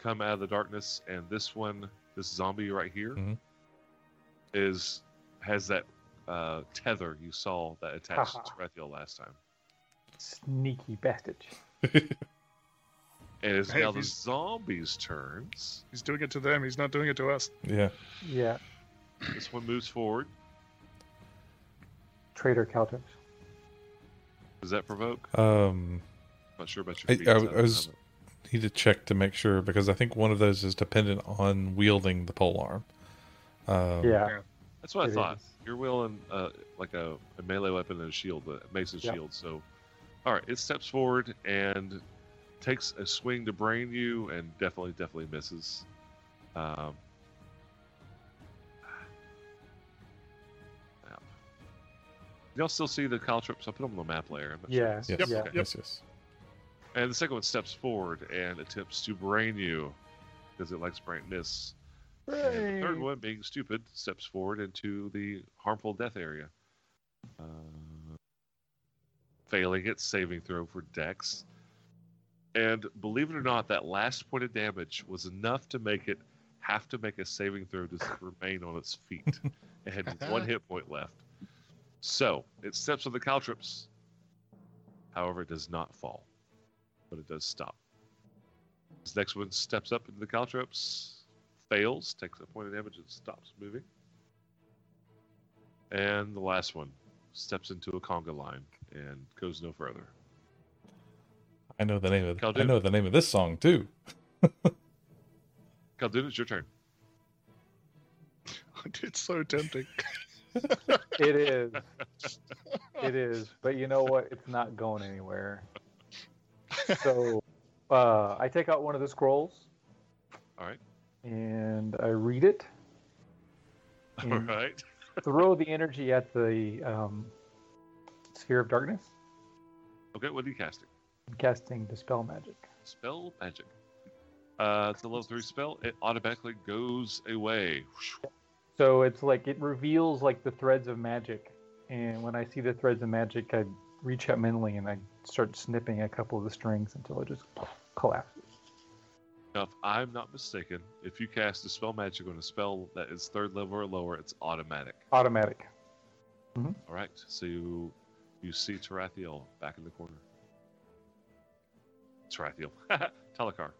S2: come out of the darkness, and this one, this zombie right here, is
S4: Mhm.
S2: has that uh, tether you saw that attached to Raphael last time.
S1: Sneaky bastard.
S2: And it's
S3: Hey,
S2: now
S3: if
S2: the
S3: he's-
S2: zombies' turns.
S3: He's doing it to them. He's not doing it to us. *laughs*
S4: Yeah.
S1: Yeah,
S2: This one moves forward.
S1: traitor Caltex.
S2: Does that provoke?
S4: Um,
S2: Not sure about your.
S4: I- I
S2: feats.
S4: w- I
S2: don't
S4: was-
S2: have it.
S4: need to check to make sure because I think one of those is dependent on wielding the pole arm. Um,
S1: Yeah,
S2: That's what I
S1: It
S2: thought.
S1: is.
S2: You're wielding uh, like a, a melee weapon and a shield, but it makes a
S1: Yeah.
S2: shield. So, all right, it steps forward and takes a swing to brain you, and definitely, definitely misses. Um, *sighs* map. Y'all still see the caltrips? I put them on the map layer. I'm not sure if
S1: Yeah.
S2: it's-
S4: Yes.
S1: Yep. Yeah.
S4: Okay, Yes. Yes.
S2: And the second one steps forward and attempts to brain you because it likes brain miss. And the third
S1: Hooray.
S2: one, being stupid, steps forward into the harmful death area. Uh, failing its saving throw for Dex. And believe it or not, that last point of damage was enough to make it have to make a saving throw to remain on its feet. It had one hit point left. So it steps on the caltrips. However, it does not fall, but it does stop. This next one steps up into the caltrips, fails, takes a point of damage, and stops moving. And the last one steps into a conga line and goes no further.
S4: I know the name of.
S2: Cal
S4: I
S2: Doom.
S4: know the name of this song too.
S2: Khaldun, it's your turn.
S3: It's so tempting.
S1: it
S2: *laughs*
S1: is. It is. But you know what? It's not going
S2: *laughs*
S1: anywhere. So uh, I take out one of the scrolls
S2: All right.
S1: and I read
S2: *laughs*
S1: it.
S2: All
S1: and
S2: right.
S1: throw the energy at the um, sphere of darkness.
S2: Okay, what are you casting?
S1: I'm casting dispel magic.
S2: Spell magic. Uh, it's a level three spell. It automatically goes away.
S1: So it's like it reveals like the threads of magic, and when I see the threads of magic, I reach out mentally and I start snipping a couple of the strings until it just collapses.
S2: Now, if I'm not mistaken, if you cast a spell magic on a spell that is third level or lower, it's automatic.
S1: Automatic.
S2: All right. So you, you see Tarathiel back in the corner. Tarathiel. *laughs* Telekar.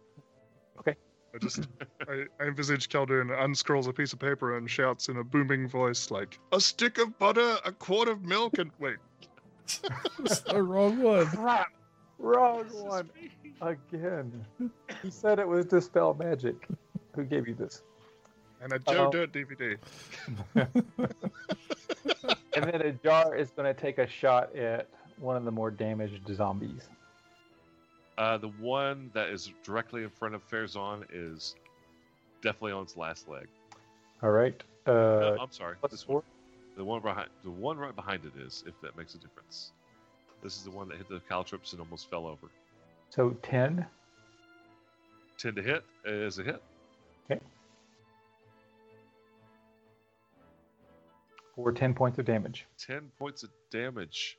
S3: I just I, I envisage Caldoon unscrolls a piece of paper and shouts in a booming voice like a stick of butter, a quart of milk, and wait.
S4: It's the wrong one.
S1: Crap! Wrong one again. He said it was dispel magic. Who gave you this?
S3: And a Joe
S1: Uh-oh.
S3: Dirt DVD.
S1: And then a jar is going to take a shot at one of the more damaged zombies.
S2: Uh, the one that is directly in front of Fairzon is definitely on its last leg.
S1: All right.
S2: No,
S1: Uh,
S2: I'm sorry.
S1: plus
S2: This one,
S1: four.
S2: the one behind, the one right behind it is, if that makes a difference. This is the one that hit the caltrips and almost fell over.
S1: So ten.
S2: Ten to hit is a hit.
S1: for 10 points of damage.
S2: Ten points of damage.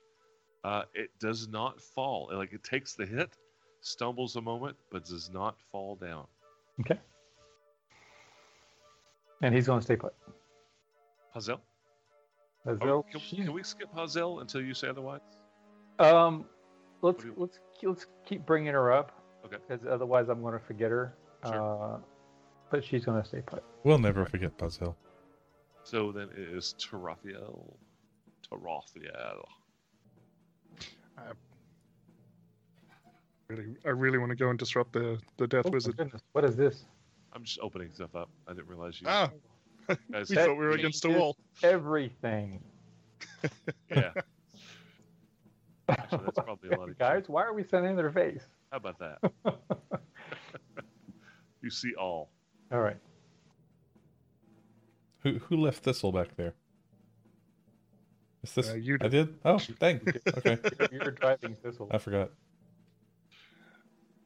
S2: Uh, it does not fall. It, Like it takes the hit, stumbles a moment, but does not fall down.
S1: And he's going to stay put.
S2: Hazel,
S1: That's
S2: Are
S1: all.
S2: we- Oh, can, can we skip Hazel until you say otherwise?
S1: Um, let's
S2: What do you-
S1: let's let's keep bringing her up.
S2: Okay.
S1: Because otherwise, I'm going to forget her.
S2: Sure.
S1: Uh, but she's going to stay put.
S4: We'll never forget Buzz Hill.
S2: So then it is Tarathiel. Tarathiel.
S3: Really, I really want to go and disrupt the the Death
S1: Oh, my
S3: Wizard.
S1: goodness, What is this?
S2: I'm just opening stuff up. I didn't realize you.
S3: Ah,
S2: *laughs* guys-
S3: we thought we were
S2: *laughs*
S3: against a wall.
S1: Everything.
S2: Yeah. Actually, that's probably a lot of
S1: *laughs* Guys, why are we sending in their face? *laughs*
S2: How about that?
S1: All
S2: You see all.
S1: right.
S4: Who who left Thistle back there? Is this
S3: Uh, you
S4: I did? Oh, dang. Okay.
S1: You're driving Thistle.
S4: I forgot.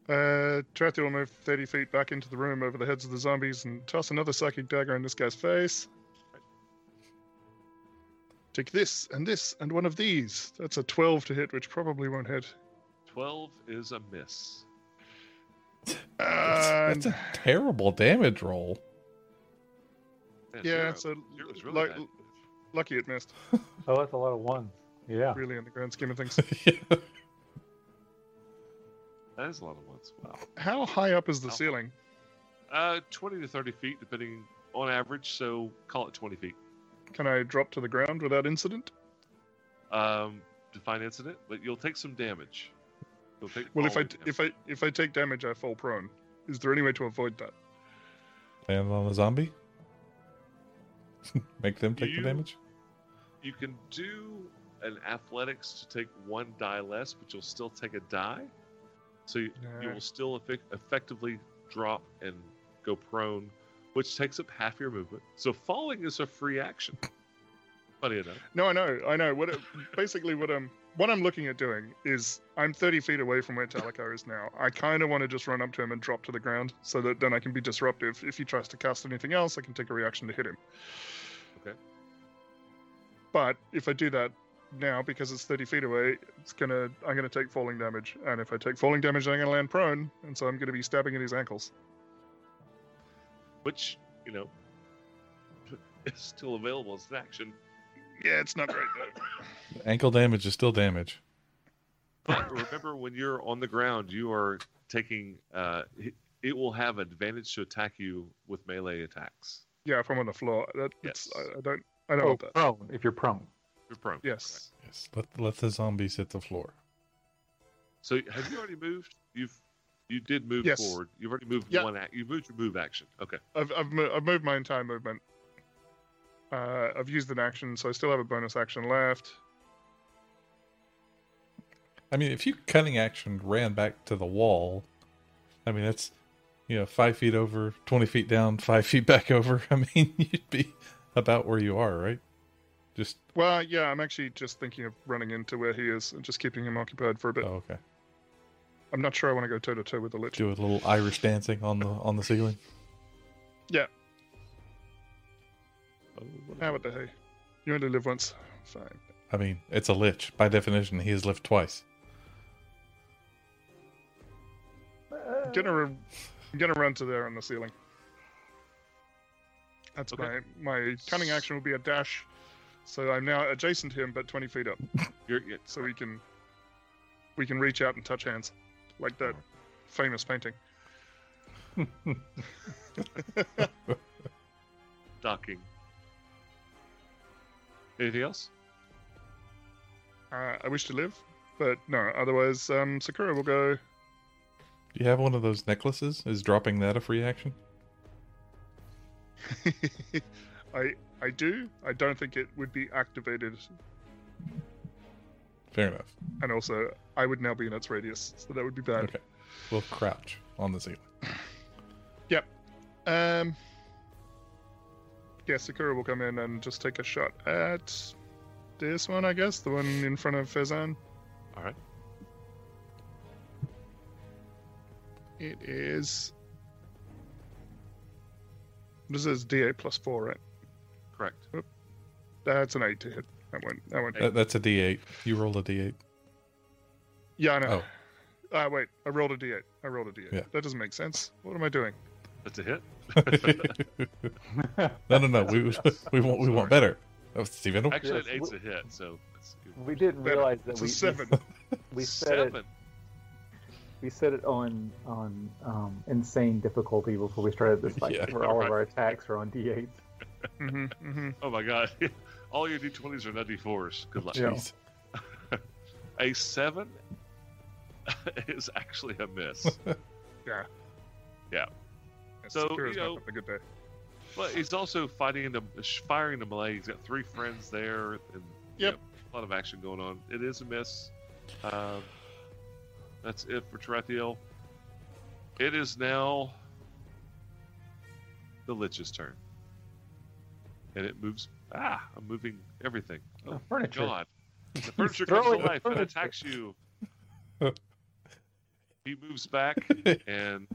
S3: Uh, try to move 30 feet back into the room over the heads of the zombies and toss another psychic dagger in this guy's face. Take this and this and one of these. That's a 12 to hit, which probably won't hit.
S2: 12 is a miss.
S4: That's, that's
S1: Uh,
S3: And
S4: a terrible damage roll. *laughs*
S2: Man,
S3: yeah,
S2: zero.
S3: so
S2: Zero is really
S3: like,
S2: bad.
S3: lucky it missed,
S1: Oh, that's a lot of ones.
S4: Ah.
S1: Yeah.
S3: really, in the grand scheme of
S4: *laughs*
S3: things.
S2: That is a lot of ones. Wow.
S3: How high up is the
S2: Ow.
S3: ceiling?
S2: Uh, 20 to 30 feet, depending on average. So call it 20 feet.
S3: Can I drop to the ground without incident?
S2: Um, define incident, but you'll take some damage. You'll take
S3: Well, if
S2: all
S3: I
S2: the
S3: if I if I take damage, I fall prone. Is there any way to avoid that?
S4: Land on a zombie? *laughs* Make them take
S2: You-
S4: the damage?
S2: You can do an athletics to take one die less, but you'll still take a die. So you, you
S3: Nah.
S2: will still effic- effectively drop and go prone, which takes up half your movement. So falling is a free action. Funny enough.
S3: No, I know, I know. What it, basically what I'm what I'm looking at doing is I'm 30 feet away from where Talico is now. I kind of want to just run up to him and drop to the ground so that then I can be disruptive. If he tries to cast anything else, I can take a reaction to hit him.
S2: Okay.
S3: But if I do that now because it's 30 feet away, it's gonna I'm gonna take falling damage, and if I take falling damage, I'm gonna land prone, and so I'm gonna be stabbing at his ankles.
S2: which you know *laughs* is still available as an action.
S3: Yeah, it's not great though.
S4: Ankle damage is still damage.
S3: *laughs*
S2: But remember, when you're on the ground, you are taking. Uh, it, it will have advantage to attack you with melee attacks.
S3: Yeah, if I'm on the floor, that,
S2: Yes.
S3: it's, I, I don't I don't
S1: Oh,
S3: want that.
S1: prone. If you're prone.
S2: You're prone.
S3: Yes.
S4: Yes. Let let the zombies hit the floor.
S2: So have you already moved? You've you did move
S3: Yes.
S2: forward. You've already moved
S3: Yeah.
S2: one. Act, you moved your move action. Okay.
S3: I've I've, mo- I've moved my entire movement. Uh, I've used an action, so I still have a bonus action left.
S4: I mean, if you cutting action ran back to the wall, I mean that's you know five feet over, twenty feet down, five feet back *laughs* over. I mean, you'd be about where you are, right? Just
S3: Well, yeah, I'm actually just thinking of running into where he is and just keeping him occupied for a bit.
S4: oh, okay.
S3: I'm not sure I want to go toe to toe with the lich.
S4: Do a little Irish dancing on the on the ceiling.
S2: Oh, what
S3: Ah, what the hey? You only live once. Fine.
S4: I mean, it's a lich by definition. He has lived twice.
S2: Uh,
S3: I'm gonna re- I'm gonna run to there on the ceiling. That's
S2: Okay.
S3: my my cunning action will be a dash. So I'm now adjacent to him, but 20 feet up,
S2: You're, you're,
S3: so we can we can reach out and touch hands, like that famous painting.
S2: docking. Anything else?
S3: Uh, I wish to live, but no. Otherwise, um, Sakura will
S2: *laughs*
S3: go.
S4: Do you have one of those necklaces? Is dropping that a free action?
S3: I I do. I don't think it would be activated,
S4: Fair enough.
S3: and also I would now be in its radius, so that would be bad.
S4: Okay. We'll crouch on the ceiling.
S3: Um. Yeah, Sakura will come in and just take a shot at this one, I guess, the one in front of Fezan.
S2: All right.
S3: It is. This is D8 plus four, right?
S2: Correct.
S3: That's an eight to hit. That one. That one.
S4: That, that's a D8. You roll a D8.
S3: Yeah, I know.
S4: Oh,
S3: Ah, wait. I rolled a d8. I rolled a d8.
S4: Yeah.
S3: That doesn't make sense. What am I doing?
S2: That's a hit.
S4: *laughs* no, no, no. We *laughs* we want we want better. Oh, Steven,
S2: Actually, an
S1: Yes.
S2: eight's a hit. So it's
S1: We didn't
S3: Better.
S1: realize that
S3: It's
S1: we
S3: a
S1: *laughs*
S3: seven.
S1: we said
S2: seven.
S1: it we set it on on um, insane difficulty before we started
S2: *laughs*
S1: this fight,
S4: Yeah.
S1: where all
S2: Right.
S1: of our attacks are on d8s.
S3: mm-hmm, mm-hmm.
S2: Oh my god. *laughs* All your d20s are not d4s. Good luck.
S1: Yeah.
S4: Jeez.
S2: A seven *laughs* is actually a miss. So,
S3: Sakura's
S2: you
S3: not
S2: know-
S3: having a good day.
S2: but he's also fighting in the firing the melee. He's got three friends there and you
S3: Yep.
S2: know, a lot of action going on. It is a miss. Um, that's it for Tarathiel. It is now the Lich's turn. And it moves. Ah, I'm moving everything. Oh,
S1: The furniture.
S2: God. The furniture
S1: Throw
S2: comes to
S1: it, the
S2: life and
S1: furniture.
S2: attacks
S4: *laughs*
S2: you. he moves back and.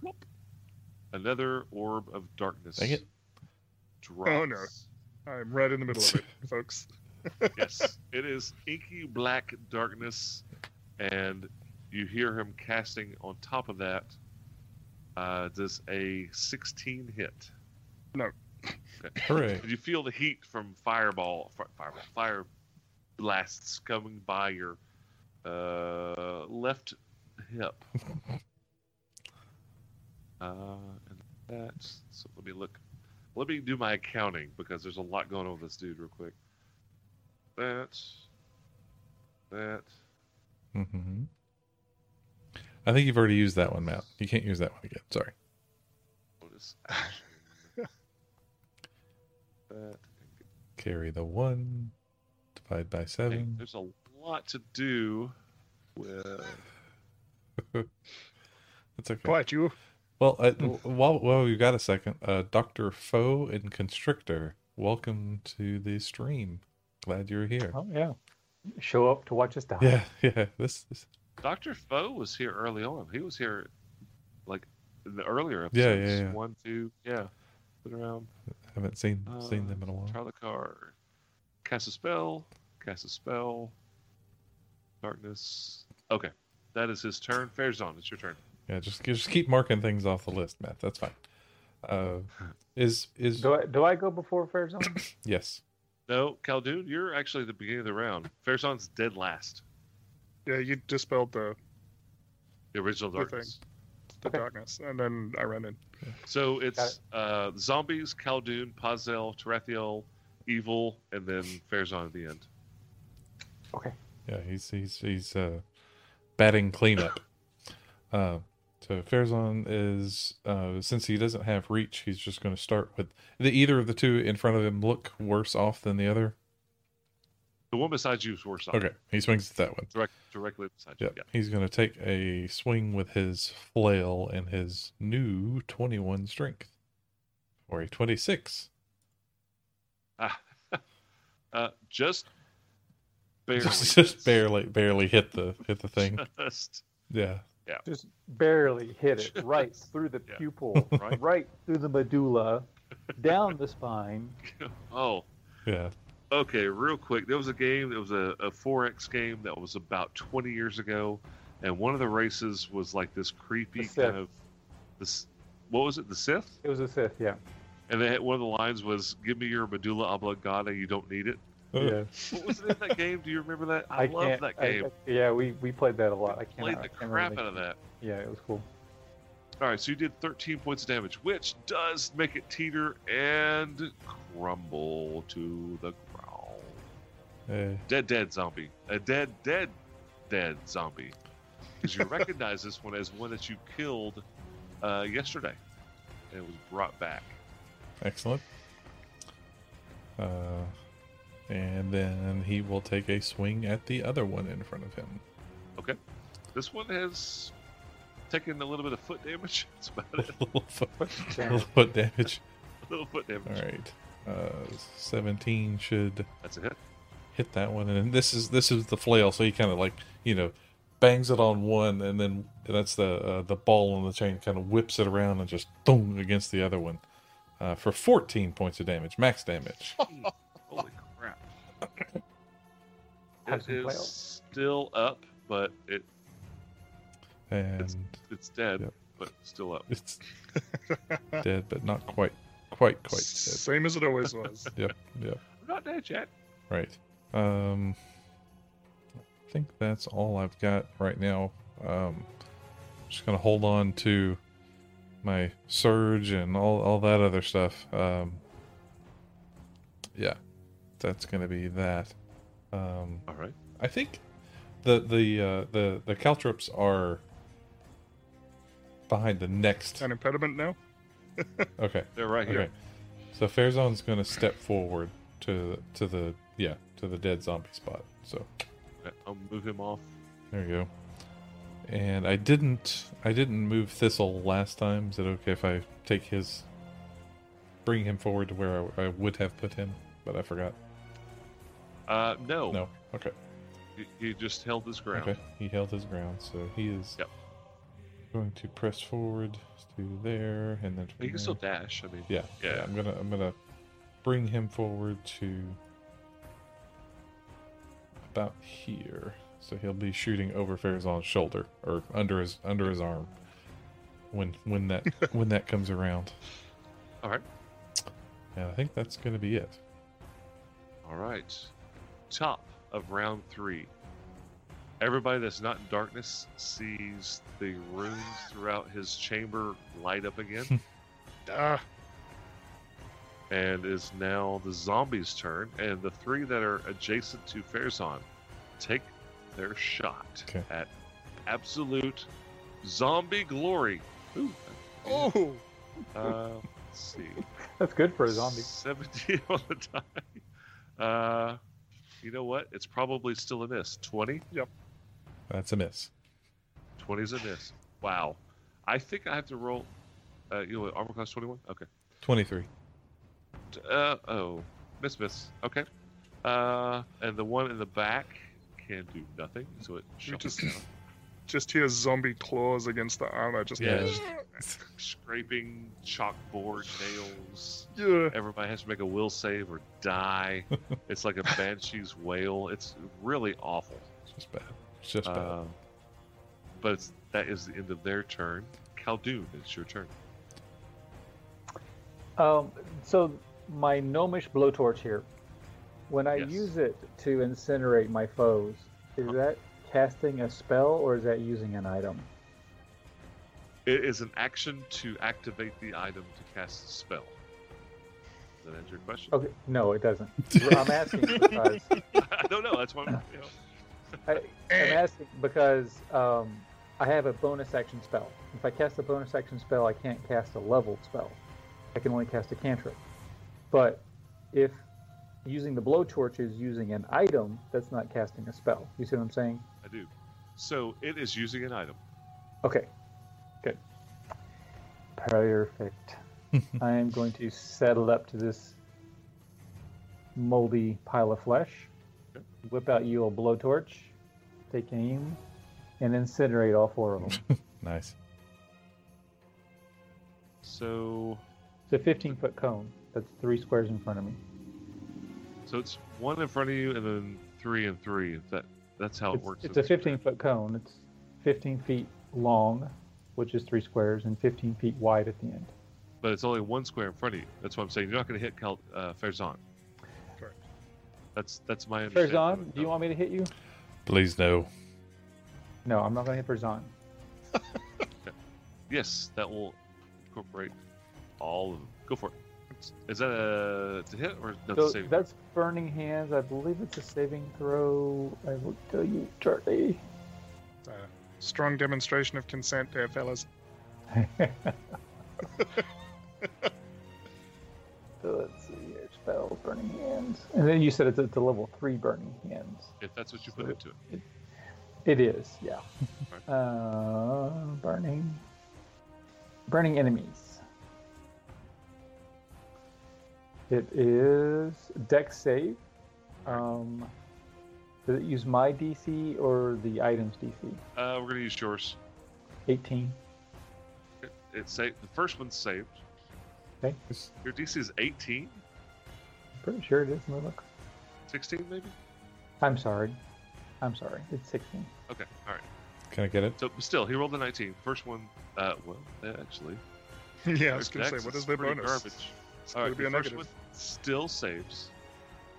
S2: Plop. another orb of darkness
S4: Dang it.
S2: drops.
S3: Oh, no. I'm right in the middle
S4: *laughs*
S3: of it, folks.
S2: *laughs* yes, it is inky black darkness, and you hear him casting on top of that. Uh, does a 16 hit?
S4: *laughs* Hooray.
S2: You feel the heat from fireball, fi- fireball, fire blasts coming by your uh, left hip. uh, and that's so. Let me look. Let me do my accounting because there's a lot going on with this dude real quick. That. That.
S4: hmm I think you've already used that one, Matt. You can't use that one again. Sorry.
S2: Bonus action. that.
S4: Carry the one, divide by
S2: Hey,
S4: seven.
S2: there's a lot to do with.
S4: That's okay.
S3: Quiet, you.
S4: Well, uh, w- while while we've got a second, uh, Doctor Foe and Constrictor, welcome to the stream. Glad you're here.
S1: Oh yeah. Show up to watch us die.
S4: Yeah, *laughs* yeah. This, this
S2: Doctor Foe was here early on. He was here, like in the earlier
S4: Yeah, yeah,
S2: episodes.
S4: yeah.
S2: One, two, yeah. Been around.
S4: haven't seen
S2: Uh,
S4: seen them in a while.
S2: Try the card. Cast a spell. Cast a spell. Darkness. Okay, that is his turn. Fair's on. It's your turn.
S4: Yeah, just just keep marking things off the list, Matt. That's fine.
S2: *laughs*
S4: Uh, is is
S1: Do I do I go before fair zone?
S4: yes.
S2: No, Khaldun, you're actually at the beginning of the round. Fair's dead last.
S3: Yeah, you dispelled the,
S2: The original
S3: Good
S2: darkness.
S3: the
S1: Okay.
S3: darkness, and then I ran in.
S2: So it's uh, zombies, Khaldun, Pazel, Terathiel, Evil, and then Fair's at the end.
S1: Okay.
S4: Yeah, he's he's he's uh, batting cleanup. Uh, so Farazan is uh, since he doesn't have reach, he's just going to start with the either of the two in front of him look worse off than the other.
S2: The one beside you is worse off.
S4: Okay, he swings at that one.
S2: Direct, directly beside you.
S4: Yep. He's going to take a swing with his flail and his new 21 strength or a 26.
S2: Yeah. *laughs* uh, just barely.
S4: *laughs*
S2: *laughs*
S4: Just, just barely barely hit the hit the thing.
S2: Just-
S4: Yeah.
S1: Just barely hit it
S2: *laughs*
S1: right through the
S2: Yeah.
S1: pupil,
S2: *laughs* Right.
S1: right through the medulla, down the spine.
S2: oh,
S4: Yeah.
S2: okay. Real quick, there was a game. There was a, a 4X game that was about 20 years ago, and one of the races was like this creepy
S1: The Sith.
S2: kind of this. What was it? The Sith.
S1: It was a Sith,
S2: *laughs*
S1: yeah.
S2: And they had, one of the lines was, "Give me your medulla oblongata. You don't need it."
S1: yeah.
S2: What was it in that *laughs* game? Do you remember that? I, love
S1: can't-
S2: that
S1: I-
S2: game.
S1: I- yeah, we, we played that a lot. I
S2: Played
S1: can't.
S2: the crap out of that.
S1: Yeah, it was
S2: *laughs*
S1: cool.
S2: All right, so you did 13 points of damage, which does make it teeter and crumble to the ground.
S4: Uh,
S2: Dead, dead zombie. A dead, dead, dead zombie. Because
S4: *laughs*
S2: you recognize this one as one that you killed uh, yesterday, and it was brought back.
S4: Excellent. Uh, and then he will take a swing at the other one in front of him.
S2: This one has taken a little bit of foot damage. *laughs* That's about
S4: a
S2: it.
S4: little foot, a
S1: Damn.
S4: little foot damage.
S2: A little foot damage.
S4: All right. Uh, 17 should
S2: That's a
S4: *laughs*
S2: hit.
S4: hit that one, and this is this is the flail. So he kind of like you know bangs it on one, and then that's the uh, the ball on the chain kind of whips it around and just thump against the other one uh, for 14 points of damage, max damage.
S2: Oh, Hmm. Holy crap.
S1: Have
S2: It
S1: some
S2: is
S1: flail.
S2: still up, but it
S4: And
S2: it's dead,
S4: Yep.
S2: but still up.
S4: it's dead, but not quite quite quite dead.
S3: Same as it always
S4: *laughs*
S3: was.
S2: I'm not dead yet.
S4: Right. Um, I think that's all I've got right now. Um, just gonna hold on to my surge and all, all that other stuff. Um, yeah, that's gonna be that. Um,
S2: All right.
S4: I think the the uh, the the caltrops are behind the next.
S3: An impediment now?
S4: Okay.
S2: They're right here.
S4: Okay. So Fairzone's going to step forward to to the yeah, to the dead zombie spot. So
S2: I'll move him off.
S4: there you go. And I didn't I didn't move Thistle last time. Is it okay if I take his bring him forward to where I, I would have put him, but I forgot.
S2: Uh, no,
S4: No. Okay.
S2: He, he just held his ground.
S4: Okay. He held his ground, so he is
S2: Yep.
S4: going to press forward to there and then
S2: He
S4: from
S2: can still
S4: there-
S2: dash. I mean,
S4: Yeah,
S2: Yeah.
S4: yeah. I'm gonna I'm gonna bring him forward to about here, so he'll be shooting over Farazan's shoulder or under his under his arm when
S2: *laughs*
S4: when that when that comes around.
S2: All right.
S4: And I think that's gonna be it.
S2: All right. Top of round three. Everybody that's not in darkness sees the rooms throughout his chamber light up again,
S3: Ah,
S2: and is now the zombies' turn. And the three that are adjacent to Farazan take their shot
S4: Okay.
S2: at absolute zombie glory. Ooh,
S3: oh,
S2: uh, let's see.
S1: That's good *laughs* for a
S2: *laughs*
S1: zombie.
S2: 17 on the die. Uh, you know what? It's probably still a miss. 20?
S4: That's a miss.
S2: 20 is a miss. Wow. I think I have to roll. Uh, you know what? Armor class 21? Okay.
S4: Twenty three.
S2: T- Uh, oh. Miss, miss. Okay. Uh, and the one in the back can do nothing, so it
S3: you
S2: shuffles
S3: just
S2: down.
S3: just hear zombie claws against the armor. Just
S2: Yeah.
S4: Yeah.
S2: Scraping chalkboard nails.
S3: yeah.
S2: Everybody has to make a will save or die. it's like a banshee's wail. It's really awful.
S4: It's just bad. It's just bad.
S2: Um, but it's, that is the end of their turn. Khaldun, it's your turn.
S1: Um, so my gnomish blowtorch here, when I
S2: Yes.
S1: use it to incinerate my foes, is that casting a spell or is that using an item?
S2: It is an action to activate the item to cast a spell. Does that answer your question?
S1: Okay, no, it
S2: *laughs*
S1: doesn't. I'm asking because
S2: I don't know. That's why. I'm, you know.
S1: I, I'm asking because um, I have a bonus action spell. If I cast a bonus action spell, I can't cast a leveled spell. I can only cast a cantrip. But if using the blowtorch is using an item, that's not casting a spell. You see what I'm saying?
S2: I do. So it is using an item.
S1: Okay. Good. *laughs* Perfect. I am going to settle up to this moldy pile of flesh,
S2: Okay.
S1: whip out you a blowtorch, take aim, and incinerate all four *laughs* of them.
S4: nice.
S2: So,
S1: It's a 15 foot cone. That's three squares in front of me.
S2: so it's one in front of you, and then three and three. That that's how it
S1: It's,
S2: works.
S1: it's
S2: in
S1: a
S2: this
S1: 15 foot cone. It's 15 feet long, which is three squares, and 15 feet wide at the end.
S2: round. but it's only one square in front of you. That's what I'm saying. You're not going to hit Khal, uh, Farazan.
S3: Correct.
S2: That's that's my understanding. of
S1: Ferzan,
S2: it.
S1: do you want me to hit you?
S4: Please no.
S1: No, I'm not going to hit Ferzan.
S2: Yes, that will incorporate all of them. Go for it. Is that a to hit or no?
S1: So
S2: to save?
S1: that's Burning Hands. I believe it's a saving throw. I will tell you shortly.
S3: Uh, strong demonstration of consent there, fellas. *laughs*
S1: So let's see here. Spell, Burning Hands. And then you said it's a, it's a level 3 Burning Hands.
S2: if that's what you put into it.
S1: It is, yeah. uh, burning. Burning enemies. It is Dex save. Um, does it use my DC or the item's DC?
S2: Uh, we're gonna use yours.
S1: 18.
S2: It, it's saved. The first one's saved.
S1: Okay.
S2: Your DC is 18,
S1: Pretty sure it is. Let me look.
S2: 16 maybe.
S1: I'm sorry. I'm sorry. It's 16.
S2: Okay. All right.
S4: Can I get it?
S2: So still, he rolled a 19. First one. Uh, well, yeah, actually.
S3: yeah, I was
S2: their
S3: going to
S2: dex
S3: say, what is their
S2: pretty
S3: bonus?
S2: Garbage.
S3: It's
S2: All
S3: gonna
S2: right.
S3: be
S2: The
S3: a
S2: first
S3: negative.
S2: one still saves.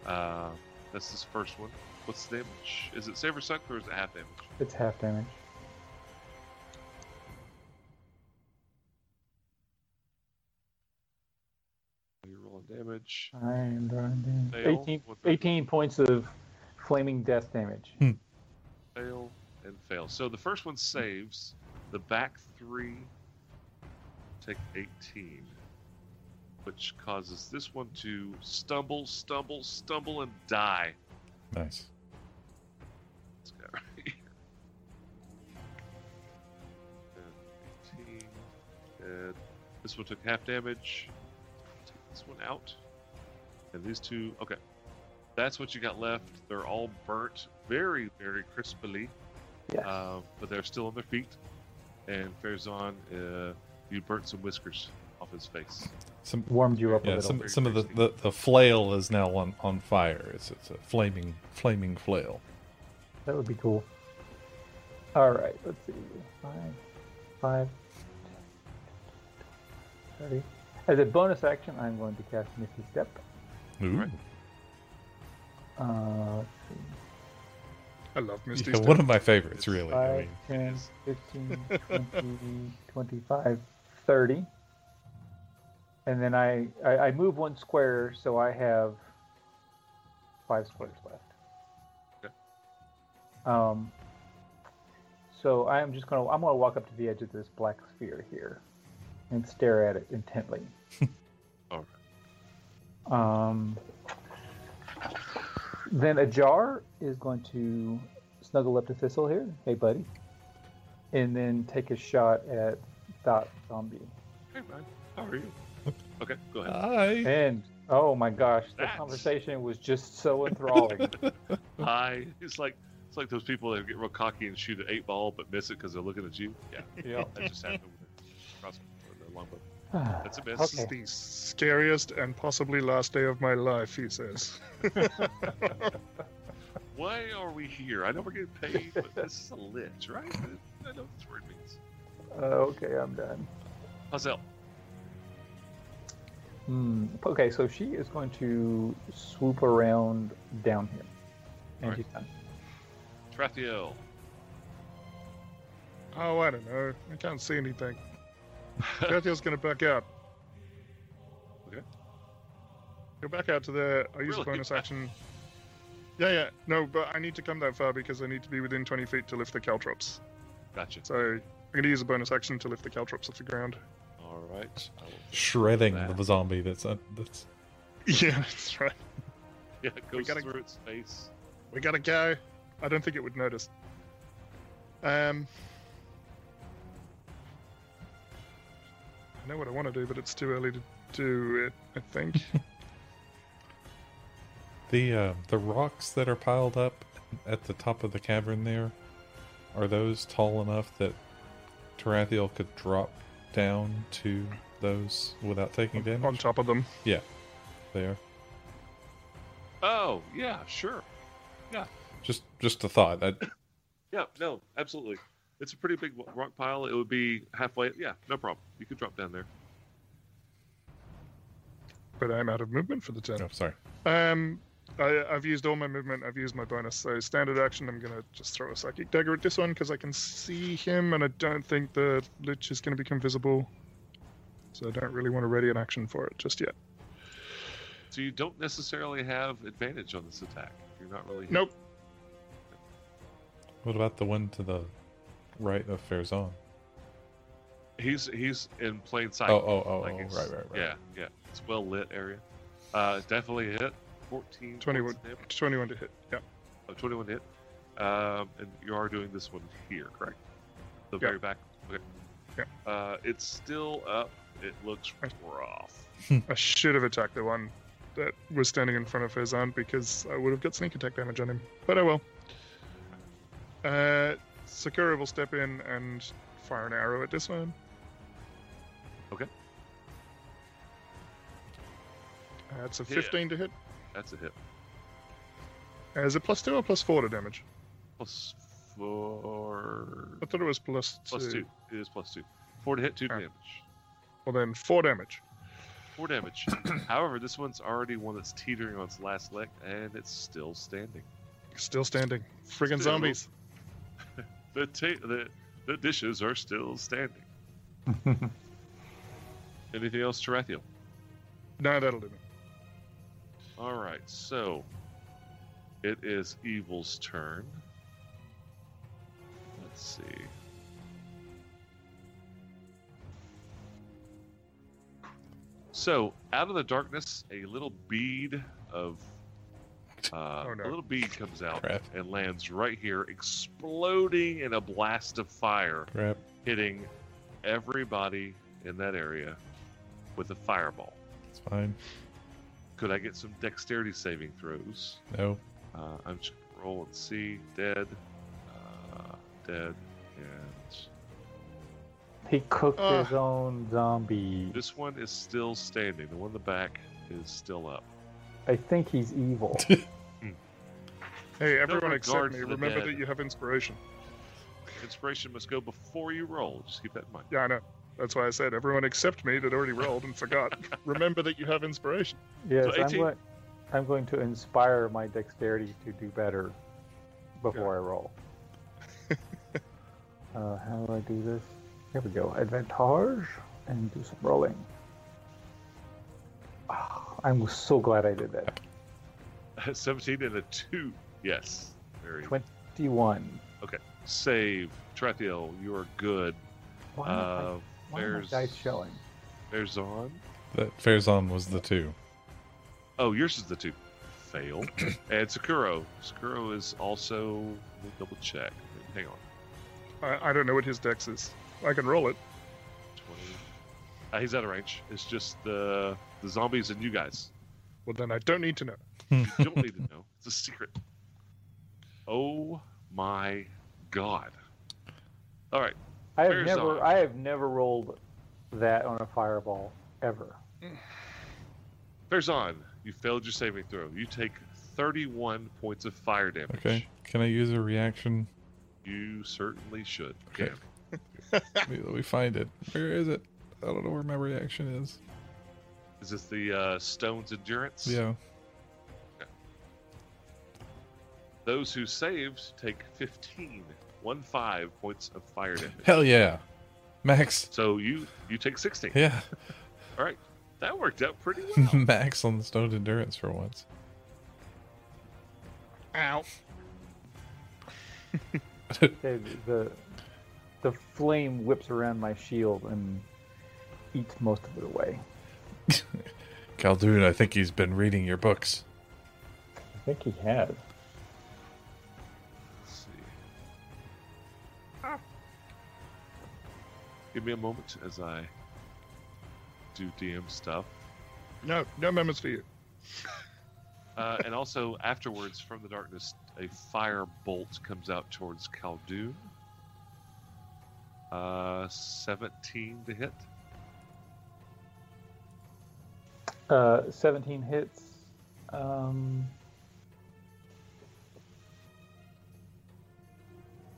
S2: Uh, that's his first one. What's the damage? Is it save or suck or is it half damage?
S1: It's half damage.
S2: You're rolling damage.
S1: I am drawing damage.
S2: Fail.
S1: 18,
S2: What's that?
S1: 18 points of flaming death damage.
S2: fail and fail. So the first one saves. The back three take 18. which causes this one to stumble, stumble, stumble, and die.
S4: Nice.
S2: This guy *laughs* right here. And 18. And this one took half damage. Take this one out. And these two. Okay. That's what you got left. They're all burnt very, very crisply.
S1: Yes.
S2: Um, but they're still on their feet. And Farazan, uh, you burnt some whiskers off his face.
S4: Some
S1: Warmed you up a
S4: yeah,
S1: little.
S4: some some of the, the the flail is now on on fire. It's it's a flaming flaming flail.
S1: That would be cool. All right, let's see. Five, five, 30. As a bonus action, I'm going to cast Misty Step.
S4: Ooh.
S2: Right.
S1: Uh, let's see.
S3: I love Misty.
S4: Yeah,
S3: Step.
S4: *laughs* one of my favorites, really. I
S1: Five,
S4: mean,
S1: 10,
S2: *laughs*
S1: 15, 20, 25, 30. And then I, I, I move one square, so I have five squares left.
S2: Okay.
S1: Um, so I'm just gonna I'm gonna walk up to the edge of this black sphere here, and stare at it intently.
S2: *laughs* All right.
S1: Um, then Ajar is going to snuggle up to Thistle here. Hey, buddy. And then take a shot at Dot Zombie.
S2: Hey, man. How are you? Okay, go ahead.
S4: Hi.
S1: And oh my gosh, the
S2: That's-
S1: conversation was just so enthralling.
S2: Hi. It's like it's like those people that get real cocky and shoot an eight ball but miss it because they're looking at you. Yeah,
S1: yeah.
S2: that just happened with the cross with the longbow. That's a miss.
S3: This
S1: Okay.
S3: is the scariest and possibly last day of my life, he says. *laughs*
S2: Why are we here? I know we're getting paid, but this is a lich, right? I know what this word means.
S1: Uh, okay, I'm done.
S2: Puzzle.
S1: Hmm. Okay, so she is going to swoop around down here, and
S2: Alright.
S1: she's done.
S2: Trathiel.
S3: Oh, I don't know. I can't see
S2: *laughs*
S3: anything. Katya's gonna back out.
S2: Okay.
S3: Go back out to there. I use
S2: Really?
S3: a
S2: *laughs*
S3: bonus action. Yeah, yeah. No, but I need to come that far because I need to be within 20 feet to lift the caltrops.
S2: *laughs* Gotcha.
S3: So I'm gonna use a bonus action to lift the caltrops off the ground. *laughs*
S2: All right. I will fix
S4: Shredding
S2: that.
S4: the zombie. That's uh, that's
S3: Yeah, that's right.
S2: *laughs* Yeah, it goes
S3: gotta-
S2: through its face.
S3: We gotta go. I don't think it would notice. Um. I know what I want to do, but it's too early to do it, I
S4: *laughs*
S3: think.
S4: the uh, the rocks that are piled up at the top of the cavern. There are those tall enough that Tarathiel could drop down to those without taking damage.
S3: On top of them.
S4: They are
S2: Oh, yeah, sure.
S4: just just a thought. I,
S2: Yeah, no, absolutely. It's a pretty big rock pile. It would be halfway. Yeah, no problem. You could drop down there.
S3: But I'm out of movement for the turn.
S4: oh, sorry.
S3: Um, I, I've used all my movement. I've used my bonus. So standard action. I'm gonna just throw a psychic dagger at this one because I can see him, and I don't think the lich is gonna become visible. So I don't really want to ready an action for it just yet.
S2: So you don't necessarily have advantage on this attack. You're not really.
S3: Nope.
S4: What about the one to the right of Farazan?
S2: He's he's in plain sight.
S4: Oh, oh, oh,
S2: Like
S4: oh, right,
S2: it's-
S4: right, right.
S2: Yeah, yeah. It's a well lit area. Uh, definitely a hit. 14.
S3: 21.
S2: points of damage-
S3: 21 to hit. Yeah.
S2: oh, 21 hit. Um, and you are doing this one here, correct? The
S3: Yeah.
S2: very back. Okay. Uh, it's still up. It looks
S3: Right.
S2: rough.
S3: I should have attacked the one that was standing in front of Hazan because I would have got sneak attack damage on him. But I will. Uh, Sakura will step in and fire an arrow at this one.
S2: Okay.
S3: That's a
S2: Yeah.
S3: 15 to hit.
S2: That's a hit.
S3: Uh, Is it plus 2 or plus 4 to damage?
S2: Plus four.
S3: I thought it was plus 2.
S2: Plus two. It is plus two. Four to hit, two to
S3: Ah.
S2: damage.
S3: Well, then 4 damage.
S2: Four
S3: *clears throat*
S2: damage. However, this one's already one that's teetering on its last leg, and it's still standing.
S3: Still standing. Friggin'
S2: Still.
S3: zombies.
S2: The ta- the the dishes are
S3: *laughs*
S2: still standing. Anything else, Tarathiel?
S3: No, that'll do me.
S2: All right, so it is Evil's turn. Let's see. So, out of the darkness, a little bead of uh,
S3: *laughs* Oh, no.
S2: a little bead comes out
S4: Crap.
S2: and lands right here, exploding in a blast of fire,
S4: Crap.
S2: hitting everybody in that area with a fireball.
S4: It's fine.
S2: Could I get some dexterity saving throws?
S4: No.
S2: Uh, I'm just gonna roll and see. Dead, uh, dead, and
S1: He cooked
S3: Uh.
S1: his own zombie.
S2: this one is still standing. The one in the back is still up.
S1: I think he's evil.
S3: Hey, everyone except
S2: regard
S3: me.
S2: for the
S3: Remember
S2: dead.
S3: that you have inspiration.
S2: Inspiration must go before you roll. Just keep that in mind.
S3: Yeah, I know. That's why I said everyone except me that already rolled and forgot. Remember that you have inspiration.
S1: yes,
S2: So
S1: I'm,
S2: 18
S1: going, I'm going to inspire my dexterity to do better before I
S2: *laughs*
S1: roll. uh, how do I do this? Here we go. Advantage and do some rolling. Ah, I'm so glad I did that.
S2: *laughs* 17 and a 2. Yes. Very.
S1: 21.
S2: Save. Trethiel, you are good.
S1: Why, am I,
S2: Uh,
S1: why am I
S2: there's-
S1: dice showing?
S2: there's on.
S4: That Farazan was the two.
S2: Oh, yours is the 2.
S4: *clears throat*
S2: Fail. and Sakuro. Sakuro is also. Let me double check. Hang on.
S3: I, I don't know what his dex is. I can roll it.
S2: 20. Uh, he's out of range. It's just the the zombies and you guys.
S3: Well, then I don't need to know.
S2: You don't
S4: *laughs*
S2: need to know. It's a secret. Oh my god. All right.
S1: I have
S2: Fair's
S1: never,
S2: on.
S1: I have never rolled that on a fireball ever.
S2: Farazan, you failed your saving throw. You take 31 points of fire damage.
S4: Okay. Can I use a reaction?
S2: You certainly should.
S4: Okay.
S2: Cam.
S4: Let me- let me find it. Where is it? I don't know where my reaction is.
S2: Is this the uh, stone's endurance?
S4: Yeah.
S2: Those who saved take 15, 1 5 points of fire damage.
S4: Hell yeah. Max.
S2: So you you take 16.
S4: Yeah. *laughs*
S2: All right. That worked out pretty well.
S4: Max on the stoned endurance for once.
S3: Ow.
S1: Okay, the the flame whips around my shield and eats most of it away.
S4: Caldoon, I think he's been reading your books.
S1: I think he has.
S2: Let's see. Give me a moment as I do DM stuff.
S3: No, no memos for you.
S2: Uh, and also, afterwards, from the darkness, a fire bolt comes out towards Khaldun. Uh, 17 to hit.
S1: Uh, Seventeen hits. Um,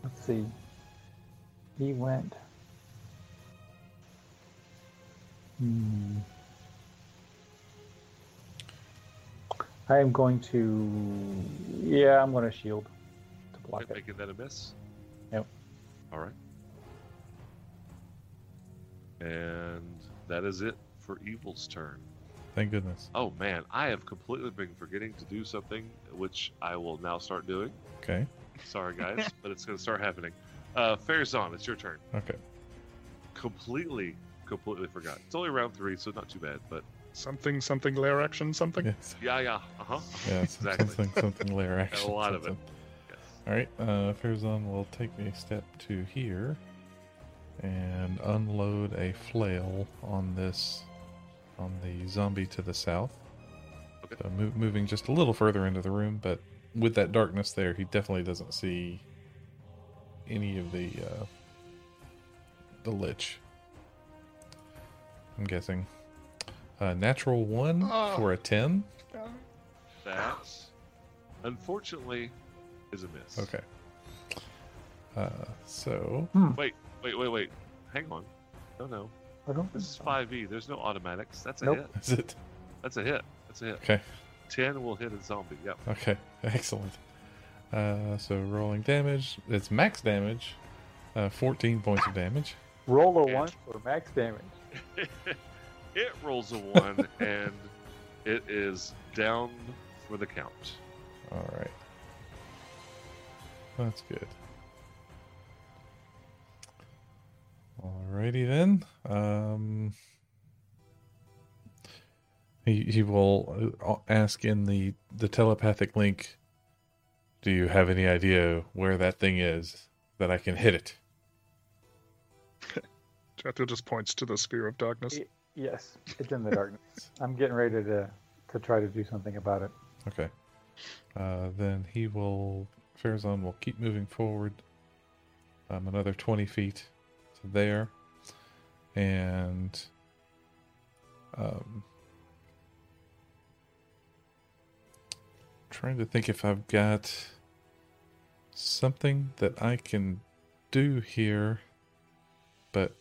S1: let's see. He went. Hmm. I am going to. Yeah, I'm going to shield to block it.
S2: Making that a miss?
S1: Yep.
S2: All right. And that is it for Evil's turn.
S4: Thank goodness.
S2: Oh man, I have completely been forgetting to do something, which I will now start doing.
S4: Okay.
S2: Sorry, guys, but it's going to start happening. Uh, Fairzon, it's your turn.
S4: Okay.
S2: Completely, completely forgot. It's only round three, so not too bad, but
S3: Something, something, lair action, something.
S4: Yes.
S2: yeah, yeah, uh huh.
S4: Yeah, it's
S2: exactly.
S4: something,
S2: *laughs*
S4: something layer action.
S2: lot of it.
S4: something.
S2: Yes.
S4: All right, uh, Farazan will take a step to here and unload a flail on this, on the zombie to the south.
S2: Okay.
S4: So mo- moving just a little further into the room, but with that darkness there, he definitely doesn't see any of the uh, the lich. I'm guessing. Uh, natural one
S3: Ah.
S4: for a ten.
S2: That, unfortunately, is a miss.
S4: Okay. Uh, so *laughs*
S2: Wait, wait, wait. Hang on. No, no.
S1: I don't
S2: This is 5e. There's no automatics. That's a
S1: Nope.
S2: hit.
S4: is it
S2: That's a hit. That's a hit.
S4: okay?
S2: 10 will hit a zombie. Yep. *laughs*
S4: Okay, *laughs* excellent. Uh, so rolling damage, it's max damage, uh, 14 points of damage.
S1: Roll a
S2: Yeah.
S1: one for max damage.
S2: it rolls a 1, and it is down for the count.
S4: All right, that's good. Alrighty then. Um, He he will uh, ask in the the telepathic link. Do you have any idea where that thing is that I can hit it?
S3: Jethro just points to the sphere of darkness.
S1: Yes, it's in the darkness. I'm getting ready to to try to do something about it.
S4: Okay. Uh, then he will. Farazan will keep moving forward um, another 20 feet to there. And. Um, trying to think if I've got something that I can do here. But.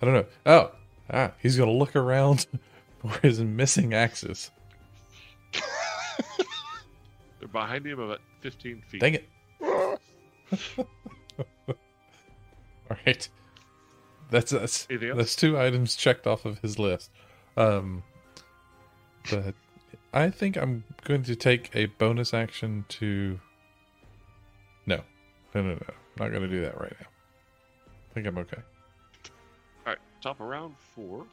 S4: I don't know. Oh! Ah, he's going to look around *laughs* for his missing axis.
S2: They're behind him about 15 feet.
S4: Dang it. *laughs* All right. That's that's,
S2: Anything else?
S4: that's two items checked off of his list. Um but I think I'm going to take a bonus action to No. No no no. I'm not gonna do that right now. I think I'm okay.
S2: All right, top of round four.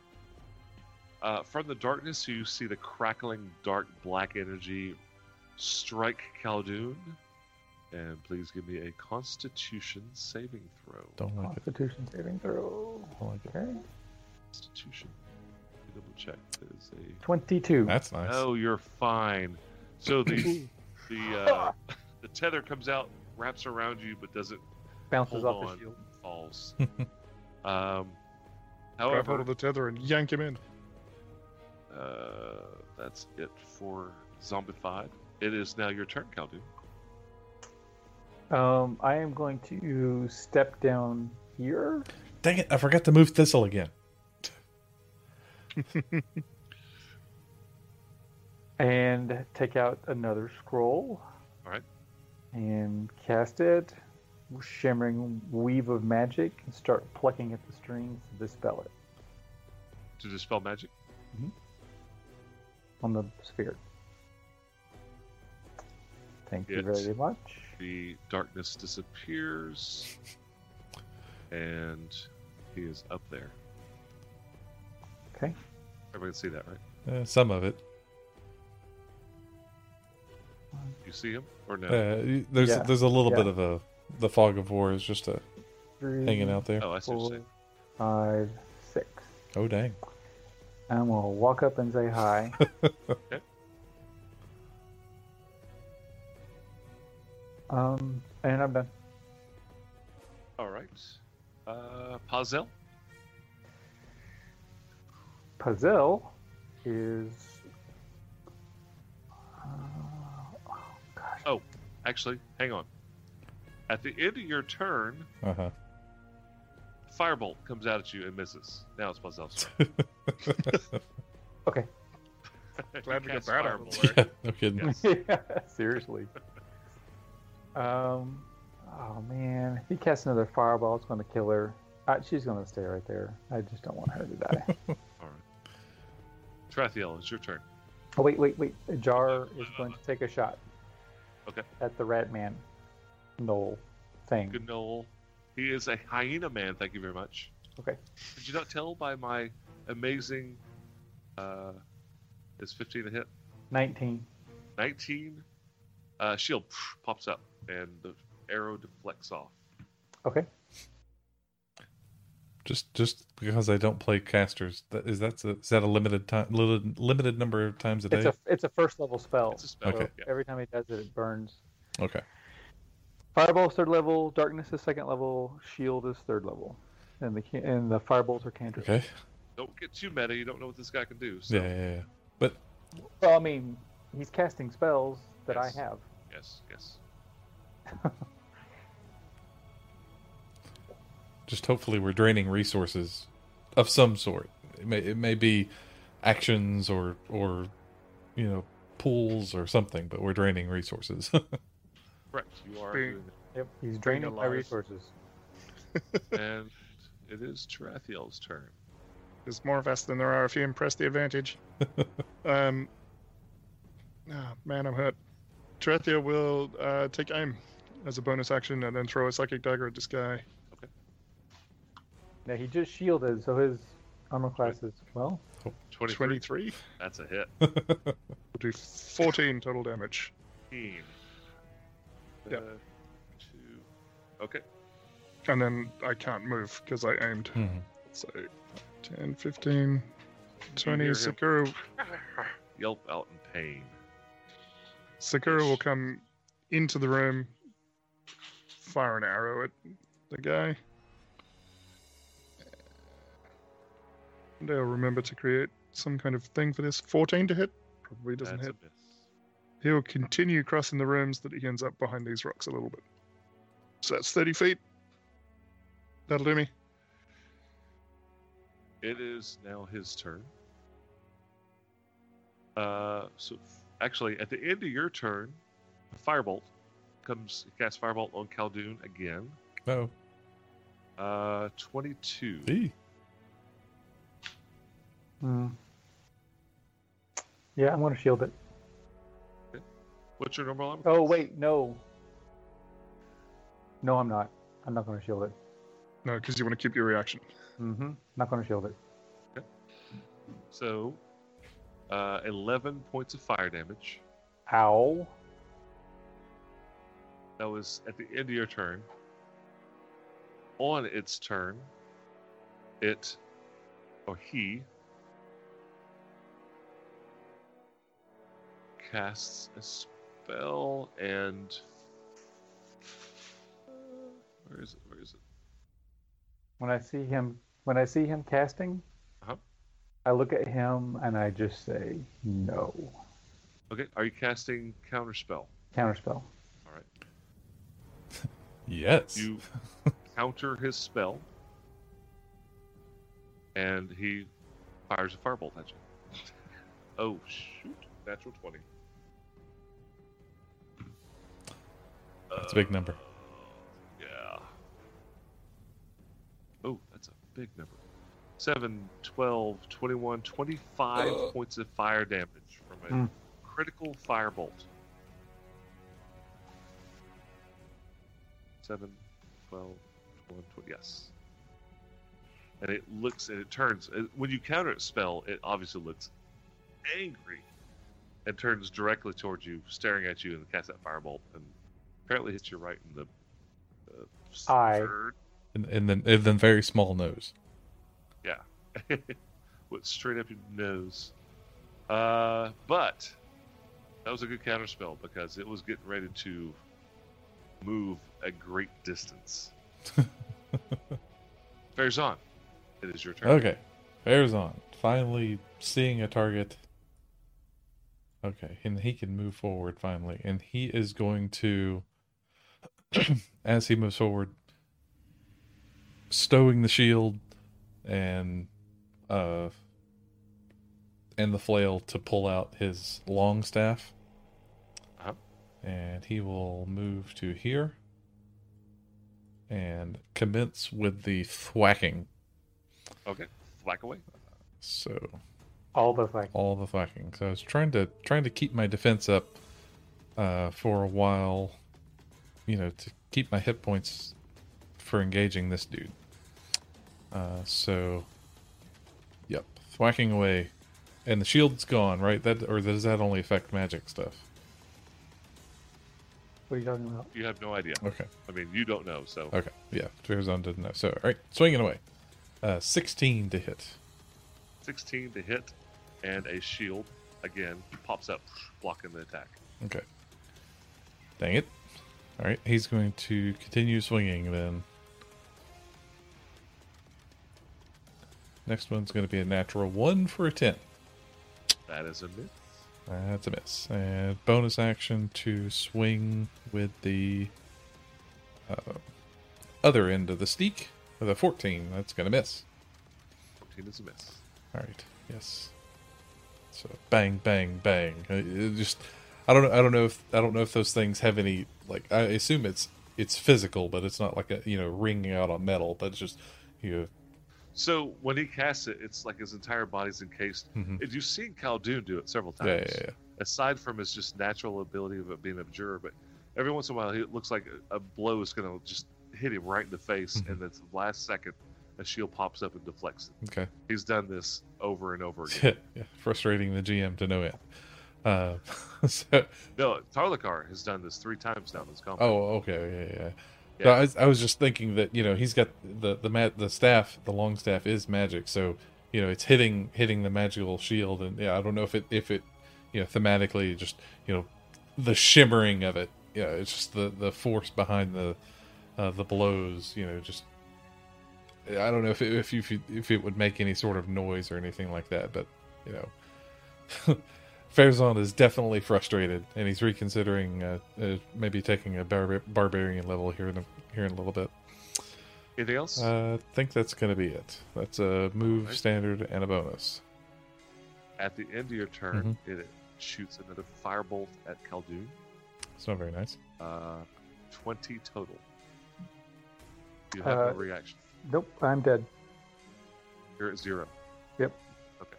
S2: Uh, from the darkness, you see the crackling dark black energy strike Khaldun. And please give me a Constitution saving throw.
S4: Don't like it.
S1: Constitution saving throw.
S4: Don't like it.
S1: Okay,
S2: Constitution. Let me Double check. That is a
S1: twenty-two.
S4: That's nice.
S2: Oh, you're fine.
S3: *laughs*
S2: So the the uh, the tether comes out, wraps around you, but doesn't
S1: Bounces
S2: hold
S1: off
S2: on.
S1: the shield.
S2: falls.
S3: *laughs*
S2: um,
S3: Grab hold
S2: however,
S3: of the tether and yank him in.
S2: uh, that's it for zombified. It is now your turn, Caldu.
S1: Um, I am going to step down here.
S4: Dang it, I forgot to move Thistle again.
S1: and take out another scroll.
S2: All right.
S1: And cast it, shimmering weave of magic, and start plucking at the strings to dispel it
S2: to dispel magic.
S1: on the sphere. Thank you
S2: It-
S1: very much.
S2: The darkness disappears, and he is up there.
S1: Okay.
S2: Everybody can see that, right?
S4: Uh, some of it.
S2: You see him or no?
S4: Uh, there's
S1: Yeah.
S4: there's a little
S1: Yeah.
S4: bit of a the fog of war is just uh
S1: Three,
S4: hanging out there.
S2: oh, I see. what
S1: four,
S2: you're saying.
S1: five, six.
S4: Oh dang.
S1: I'm gonna walk up and say
S4: *laughs*
S1: hi. um, and I'm done.
S2: All right. Uh, Pazel.
S1: Puzzle is. Uh,
S2: Actually, hang on. At the end of your turn,
S4: Uh *laughs* huh.
S2: firebolt comes out at you and misses. Now it's
S4: *laughs*
S2: Pazel's
S1: okay.
S2: turn.
S3: Glad we
S2: *laughs* You
S3: got
S2: cast
S3: that out of
S2: Firebolt,
S3: the
S2: right?
S4: *laughs* yeah, no kidding.
S2: Yes.
S1: *laughs* yeah, seriously. Um, oh man, if he casts another fireball, it's going to kill her. Uh, she's going to stay right there. I just don't want her to *laughs* die.
S2: All right. Trathiel, it's your turn.
S1: oh wait, wait, wait. Jar is going to take a shot.
S2: Okay.
S1: At the rat man, Noel, thing.
S2: Good Noel. He is a hyena man. Thank you very much.
S1: Okay.
S2: Did you not tell by my amazing? Uh, is 15 a hit?
S1: Nineteen.
S2: 19. Uh, shield pff, pops up and the arrow deflects off.
S1: Okay.
S4: Just just because I don't play casters, that is that's a, is that a limited time limited, limited number of times a day?
S1: It's a it's a first level spell.
S2: It's a spell.
S4: Okay.
S2: Yeah.
S1: Every time he does it, it burns.
S4: Okay.
S1: Fireball's third level, darkness is second level, shield is third level, and the can- and the fireballs are cantrips.
S4: Okay.
S2: Don't get too meta. You don't know what this guy can do. So,
S4: Yeah, yeah, yeah. But
S1: Well, I mean, he's casting spells that
S2: Yes.
S1: I have.
S2: Yes. Yes.
S4: just hopefully we're draining resources of some sort. It may it may be actions or or you know pools or something, but we're draining resources. *laughs*
S2: Correct. You are.
S3: Bing.
S2: Doing that.
S1: Yep, he's
S3: Bring
S1: draining
S3: the
S1: my
S3: lies.
S1: resources.
S2: and it is Tarathiel's turn.
S3: There's more of us than there are if you impress the advantage. um, ah, man, I'm hurt. Terathia will uh, take aim as a bonus action and then throw a psychic dagger at this guy.
S1: Now he just shielded, so his armor class is well.
S2: 23.
S3: 23.
S2: That's a hit.
S3: We'll do 14 total damage.
S2: 15.
S3: Yeah.
S2: Uh, two. Okay.
S3: And then I can't move because I aimed.
S4: Mhm.
S3: So 10, 15,
S2: You hear
S3: 20.
S2: him
S3: Sakura,
S2: Yelp out in pain.
S3: Sakura will come into the room, fire an arrow at the guy. And I'll remember to create some kind of thing for this. 14 to hit? Probably doesn't
S2: That's
S3: hit.
S2: a miss.
S3: He'll continue crossing the rooms that he ends up behind these rocks a little bit. So that's 30 feet. That'll do me.
S2: It is now his turn. Uh, so f- actually, at the end of your turn, Firebolt comes casts Firebolt on Khaldun again.
S4: No.
S2: Uh, twenty-two.
S4: Oh, Gee.
S1: Yeah, I'm gonna shield it.
S2: What's your normal armor?
S1: Oh wait, no. No, I'm not. I'm not gonna shield it.
S3: No, because you want to keep your reaction.
S1: Mm-hmm. Not gonna shield it.
S2: So, uh, eleven points of fire damage.
S1: Ow.
S2: That was at the end of your turn. On its turn, it or he casts a spell and where is it? Where is it?
S1: When I see him, when I see him casting,
S2: Uh-huh.
S1: I look at him and I just say no.
S2: Okay, are you casting counter spell?
S1: Counterspell.
S2: All right,
S4: Yes.
S2: you counter his spell, and he fires a firebolt at you. Oh shoot! Natural twenty.
S4: That's a big number.
S2: Yeah. Oh, that's a big number. 7, 12, 21, 25 points of fire damage from a
S1: Mm.
S2: critical firebolt. 7, 12, 21, 20, yes. And it looks and it turns. uh, When you counter its spell, it obviously looks angry and turns directly towards you, staring at you, and casts that firebolt and apparently hits you right in the uh, s-
S1: Eye.
S2: third
S4: And, and then and then very small nose.
S2: went straight up your nose. Uh, but that was a good counter spell because it was getting ready to move a great distance. Fair's on. It is your turn.
S4: Okay. Bear's on. Finally seeing a target. Okay, and he can move forward finally. And he is going to *clears throat* as he moves forward, stowing the shield and uh and the flail to pull out his long staff.
S2: Uh-huh.
S4: And he will move to here and commence with the thwacking.
S2: Okay. Whack away.
S4: So
S1: All the like
S4: all the fucking. So I was trying to trying to keep my defense up uh, for a while, you know, to keep my hit points for engaging this dude. Uh, so, yep, thwacking away, and the shield's gone, right? That or does that only affect magic stuff?
S1: What are you talking about?
S2: You have no idea.
S4: Okay,
S2: I mean, you don't know, so
S4: okay, yeah. Fearzon didn't know. So, all right, swinging away, uh, sixteen to hit.
S2: 16 to hit and a shield again pops up, blocking the attack.
S4: Okay. Dang it. All right, he's going to continue swinging then. Next one's going to be a natural one for a 10.
S2: That is a miss.
S4: That's a miss. And bonus action to swing with the uh, other end of the steak with a 14. That's going to miss.
S2: 14 is a miss.
S4: All right. Yes. So bang, bang, bang. Uh, it just I don't know. I don't know if I don't know if those things have any like. I assume it's it's physical, but it's not like a you know ringing out on metal. But it's just you. Know,
S2: So when he casts it, it's like his entire body's encased.
S4: Mhm.
S2: If You've seen Khaldun do it several times.
S4: yeah, yeah, yeah.
S2: aside from his just natural ability of being a juror, but every once in a while he it looks like a, a blow is going to just hit him right in the face,
S4: Mhm.
S2: and at the last second, a shield pops up and deflects it.
S4: Okay.
S2: He's done this over and over again.
S4: *laughs* yeah, frustrating the GM to no end. Uh, *laughs* so,
S2: no, Tarlikar has done this three times now. in This company.
S4: oh, okay, yeah, yeah. So
S2: Yeah.
S4: I, was, I was just thinking that you know he's got the the mat the staff the long staff is magic, so you know it's hitting hitting the magical shield, and yeah, I don't know if it if it you know thematically just you know the shimmering of it, yeah, it's just the the force behind the uh, the blows, you know, just I don't know if it, if you if you- if it would make any sort of noise or anything like that, but you know, *laughs* Farazan is definitely frustrated, and he's reconsidering uh, uh, maybe taking a barbar- barbarian level here in a, here in a little bit.
S2: Anything else?
S4: Uh, I think that's going to be it. That's a move,
S2: Alright.
S4: standard, and a bonus.
S2: at the end of your turn, it shoots another firebolt at Khaldun.
S4: It's not very nice.
S2: Uh, Twenty total. You have
S1: Uh,
S2: no reaction.
S1: Nope, I'm dead.
S2: You're at zero.
S1: Yep.
S2: Okay.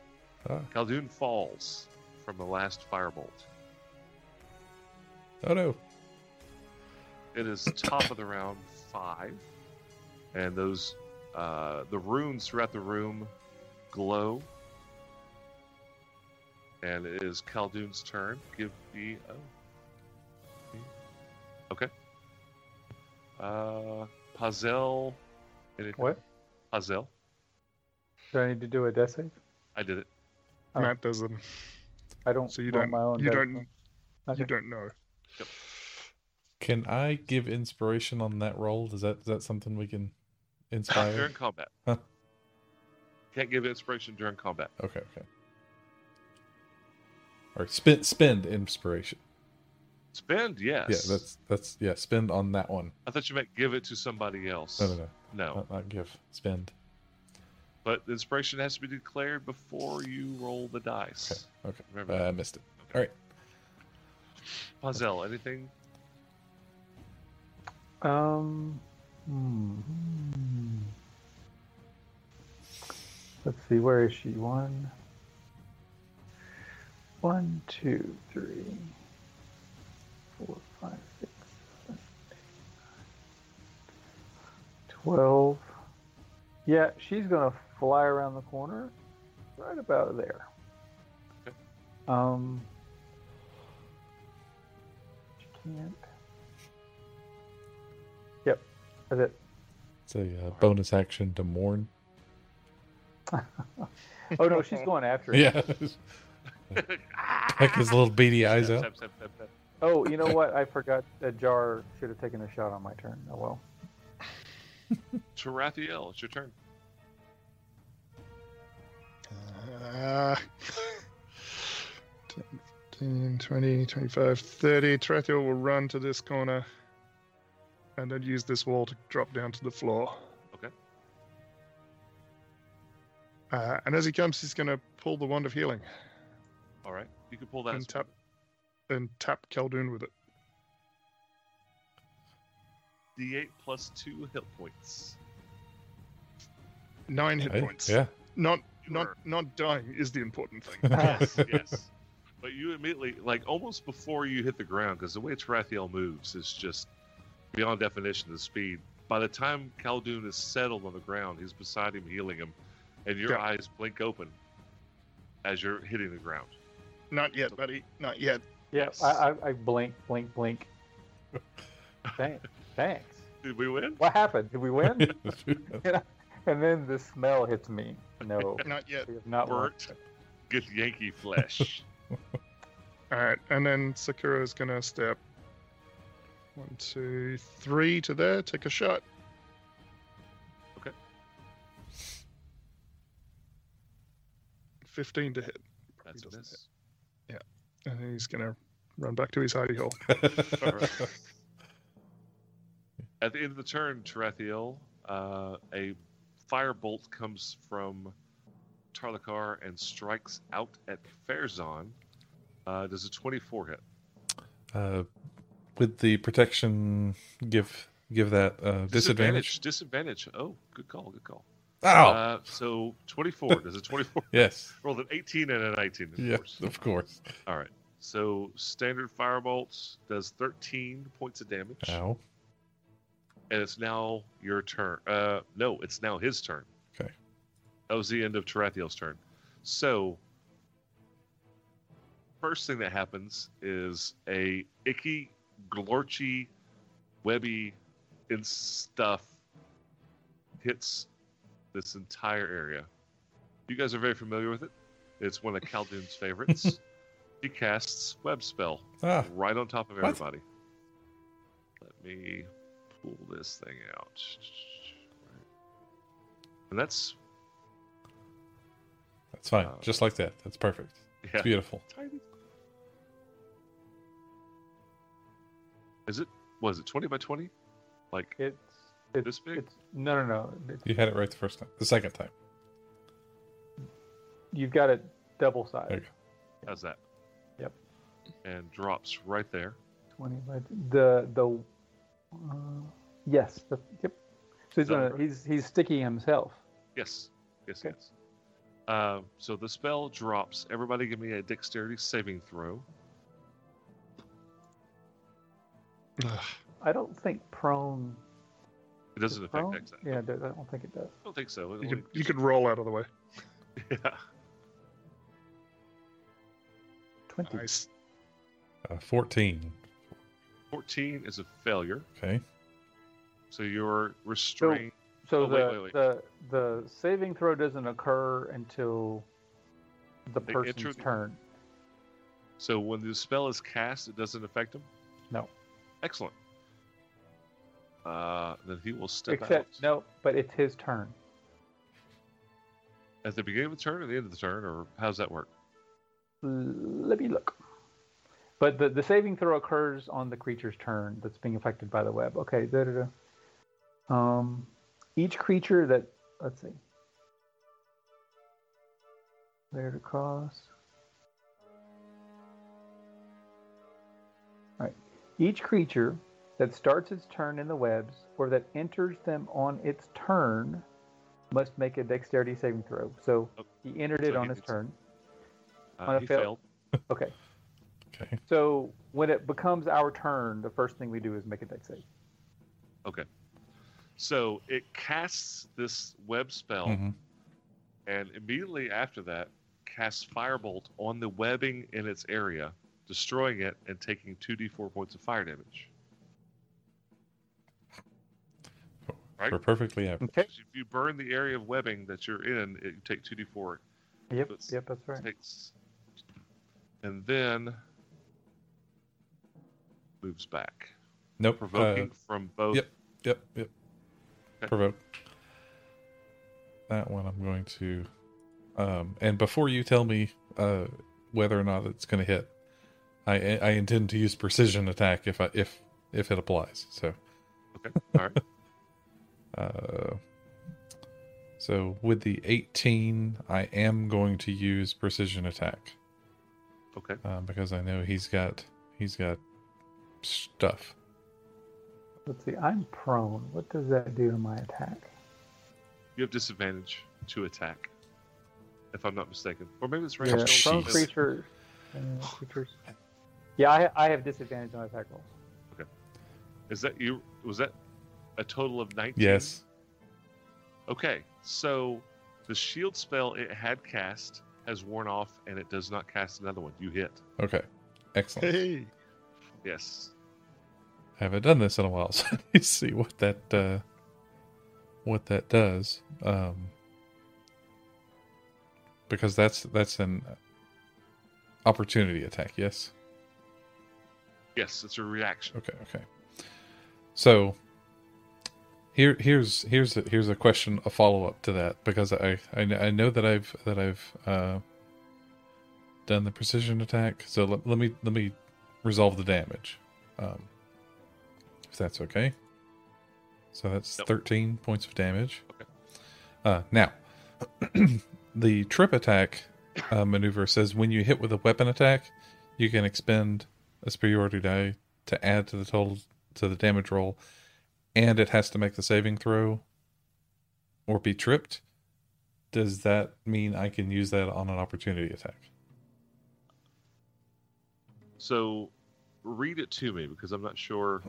S4: Ah.
S2: Khaldun falls from the last firebolt.
S4: Oh no!
S2: It is top of the round five, and those uh, the runes throughout the room glow. And it is Khaldun's turn. Give me oh, okay. Uh, Pazel, anything?
S1: What?
S2: Pazel,
S1: Do I need to do a death save?
S2: I did it.
S1: Oh.
S3: Matt does them.
S1: I don't.
S3: So you
S1: roll
S3: don't-
S1: My own
S3: you
S1: death
S3: don't-
S1: save.
S3: You
S1: Okay.
S3: don't know.
S4: Can I give inspiration on that roll? Is that is that something we can inspire?
S2: During combat,
S4: Huh.
S2: can't give inspiration during combat.
S4: Okay, okay. Or spend spend inspiration.
S2: Spend, yes.
S4: Yeah, that's that's yeah. Spend on that one.
S2: I thought you meant give it to somebody else.
S4: No, Uh, no, no.
S2: No.
S4: Not, not give. Spend.
S2: But the inspiration has to be declared before you roll the
S4: Okay,
S2: dice.
S4: okay.
S2: Remember
S4: Uh, I
S2: that.
S4: missed it.
S2: Puzzle,
S4: *laughs*
S2: anything?
S1: Um. hmm. Let's see. Where is she? One. One, two, three, four, five, six, seven, eight, nine, twelve. Yeah, she's gonna fly around the corner, right about there.
S2: Okay.
S1: Um. She can't. Yep, that's it.
S4: It's a uh, bonus action to mourn.
S1: *laughs* Oh
S3: *laughs*
S1: no, she's going after it.
S4: *laughs* Yeah. Heck, his little beady eyes
S2: Tap,
S4: out.
S2: tap, tap, tap, tap.
S1: Oh, you know what? I forgot that Jar should have taken a shot on my turn. Oh well.
S2: Tarathiel, it's your turn.
S3: Uh, 10, 15, 20, 25, 30. Trathiel will run to this corner and then use this wall to drop down to the floor.
S2: Okay.
S3: Uh, and as he comes, he's going to pull the Wand of Healing
S2: All right. You can pull that.
S3: And
S2: as-
S3: tap. and tap Khaldun with it.
S2: D8 plus two hit points.
S3: Nine hit
S4: Hey,
S3: points.
S4: Yeah.
S3: Not,
S2: You
S3: not,
S2: are-
S3: not dying is the important thing.
S1: Ah.
S2: yes, yes. *laughs* But you immediately, like almost before you hit the ground, because the way Tarathiel moves is just beyond definition of speed. By the time Khaldun is settled on the ground, he's beside him, healing him, and your
S3: Yeah.
S2: eyes blink open as you're hitting the ground.
S3: not yet, buddy. Not yet.
S1: Yes. I, I, I blink, blink, blink. Thanks. Thanks.
S2: Did we win?
S1: What happened? Did we win? and then the smell hits me. No,
S3: Not yet.
S1: we have not won.
S2: Burnt. Good Yankee flesh.
S3: All right, and then Sakura is gonna step one, two, three to there. Take a shot.
S2: Okay.
S3: Fifteen to hit,
S2: That's a miss.
S3: and then he's gonna run back to his hidey hole.
S2: *laughs* At the end of the turn, Tarathiel, uh, a firebolt comes from Tarlikar and strikes out at Fairzon. Uh, does a 24 hit?
S4: *laughs* uh, with the protection, give give that uh, disadvantage. Oh.
S2: Disadvantage. Oh, good call. Good call.
S4: Ow!
S2: Uh, so 24. does a *laughs* 24
S4: yes.
S2: rolled an 18 and a 19? Of
S4: Yes,
S2: course.
S4: of course.
S2: All right. So standard firebolt does 13 points of damage.
S4: Ow.
S2: and it's now your turn. Uh, no, it's now his turn.
S4: Okay.
S2: That was the end of Tarathiel's turn. So, first thing that happens is a icky, glorchy, webby, and stuff hits this entire area. You guys are very familiar with it. It's one of Khaldun's favorites. he casts web spell
S4: Ah,
S2: *laughs* right on top of
S4: What?
S2: everybody. Let me pull this thing out. And that's
S4: that's fine.
S2: Uh,
S4: Just like that. That's perfect.
S2: yeah.
S4: It's beautiful.
S2: Tiny. Is it was it twenty by twenty? Like
S1: It's it's,
S2: This big?
S1: it's no no no. It's,
S4: You had it right the first time. The second time.
S1: you've got it double sized.
S4: There you
S2: how's that?
S1: Yep.
S2: And drops right there.
S1: Twenty by the the. Uh, yes. The, yep. So he's
S2: Is that
S1: gonna
S2: right?
S1: he's he's sticky himself.
S2: Yes. Yes,
S1: Okay.
S2: yes. Um, so the spell drops. Everybody give me a dexterity saving throw.
S1: I don't think prone.
S2: It doesn't affect
S1: prone?
S2: dex. I
S1: Oh, Yeah, I don't- I don't think it does.
S2: don't think so.
S3: You
S2: It only
S3: could, you could roll out of the way.
S2: *laughs* Yeah.
S1: Twenty.
S3: Nice.
S4: Uh, 14.
S2: 14 is a failure.
S4: Okay.
S2: So you're restrained.
S1: So
S2: Oh,
S1: the
S2: wait, wait, wait.
S1: the the saving throw doesn't occur until the
S2: They
S1: person's
S2: enter the-
S1: turn.
S2: So when the spell is cast, it doesn't affect him?
S1: No.
S2: Excellent. Uh, then he will step
S1: Except
S2: out
S1: no, but it's his turn.
S2: at the beginning of the turn or the end of the turn, or how does that work?
S1: Let me look. But the, the saving throw occurs on the creature's turn that's being affected by the web. Okay, da da da. Um, each creature that let's see, layered across. All right. Each creature that starts its turn in the webs or that enters them on its turn must make a dexterity saving throw. So
S2: Oh,
S1: he entered it
S2: so
S1: on
S2: he
S1: his
S2: needs-
S1: turn.
S2: Uh,
S1: On a
S2: he
S1: fail-
S2: failed.
S1: Okay.
S4: Okay.
S1: So when it becomes our turn, the first thing we do is make a dex save.
S2: So it casts this web spell,
S4: Mhm.
S2: and immediately after that, casts Firebolt on the webbing in its area, destroying it and taking 2d4 points of fire damage. Right.
S4: We're perfectly average.
S1: Okay.
S2: If you burn the area of webbing that you're in, it, you take 2d4
S1: Yep.
S2: That's-
S1: Yep. That's right.
S2: takes and then moves back
S4: Nope. uh,
S2: provoking from both
S4: yep. Yep, yep.
S2: Okay.
S4: Provoke. That one I'm going to um and before you tell me uh whether or not it's going to hit I I intend to use precision attack if I if if it applies. So
S2: okay all
S4: *laughs*
S2: right
S4: uh so with the 18 I am going to use precision attack
S2: okay
S4: uh, because I know he's got he's got stuff.
S1: Let's see. I'm prone. What does that do to my attack?
S2: you have disadvantage to attack if i'm not mistaken or maybe it's
S1: Yeah.
S2: ranged
S1: Prone
S4: Jeez.
S1: creature. uh, creatures. Yeah, I, I have disadvantage on attack rolls.
S2: is that you was that a total of 19
S4: Yes.
S2: okay so the shield spell it had cast has worn off and it does not cast another one you hit
S4: Okay.
S3: *laughs*
S4: Excellent.
S3: Hey.
S2: yes
S4: I haven't done this in a while, *laughs* so I need to see what that uh, what that does. Um, because that's that's an opportunity attack. Yes.
S2: yes it's a reaction
S4: Okay. Okay. So here here's here's a, here's a question, a follow up to that, because I, I kn- I know that I've that I've uh, done the precision attack. So let, let me let me resolve the damage, um, if that's okay. So that's
S2: Nope.
S4: thirteen points of damage.
S2: Okay.
S4: Uh, now, *clears throat* the trip attack uh, maneuver says when you hit with a weapon attack, you can expend a superiority die to add to the total to the damage roll, and it has to make the saving throw or be tripped. Does that mean I can use that on an opportunity attack?
S2: so read it to me because i'm not sure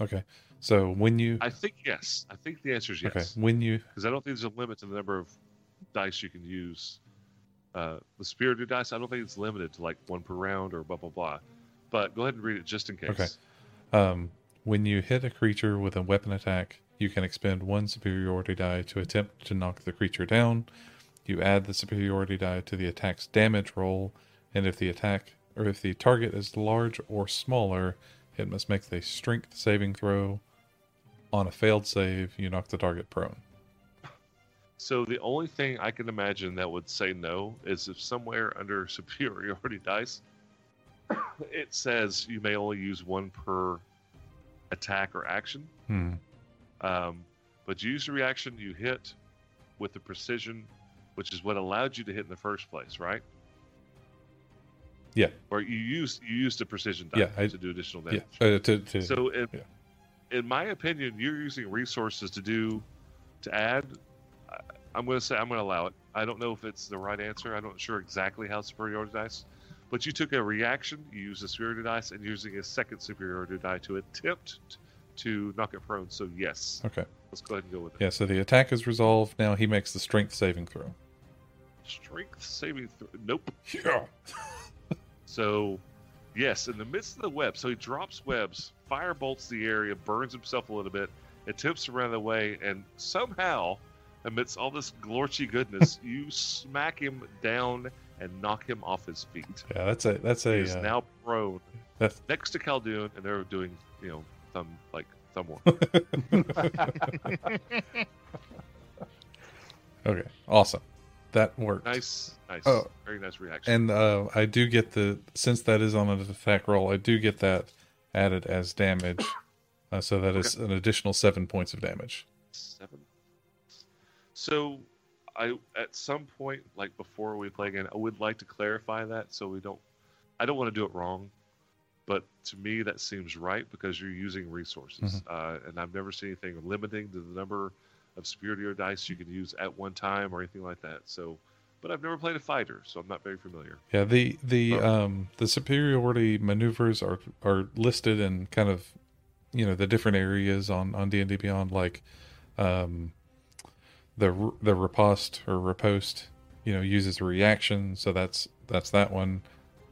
S4: Okay. So when you
S2: I think yes. I think the answer is yes.
S4: okay
S2: Because
S4: when you
S2: I don't think there's a limit to the number of dice you can use uh, the spirited dice. I don't think it's limited to like one per round or blah blah blah. But go ahead and read it just in case.
S4: Okay. Um, when you hit a creature with a weapon attack, you can expend one superiority die to attempt to knock the creature down. You add the superiority die to the attack's damage roll, and if the attack or if the target is large or smaller, it must make a strength saving throw. On a failed save, you knock the target prone.
S2: So the only thing I can imagine that would say no is if somewhere under *laughs* superiority dice, *coughs* it says you may only use one per attack or action.
S4: Hmm.
S2: Um, but you use the reaction you hit with the precision, which is what allowed you to hit in the first place, right?
S4: Yeah.
S2: Or you used you used a precision die
S4: Yeah, I-
S2: to do additional
S4: Yeah.
S2: damage.
S4: Uh, to, to,
S2: So, in,
S4: yeah.
S2: in my opinion, you're using resources to do to add. I- I'm going to say I'm going to allow it. I don't know if it's the right answer. I'm not sure exactly how superiority dice, but you took a reaction, you used a superiority dice, and using a second superiority die to attempt t- to knock it prone. So yes,
S4: okay.
S2: let's go ahead and go with it.
S4: Yeah. So the attack is resolved. Now he makes the strength saving throw.
S2: Strength saving. Th- nope.
S4: Yeah.
S2: So, yes, in the midst of the web, so he drops webs, firebolts the area, burns himself a little bit, attempts to run away, and somehow, amidst all this glorchy
S4: *laughs*
S2: goodness, you smack him down and knock him off his feet.
S4: Yeah. That's a that's
S2: He
S4: a
S2: is
S4: uh,
S2: now prone
S4: that's
S2: next to Khaldun, and they're doing, you know, thumb like thumb war.
S4: *laughs* okay. Awesome. That worked.
S2: nice, nice,
S4: Oh.
S2: very nice reaction.
S4: And uh, I do get the since that is on an attack roll, I do get that added as damage. Uh, so that is an additional seven points of damage.
S2: Seven. So, I at some point, like before we play again, I would like to clarify that so we don't. I don't want to do it wrong, but to me that seems right because you're using resources, uh, and I've never seen anything limiting to the number of superiority or dice you can use at one time or anything like that. So, but I've never played a fighter, so I'm not very familiar.
S4: Yeah, the the
S2: Right.
S4: um the superiority maneuvers are are listed in kind of you know the different areas on on D and D Beyond, like um the r- the riposte or riposte, you know, uses a reaction, so that's that's that one.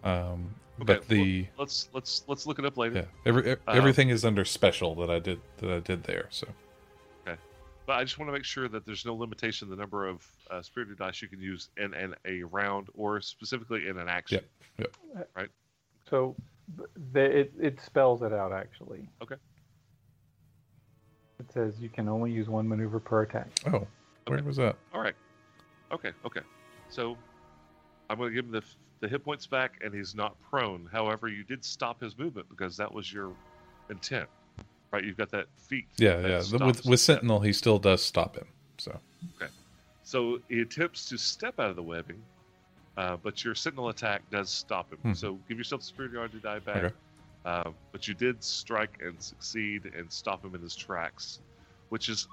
S4: Um,
S2: well,
S4: but the
S2: Let's let's let's look it up later.
S4: yeah, every, e-
S2: um,
S4: everything is under special that I did that I did there. So
S2: But I just want to make sure that there's no limitation to the number of uh, spirited dice you can use in, in a round or specifically in an action.
S4: Yep.
S1: So th- the, it, it spells it out actually.
S2: Okay.
S1: It says you can only use one maneuver per attack.
S4: oh, where
S2: Okay.
S4: was that?
S2: All right. Okay. Okay. So I'm going to give him the the hit points back, and he's not prone. However, you did stop his movement because that was your intent, right? You've got that feat.
S4: Yeah,
S2: that
S4: yeah. the-
S2: stops
S4: With with
S2: his step.
S4: Sentinel, he still does stop him. So
S2: So he attempts to step out of the webbing, uh, but your sentinel attack does stop him.
S4: Hmm.
S2: So give yourself the superiority die back.
S4: Okay.
S2: Uh, but you did strike and succeed and stop him in his tracks, which is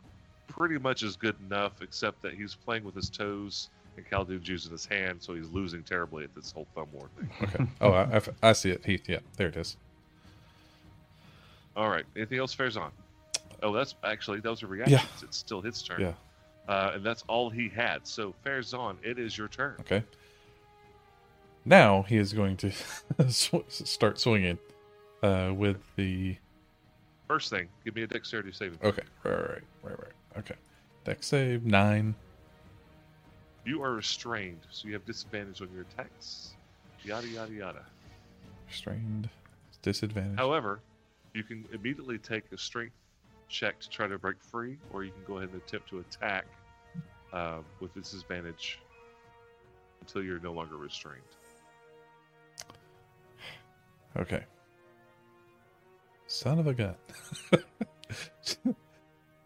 S2: pretty much as good enough, except that he's playing with his toes and Khaldun's using his hand, so he's losing terribly at this whole thumb war thing.
S4: okay. oh, I, I f- I see it. He yeah, there it is.
S2: All right. Anything else fares on? Oh, that's actually, that was a reaction. It's still his turn.
S4: Yeah.
S2: Uh, and that's all he had. So fares on. It is your turn.
S4: Okay. Now he is going to *laughs* sw- start swinging uh, with the.
S2: First thing, give me a dexterity saving.
S4: Okay, right, right, right, right, right. Okay, deck save nine.
S2: You are restrained, so you have disadvantage on your attacks. Yada yada yada.
S4: Restrained, disadvantage.
S2: However, you can immediately take a strength check to try to break free, or you can go ahead and attempt to attack uh, with disadvantage until you're no longer restrained.
S4: Okay. Son of a gun. *laughs*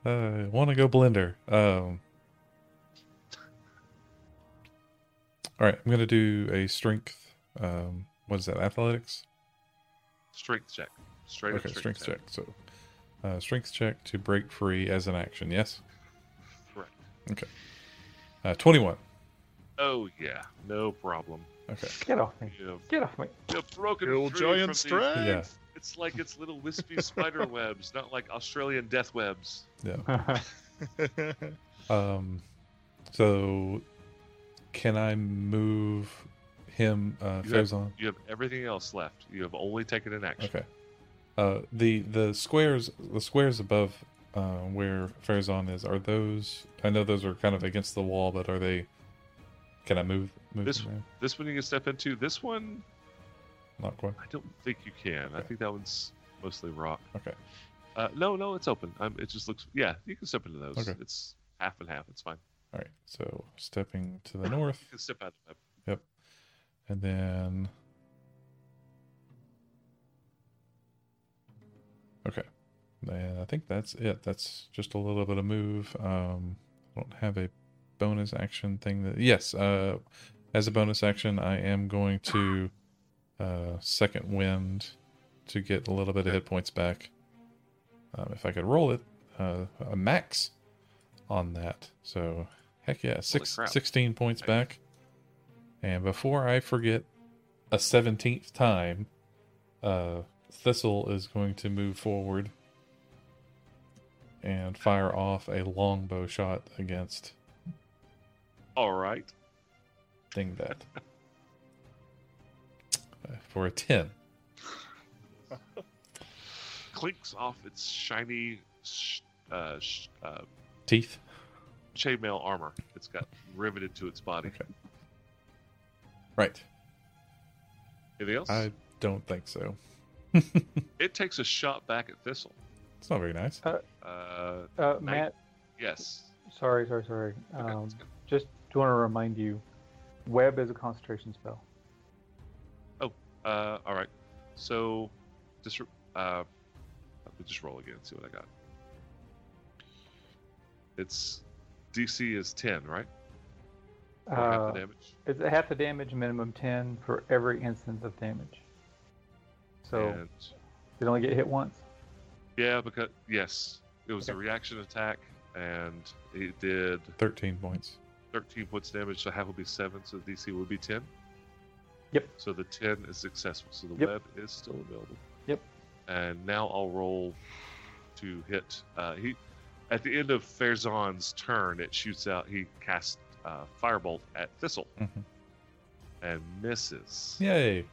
S4: I want to go blender. Um. All right, I'm gonna do a strength. Um, what is that? Athletics.
S2: Strength check, straight
S4: Okay,
S2: up
S4: strength, check. So, uh, strength check to break free as an action. Yes,
S2: Correct.
S4: uh, twenty-one.
S2: Oh yeah, no problem.
S4: Okay,
S1: Get off me!
S2: You have,
S1: Get *laughs* off me!
S2: you have broken
S3: Kill
S2: free
S3: giant
S2: from
S3: strength.
S2: these-
S4: yeah,
S2: It's like it's little
S3: *laughs*
S2: wispy spider webs, not like Australian death
S1: Uh,
S2: webs.
S3: *laughs*
S4: yeah. Um, so can I move him, uh,
S2: You have-
S4: Faison?
S2: You have everything else left. You have only taken an action.
S4: Okay. Uh, the the squares the squares above uh, where Farazan is are those? I know those are kind of against the wall, but are they? Can I move move
S2: This-
S4: them around?
S2: This one you can step into. This one,
S4: Not quite.
S2: I don't think you can. I
S4: Okay.
S2: think that one's mostly rock.
S4: Okay.
S2: Uh, no, no, it's open. Um, it just looks. Yeah, you can step into those.
S4: Okay.
S2: It's half and half. It's fine.
S4: All right. So stepping to the north,
S2: You can step out of that.
S4: and then. Okay. And I think that's it. That's just a little bit of move. Um, I don't have a bonus action thing that. Yes. Uh, as a bonus action, I am going to uh, second wind to get a little bit of hit points back. Um, if I could roll it, uh, a max on that. So, heck yeah, six,
S2: crap.
S4: 16 points
S2: Nice.
S4: back. And before I forget a 17th time, uh, Thistle is going to move forward and fire off a longbow shot against
S2: All right.
S4: Dingbat Uh, for a 10.
S2: Clinks off its shiny sh- uh, sh- uh,
S4: Teeth.
S2: chainmail armor. It's got riveted to its body.
S4: Okay. Right.
S2: Anything else?
S4: I don't think so.
S2: It takes a shot back at Thistle.
S4: It's not very nice.
S2: Uh,
S1: Uh,
S2: Nice.
S1: Matt,
S2: yes.
S1: sorry, sorry, sorry.
S2: Okay,
S1: Um,
S2: let's go.
S1: just want to remind you, web is a concentration spell.
S2: Uh, all right. So, just re- uh, let me just roll again. See what I got. It's DC is ten, right? For half
S1: Uh,
S2: the damage.
S1: it's half the damage, minimum ten for every instance of damage. So
S2: And
S1: you only get hit once.
S2: yeah, because yes, it was a
S1: Okay.
S2: reaction attack, and it did
S4: 13 points.
S2: thirteen points damage. So half will be seven. So DC would be ten.
S1: Yep.
S2: So the ten is successful. So the
S1: Yep.
S2: web is still available.
S1: Yep.
S2: And now I'll roll to hit. Uh, he at the end of Farazan's turn, it shoots out. He casts uh, firebolt at Thistle
S1: Mm-hmm.
S4: Mhm.
S2: and misses.
S4: Yay.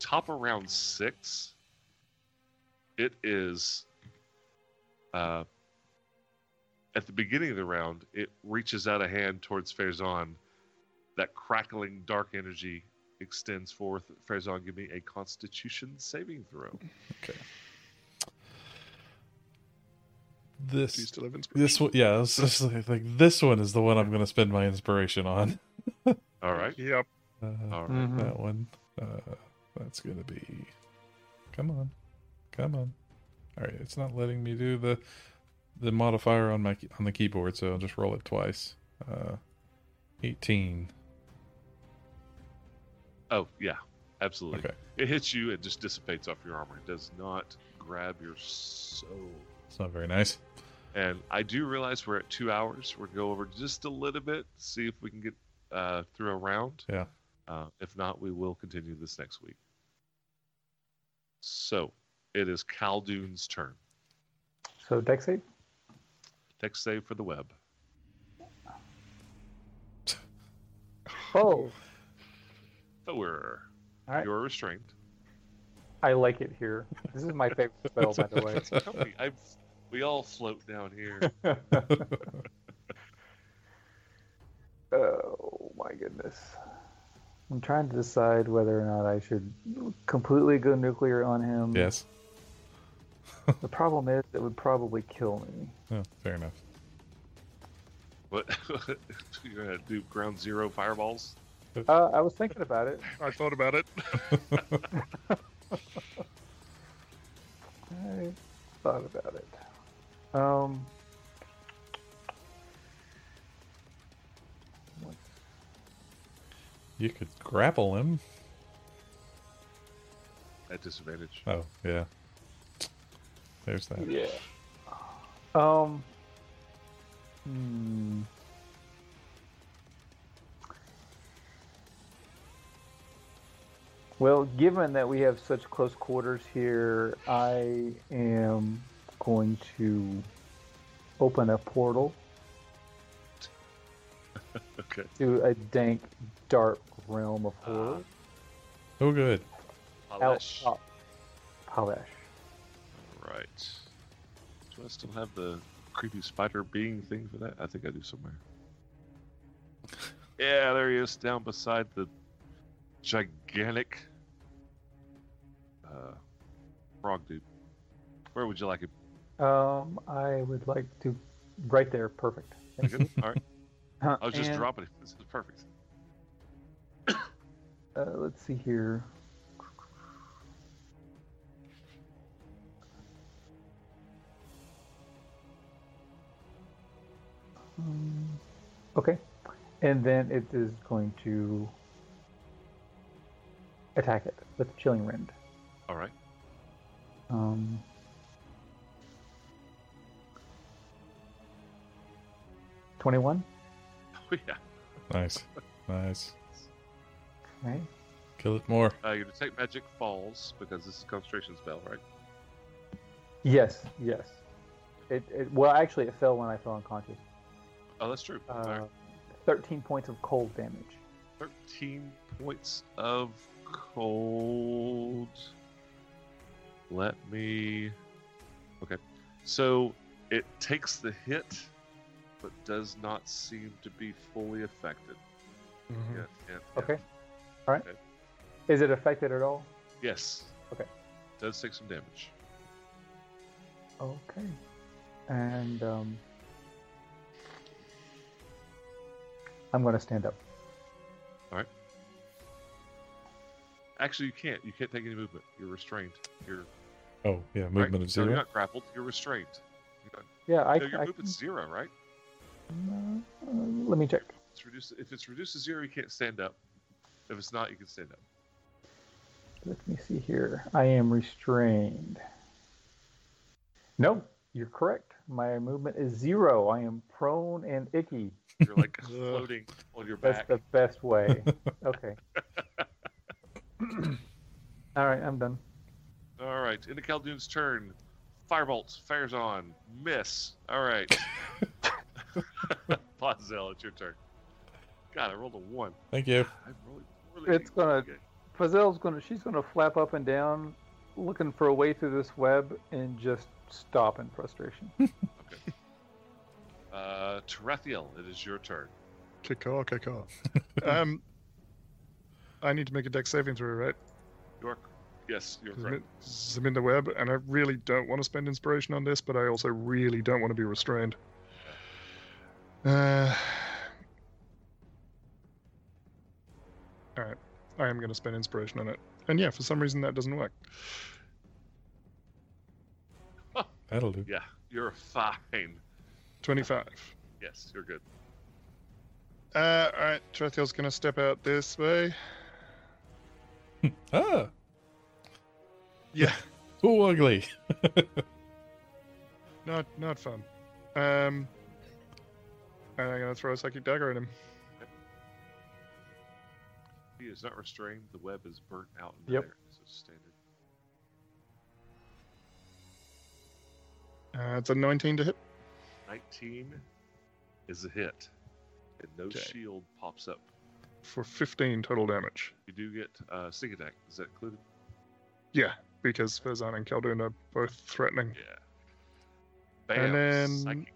S2: Top of round six. It is. Uh, at the beginning of the round, it reaches out a hand towards Farazan. That crackling dark energy extends forth. Farazan, give me a Constitution saving throw.
S3: Do you
S4: This
S3: still have inspiration?
S4: this one yeah, this, this like like, this one is the one I'm going to spend my inspiration on.
S2: All right.
S3: Yep.
S4: Uh,
S2: All right.
S1: Mhm.
S4: That one. Uh, that's going to be Come on. Come on. All right, it's not letting me do the the modifier on my key- on the keyboard, so I'll just roll it twice. Uh 18.
S2: Oh yeah, absolutely.
S4: Okay.
S2: It hits you and just dissipates off your armor. It does not grab your soul.
S4: It's not very nice.
S2: And I do realize we're at two hours. We're gonna go over just a little bit, see if we can get uh, through a round.
S4: Yeah.
S2: Uh, if not, we will continue this next week. So it is Caldoon's turn.
S1: So dex save.
S2: Text save for the web.
S1: Oh,
S2: Thor,
S1: All right.
S2: you are restrained.
S1: *laughs* I like it here. This is my
S2: *laughs*
S1: favorite spell, by the way.
S2: Tell me, I'm, we all float down here.
S1: *laughs* Oh my goodness. I'm trying to decide whether or not I should completely go nuclear on him.
S4: Yes.
S1: The problem is, it would probably kill me.
S4: Oh, fair enough.
S2: What? *laughs* You're gonna do ground zero fireballs?
S1: Uh, I was thinking about it.
S3: I thought about it.
S1: I thought about it. Um.
S4: You could grapple him.
S2: At disadvantage.
S1: Uh,
S4: Oh, yeah. There's that.
S1: Yeah. Um. Hmm. Well, given that we have such close quarters here, I am going to open a portal
S2: Okay. Uh,
S1: to a dank, dark realm of horror.
S4: Oh, good.
S1: Out
S2: All
S1: pop Palash.
S2: right. Do I still have the creepy spider being thing for that? I think I do somewhere. Yeah, there he is, down beside the gigantic uh, frog dude. Where would you like it?
S1: Um, I would like to. Right there, perfect.
S2: Like it? All right.
S1: Uh,
S2: I'll just
S1: and,
S2: drop it. This is perfect.
S1: Uh, let's see here. Um, Okay, and then it is going to attack it with chilling rend.
S2: All right. *laughs*
S1: Um, Twenty-one.
S2: yeah.
S4: Nice. Nice.
S1: Okay.
S4: Kill it more.
S2: Uh, your detect magic falls because this is a concentration spell, right?
S1: Yes. Yes. It, it. Well, actually, it fell when I fell unconscious.
S2: Oh, that's true. All right.
S1: Uh, 13 points of cold damage.
S2: 13 points of cold. Let me. Okay. So it takes the hit, but does not seem to be fully affected.
S3: Mm-hmm.
S2: Yeah, yeah, yeah.
S1: Mm-hmm. Okay. All right.
S2: Okay.
S1: Is it affected at all?
S2: Yes.
S1: Okay.
S2: Does take some damage.
S1: Okay. And um, I'm going to stand up.
S2: Actually, you can't. You can't take any movement. You're restrained. You're
S4: Oh, yeah.
S2: right?
S4: Movement of
S2: So you're
S4: zero.
S2: not grappled. You're restrained. You're not-
S1: Yeah, I,
S2: no, your
S1: I
S2: movement's zero, right?
S1: can. Uh, uh, let me check.
S2: It's reduced. If it's reduced to zero, you can't stand up. If it's not, you can stand up.
S1: Let me see here. I am restrained. No, you're correct. My movement is zero. I am prone and icky.
S2: You're
S1: *laughs*
S2: like
S3: Ugh.
S2: floating on your
S1: That's
S2: back.
S1: the best
S2: *laughs*
S1: way.
S2: *clears throat*
S1: Okay. All right, I'm done.
S2: All right, into Caldoon's turn. Firebolt fires on. Miss.
S1: *laughs*
S2: All right. Ponzel, it's your turn. God, I rolled a one.
S4: Thank you.
S2: I'm really poorly.
S1: It's gonna-
S2: Okay.
S1: Fazel's gonna she's gonna flap up and down, looking for a way through this web and just stop in
S2: *laughs*
S1: frustration.
S2: Uh, Terethiel, it is your turn.
S3: Kick off, kick off. um, I need to make a deck saving throw, right?
S2: York. Yes, you're
S3: 'Cause I'm
S2: correct.
S3: in- 'cause I'm in the web, and I really don't want to spend inspiration on this, but I also really don't want to be restrained. Uh, all right, I am going to spend inspiration on it, and yeah, for some reason that doesn't work.
S4: That'll do.
S2: Yeah, you're fine.
S3: Twenty-five.
S2: Yes, you're good.
S3: Uh, all right, Trethiel's going to step out this way.
S4: Ah,
S3: Yeah, *laughs*
S4: so ugly.
S3: not not fun. Um, and I'm going to throw a psychic dagger at him.
S2: He is not restrained. The web is burnt out. In
S1: Yep.
S2: There. So standard.
S3: Uh, it's a 19 to hit.
S2: 19 is a hit, and no
S3: Okay.
S2: shield pops up.
S3: for 15 total damage.
S2: You do get uh, sneak attack. Is that included?
S3: Yeah, because Fezan and Khaldun are both threatening.
S2: Yeah. Bam.
S3: And then-
S2: Psychic.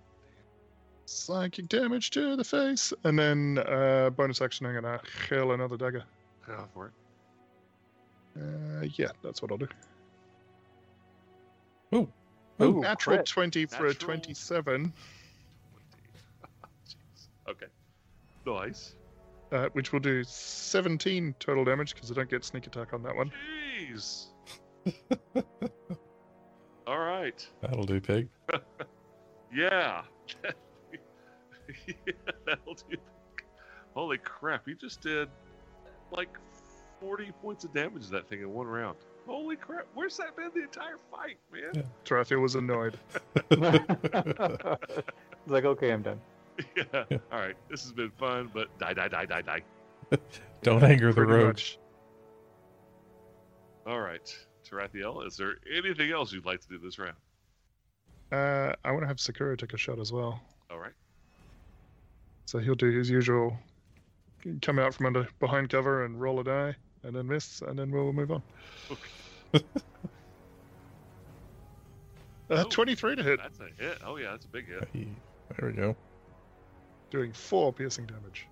S3: Psychic damage to the face, and then uh, bonus action, I'm gonna hurl another dagger.
S2: Go Oh, for it.
S3: Uh, yeah, that's what I'll do.
S4: Ooh.
S1: Ooh,
S3: Natural
S1: crit.
S3: 20 for a
S2: Natural.
S3: 27,
S2: *laughs* Jeez. Okay. Nice.
S3: uh, which will do 17 total damage because I don't get sneak attack on that one.
S2: Jeez. *laughs* All right.
S4: That'll do, pig.
S2: Yeah. *laughs* yeah. That'll do. Holy crap! You just did like 40 points of damage to that thing in one round. Holy crap! Where's that been the entire fight, man? *laughs*
S3: Tarathiel was annoyed.
S1: it's like okay, I'm done.
S2: Yeah.
S3: *laughs*
S2: All right. This has been fun, but die, die, die, die, die.
S4: Don't anger the
S3: Pretty
S4: roach.
S3: much.
S2: All right. Tarathiel, is there anything else you'd like to do this round?
S3: Uh, I want to have Sakura take a shot as well.
S2: All right.
S3: So he'll do his usual come out from under behind cover and roll a die and then miss and then we'll move on. uh,
S2: Oh.
S3: 23 to hit,
S2: That's a hit. Oh yeah, that's a big hit.
S4: Hey, There we go.
S3: doing 4 piercing damage.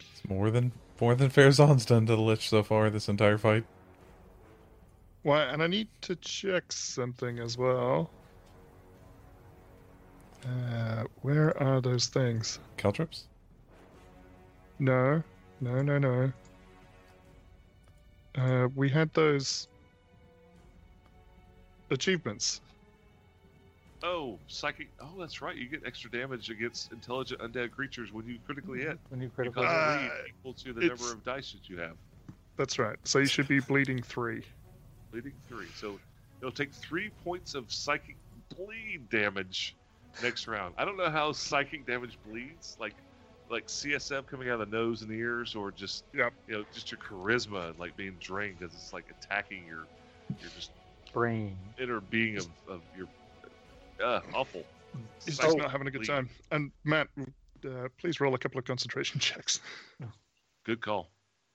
S4: It's more than more than Farazan's done to the Lich so far this entire fight.
S3: Why? And I need to check something as well. Uh, where are those things?
S4: Caltrips?
S3: No, no, no, no. Uh, we had those achievements.
S2: Oh, psychic. Oh, that's right. You get extra damage against intelligent undead creatures when you critically hit.
S1: When you
S2: You
S1: critical,
S2: cause
S3: Uh,
S2: a bleed equal to the number
S3: it's-
S2: of dice that you have.
S3: That's right. So you should be bleeding three.
S2: Bleeding three. So it'll take three points of psychic bleed damage next round. I don't know how psychic damage bleeds, like like CSM coming out of the nose and ears, or just
S3: Yep.
S2: you know just your charisma like being drained because it's like attacking your your just
S1: brain.
S2: inner being of, of your uh, awful.
S3: He's
S2: Psychic
S3: just not having a good
S2: bleed.
S3: time. And Matt, uh, please roll a couple of concentration *laughs* checks.
S2: Good call.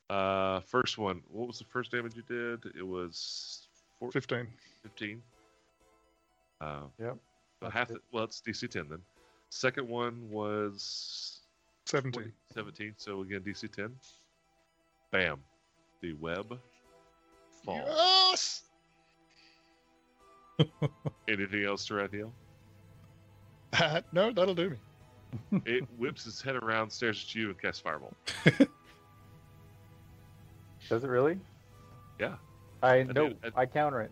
S2: Uh, first one. What was the first damage you did? It was four,
S3: Fifteen.
S2: 15. Uh,
S1: Yep.
S2: So
S1: That's
S2: half
S1: it.
S2: the, well, it's DC 10 then. Second one was
S3: 17.
S2: 17. So again, DC 10. Bam. The web fall.
S3: Yes!
S2: Anything else
S1: *laughs*
S2: to Rathiel?
S3: Uh, no, that'll do me.
S2: it whips its head around, stares at you, and casts Fireball.
S1: Does it really?
S2: Yeah.
S1: I
S2: do-
S1: no.
S2: I-
S1: I counter it.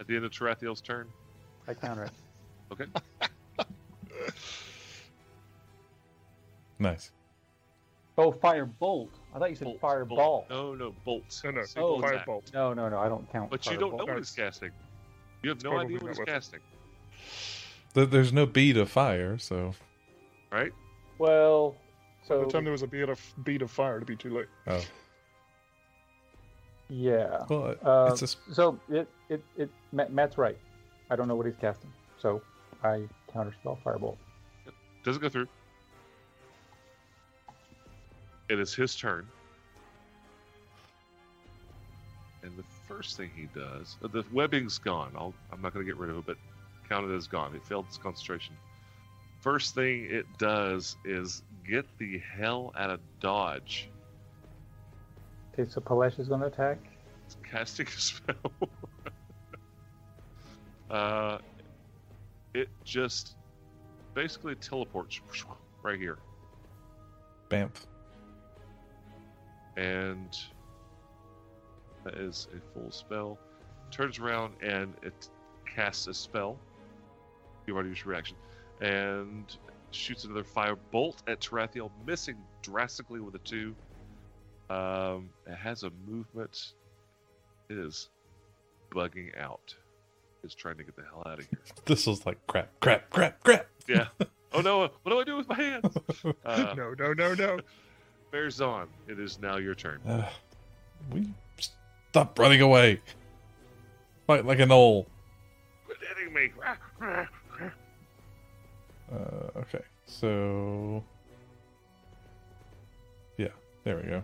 S2: At the end of Tarathiel's turn,
S1: I counter it.
S4: Nice.
S1: Oh, firebolt. I thought you said
S2: bolt,
S1: fireball.
S2: Bolt. No, no, bolt.
S3: No, no,
S2: Single attack.
S3: firebolt.
S1: No, no, no. I don't count.
S2: But you don't know
S1: firebolt.
S2: what he's casting. You have no
S3: probably
S2: idea what
S3: not
S2: he's
S3: worth it.
S2: casting,
S4: There- There's no bead of fire, so
S2: right?
S1: Well,
S3: By
S1: so
S3: the time there was a bead of bead of fire, to be too late.
S4: oh
S1: yeah.
S4: well. it-
S1: Uh,
S4: it's a sp-
S1: So it it it Matt, Matt's right. I don't know what he's casting, so I counterspell firebolt.
S2: Doesn't go through. It is his turn. And the first thing he does, uh, the webbing's gone. I'll, I'm not going to get rid of it, but count it as gone. It failed its concentration. First thing it does is get the hell out of dodge.
S1: Okay, so Palesh is going to attack.
S2: It's casting *laughs* a spell. uh, it just basically teleports *laughs* right here.
S4: bamf.
S2: and that is a full spell. Turns around and it casts a spell. You already used your reaction, and shoots another fire bolt at Tarathiel, missing drastically with a two. Um, it has a movement. It is bugging out. It's trying to get the hell out of here.
S4: This was like crap, crap, crap, crap.
S2: Yeah. oh no! What do I do with my hands? Uh,
S3: no, no, no, no.
S2: Bears on. It is now your turn.
S4: Uh, we stop running away. Fight like an owl.
S2: Quit hitting me.
S4: Uh, okay, so yeah, there we go.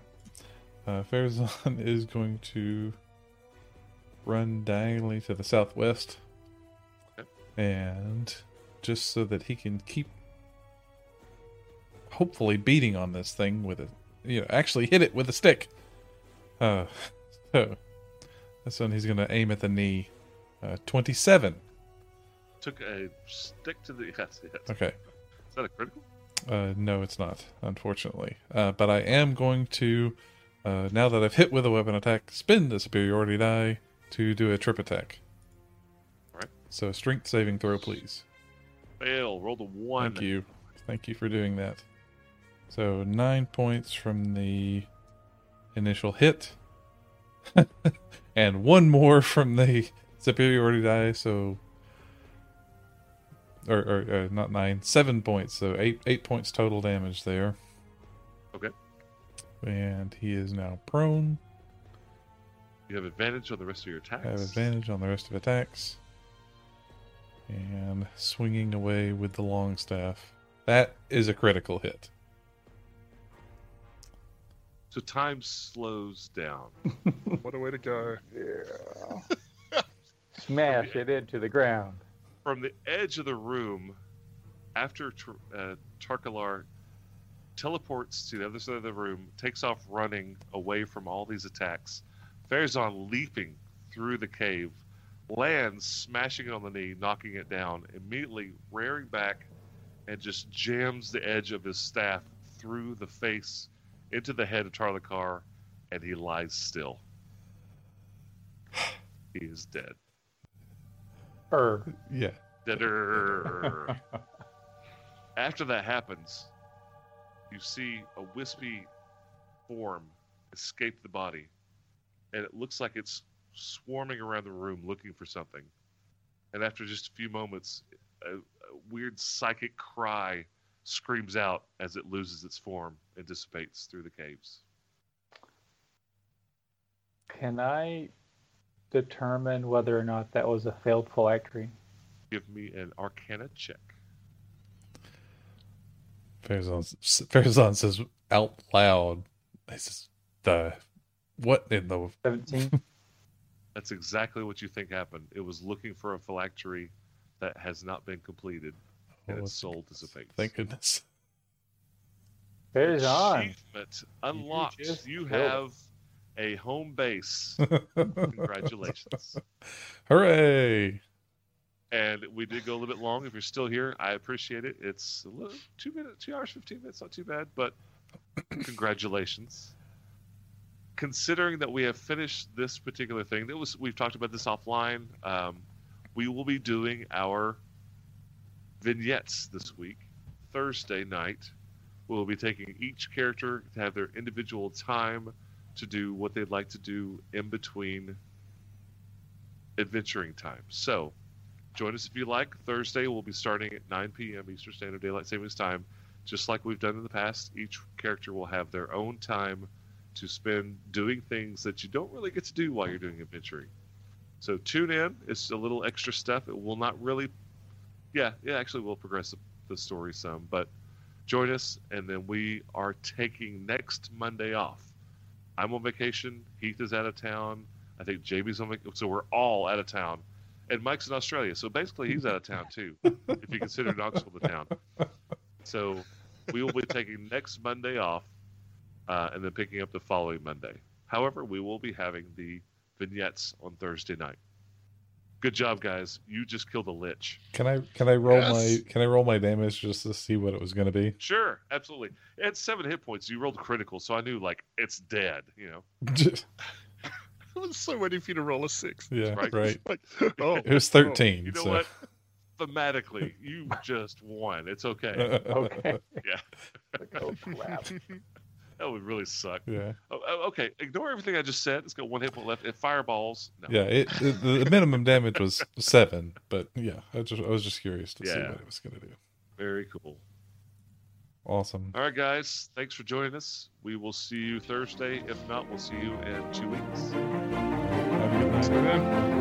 S4: Uh, Farazan *laughs* is going to run diagonally to the southwest,
S2: Yep.
S4: and just so that he can keep, hopefully, beating on this thing with a you know actually hit it with a stick. *laughs* Uh, so this one he's going to aim at the knee. Uh, Twenty-seven.
S2: took a stick to the *laughs* yes, yes.
S4: Okay.
S2: Is that a critical?
S4: Uh, no, it's not, unfortunately. Uh, but I am going to, uh, now that I've hit with a weapon attack, spin the superiority die to do a trip attack.
S2: Alright.
S4: So strength saving throw, please.
S2: Fail. Rolled a one.
S4: Thank you. Thank you for doing that. So nine points from the initial hit, *laughs* and one more from the superiority die. So, or, or uh, not nine, seven points. So eight, eight points total damage there.
S2: Okay.
S4: And he is now prone.
S2: You have advantage on the rest of your attacks.
S4: I have advantage on the rest of attacks. And swinging away with the long staff. That is a critical hit.
S2: So time slows down.
S3: What a way to *laughs* go.
S1: Yeah. *laughs* Smash it into the ground.
S2: From the edge of the room, after Tr- uh, Tarkalar teleports to the other side of the room, takes off running away from all these attacks, Farazan leaping through the cave, lands, smashing it on the knee, knocking it down, immediately rearing back and just jams the edge of his staff through the face into the head of Tarlacar, and he lies still. *sighs* He is dead.
S1: Er,
S4: Yeah.
S2: Deader. After that happens, you see a wispy form escape the body, and it looks like it's swarming around the room looking for something. And after just a few moments, a, a weird psychic cry screams out as it loses its form and dissipates through the caves.
S1: can I determine whether or not that was a failed phylactery?
S2: Give me an Arcana check.
S4: Farazan Farazan says out loud, "This is the what in the
S1: 17?
S2: That's exactly what you think happened. It was looking for a phylactery that has not been completed, and its soul dissipates.
S4: Thank goodness.
S1: There's on.
S2: Achievement unlocked. You,
S1: just killed it.
S2: have a home base. Congratulations.
S4: Hooray!
S2: and we did go a little bit long. If you're still here, I appreciate it. It's a little, two minutes, two hours, fifteen minutes. Not too bad, but congratulations. Considering that we have finished this particular thing, that was we've talked about this offline. Um, we will be doing our vignettes this week, Thursday night. We'll be taking each character to have their individual time to do what they'd like to do in between adventuring time. So, join us if you like. Thursday we'll be starting at 9 p.m. Eastern Standard Daylight Savings Time, just like we've done in the past. Each character will have their own time to spend doing things that you don't really get to do while you're doing adventuring. So tune in. It's a little extra stuff. It will not really, yeah, it actually will progress the, the story some, but join us. And then we are taking next Monday off. I'm on vacation. Heath is out of town. I think JB's on vacation. So we're all out of town and Mike's in Australia, so basically he's out of town too, if you consider Knoxville the town. So we will be taking next Monday off, uh, and then picking up the following Monday. However, we will be having the vignettes on Thursday night. Good job, guys! You just killed a lich.
S4: Can I can I roll
S3: Yes.
S4: my can I roll my damage just to see what it was going to be? *laughs*
S2: Sure, absolutely. It's seven hit points. You rolled critical, so I knew like it's dead. You know,
S3: I was so waiting for you to roll a six.
S4: yeah,
S2: Right.
S4: right.
S3: *laughs* Like, *laughs* oh,
S4: It was thirteen.
S2: you know
S4: so.
S2: what? Thematically, you just won. It's okay.
S4: *laughs*
S1: Okay.
S2: Yeah.
S1: oh, crap.
S2: That would really suck.
S4: Yeah,
S2: Oh, oh, okay, ignore everything I just said. It's got one hit point left. It fireballs. No.
S4: yeah. It, it- the minimum damage was seven, but yeah, I just I was just curious to see
S2: Yeah.
S4: what it was going to do.
S2: Very cool.
S4: Awesome.
S2: All right, guys. Thanks for joining us. We will see you Thursday. If not, we'll see you in two weeks.
S4: Have a good night.
S3: yeah.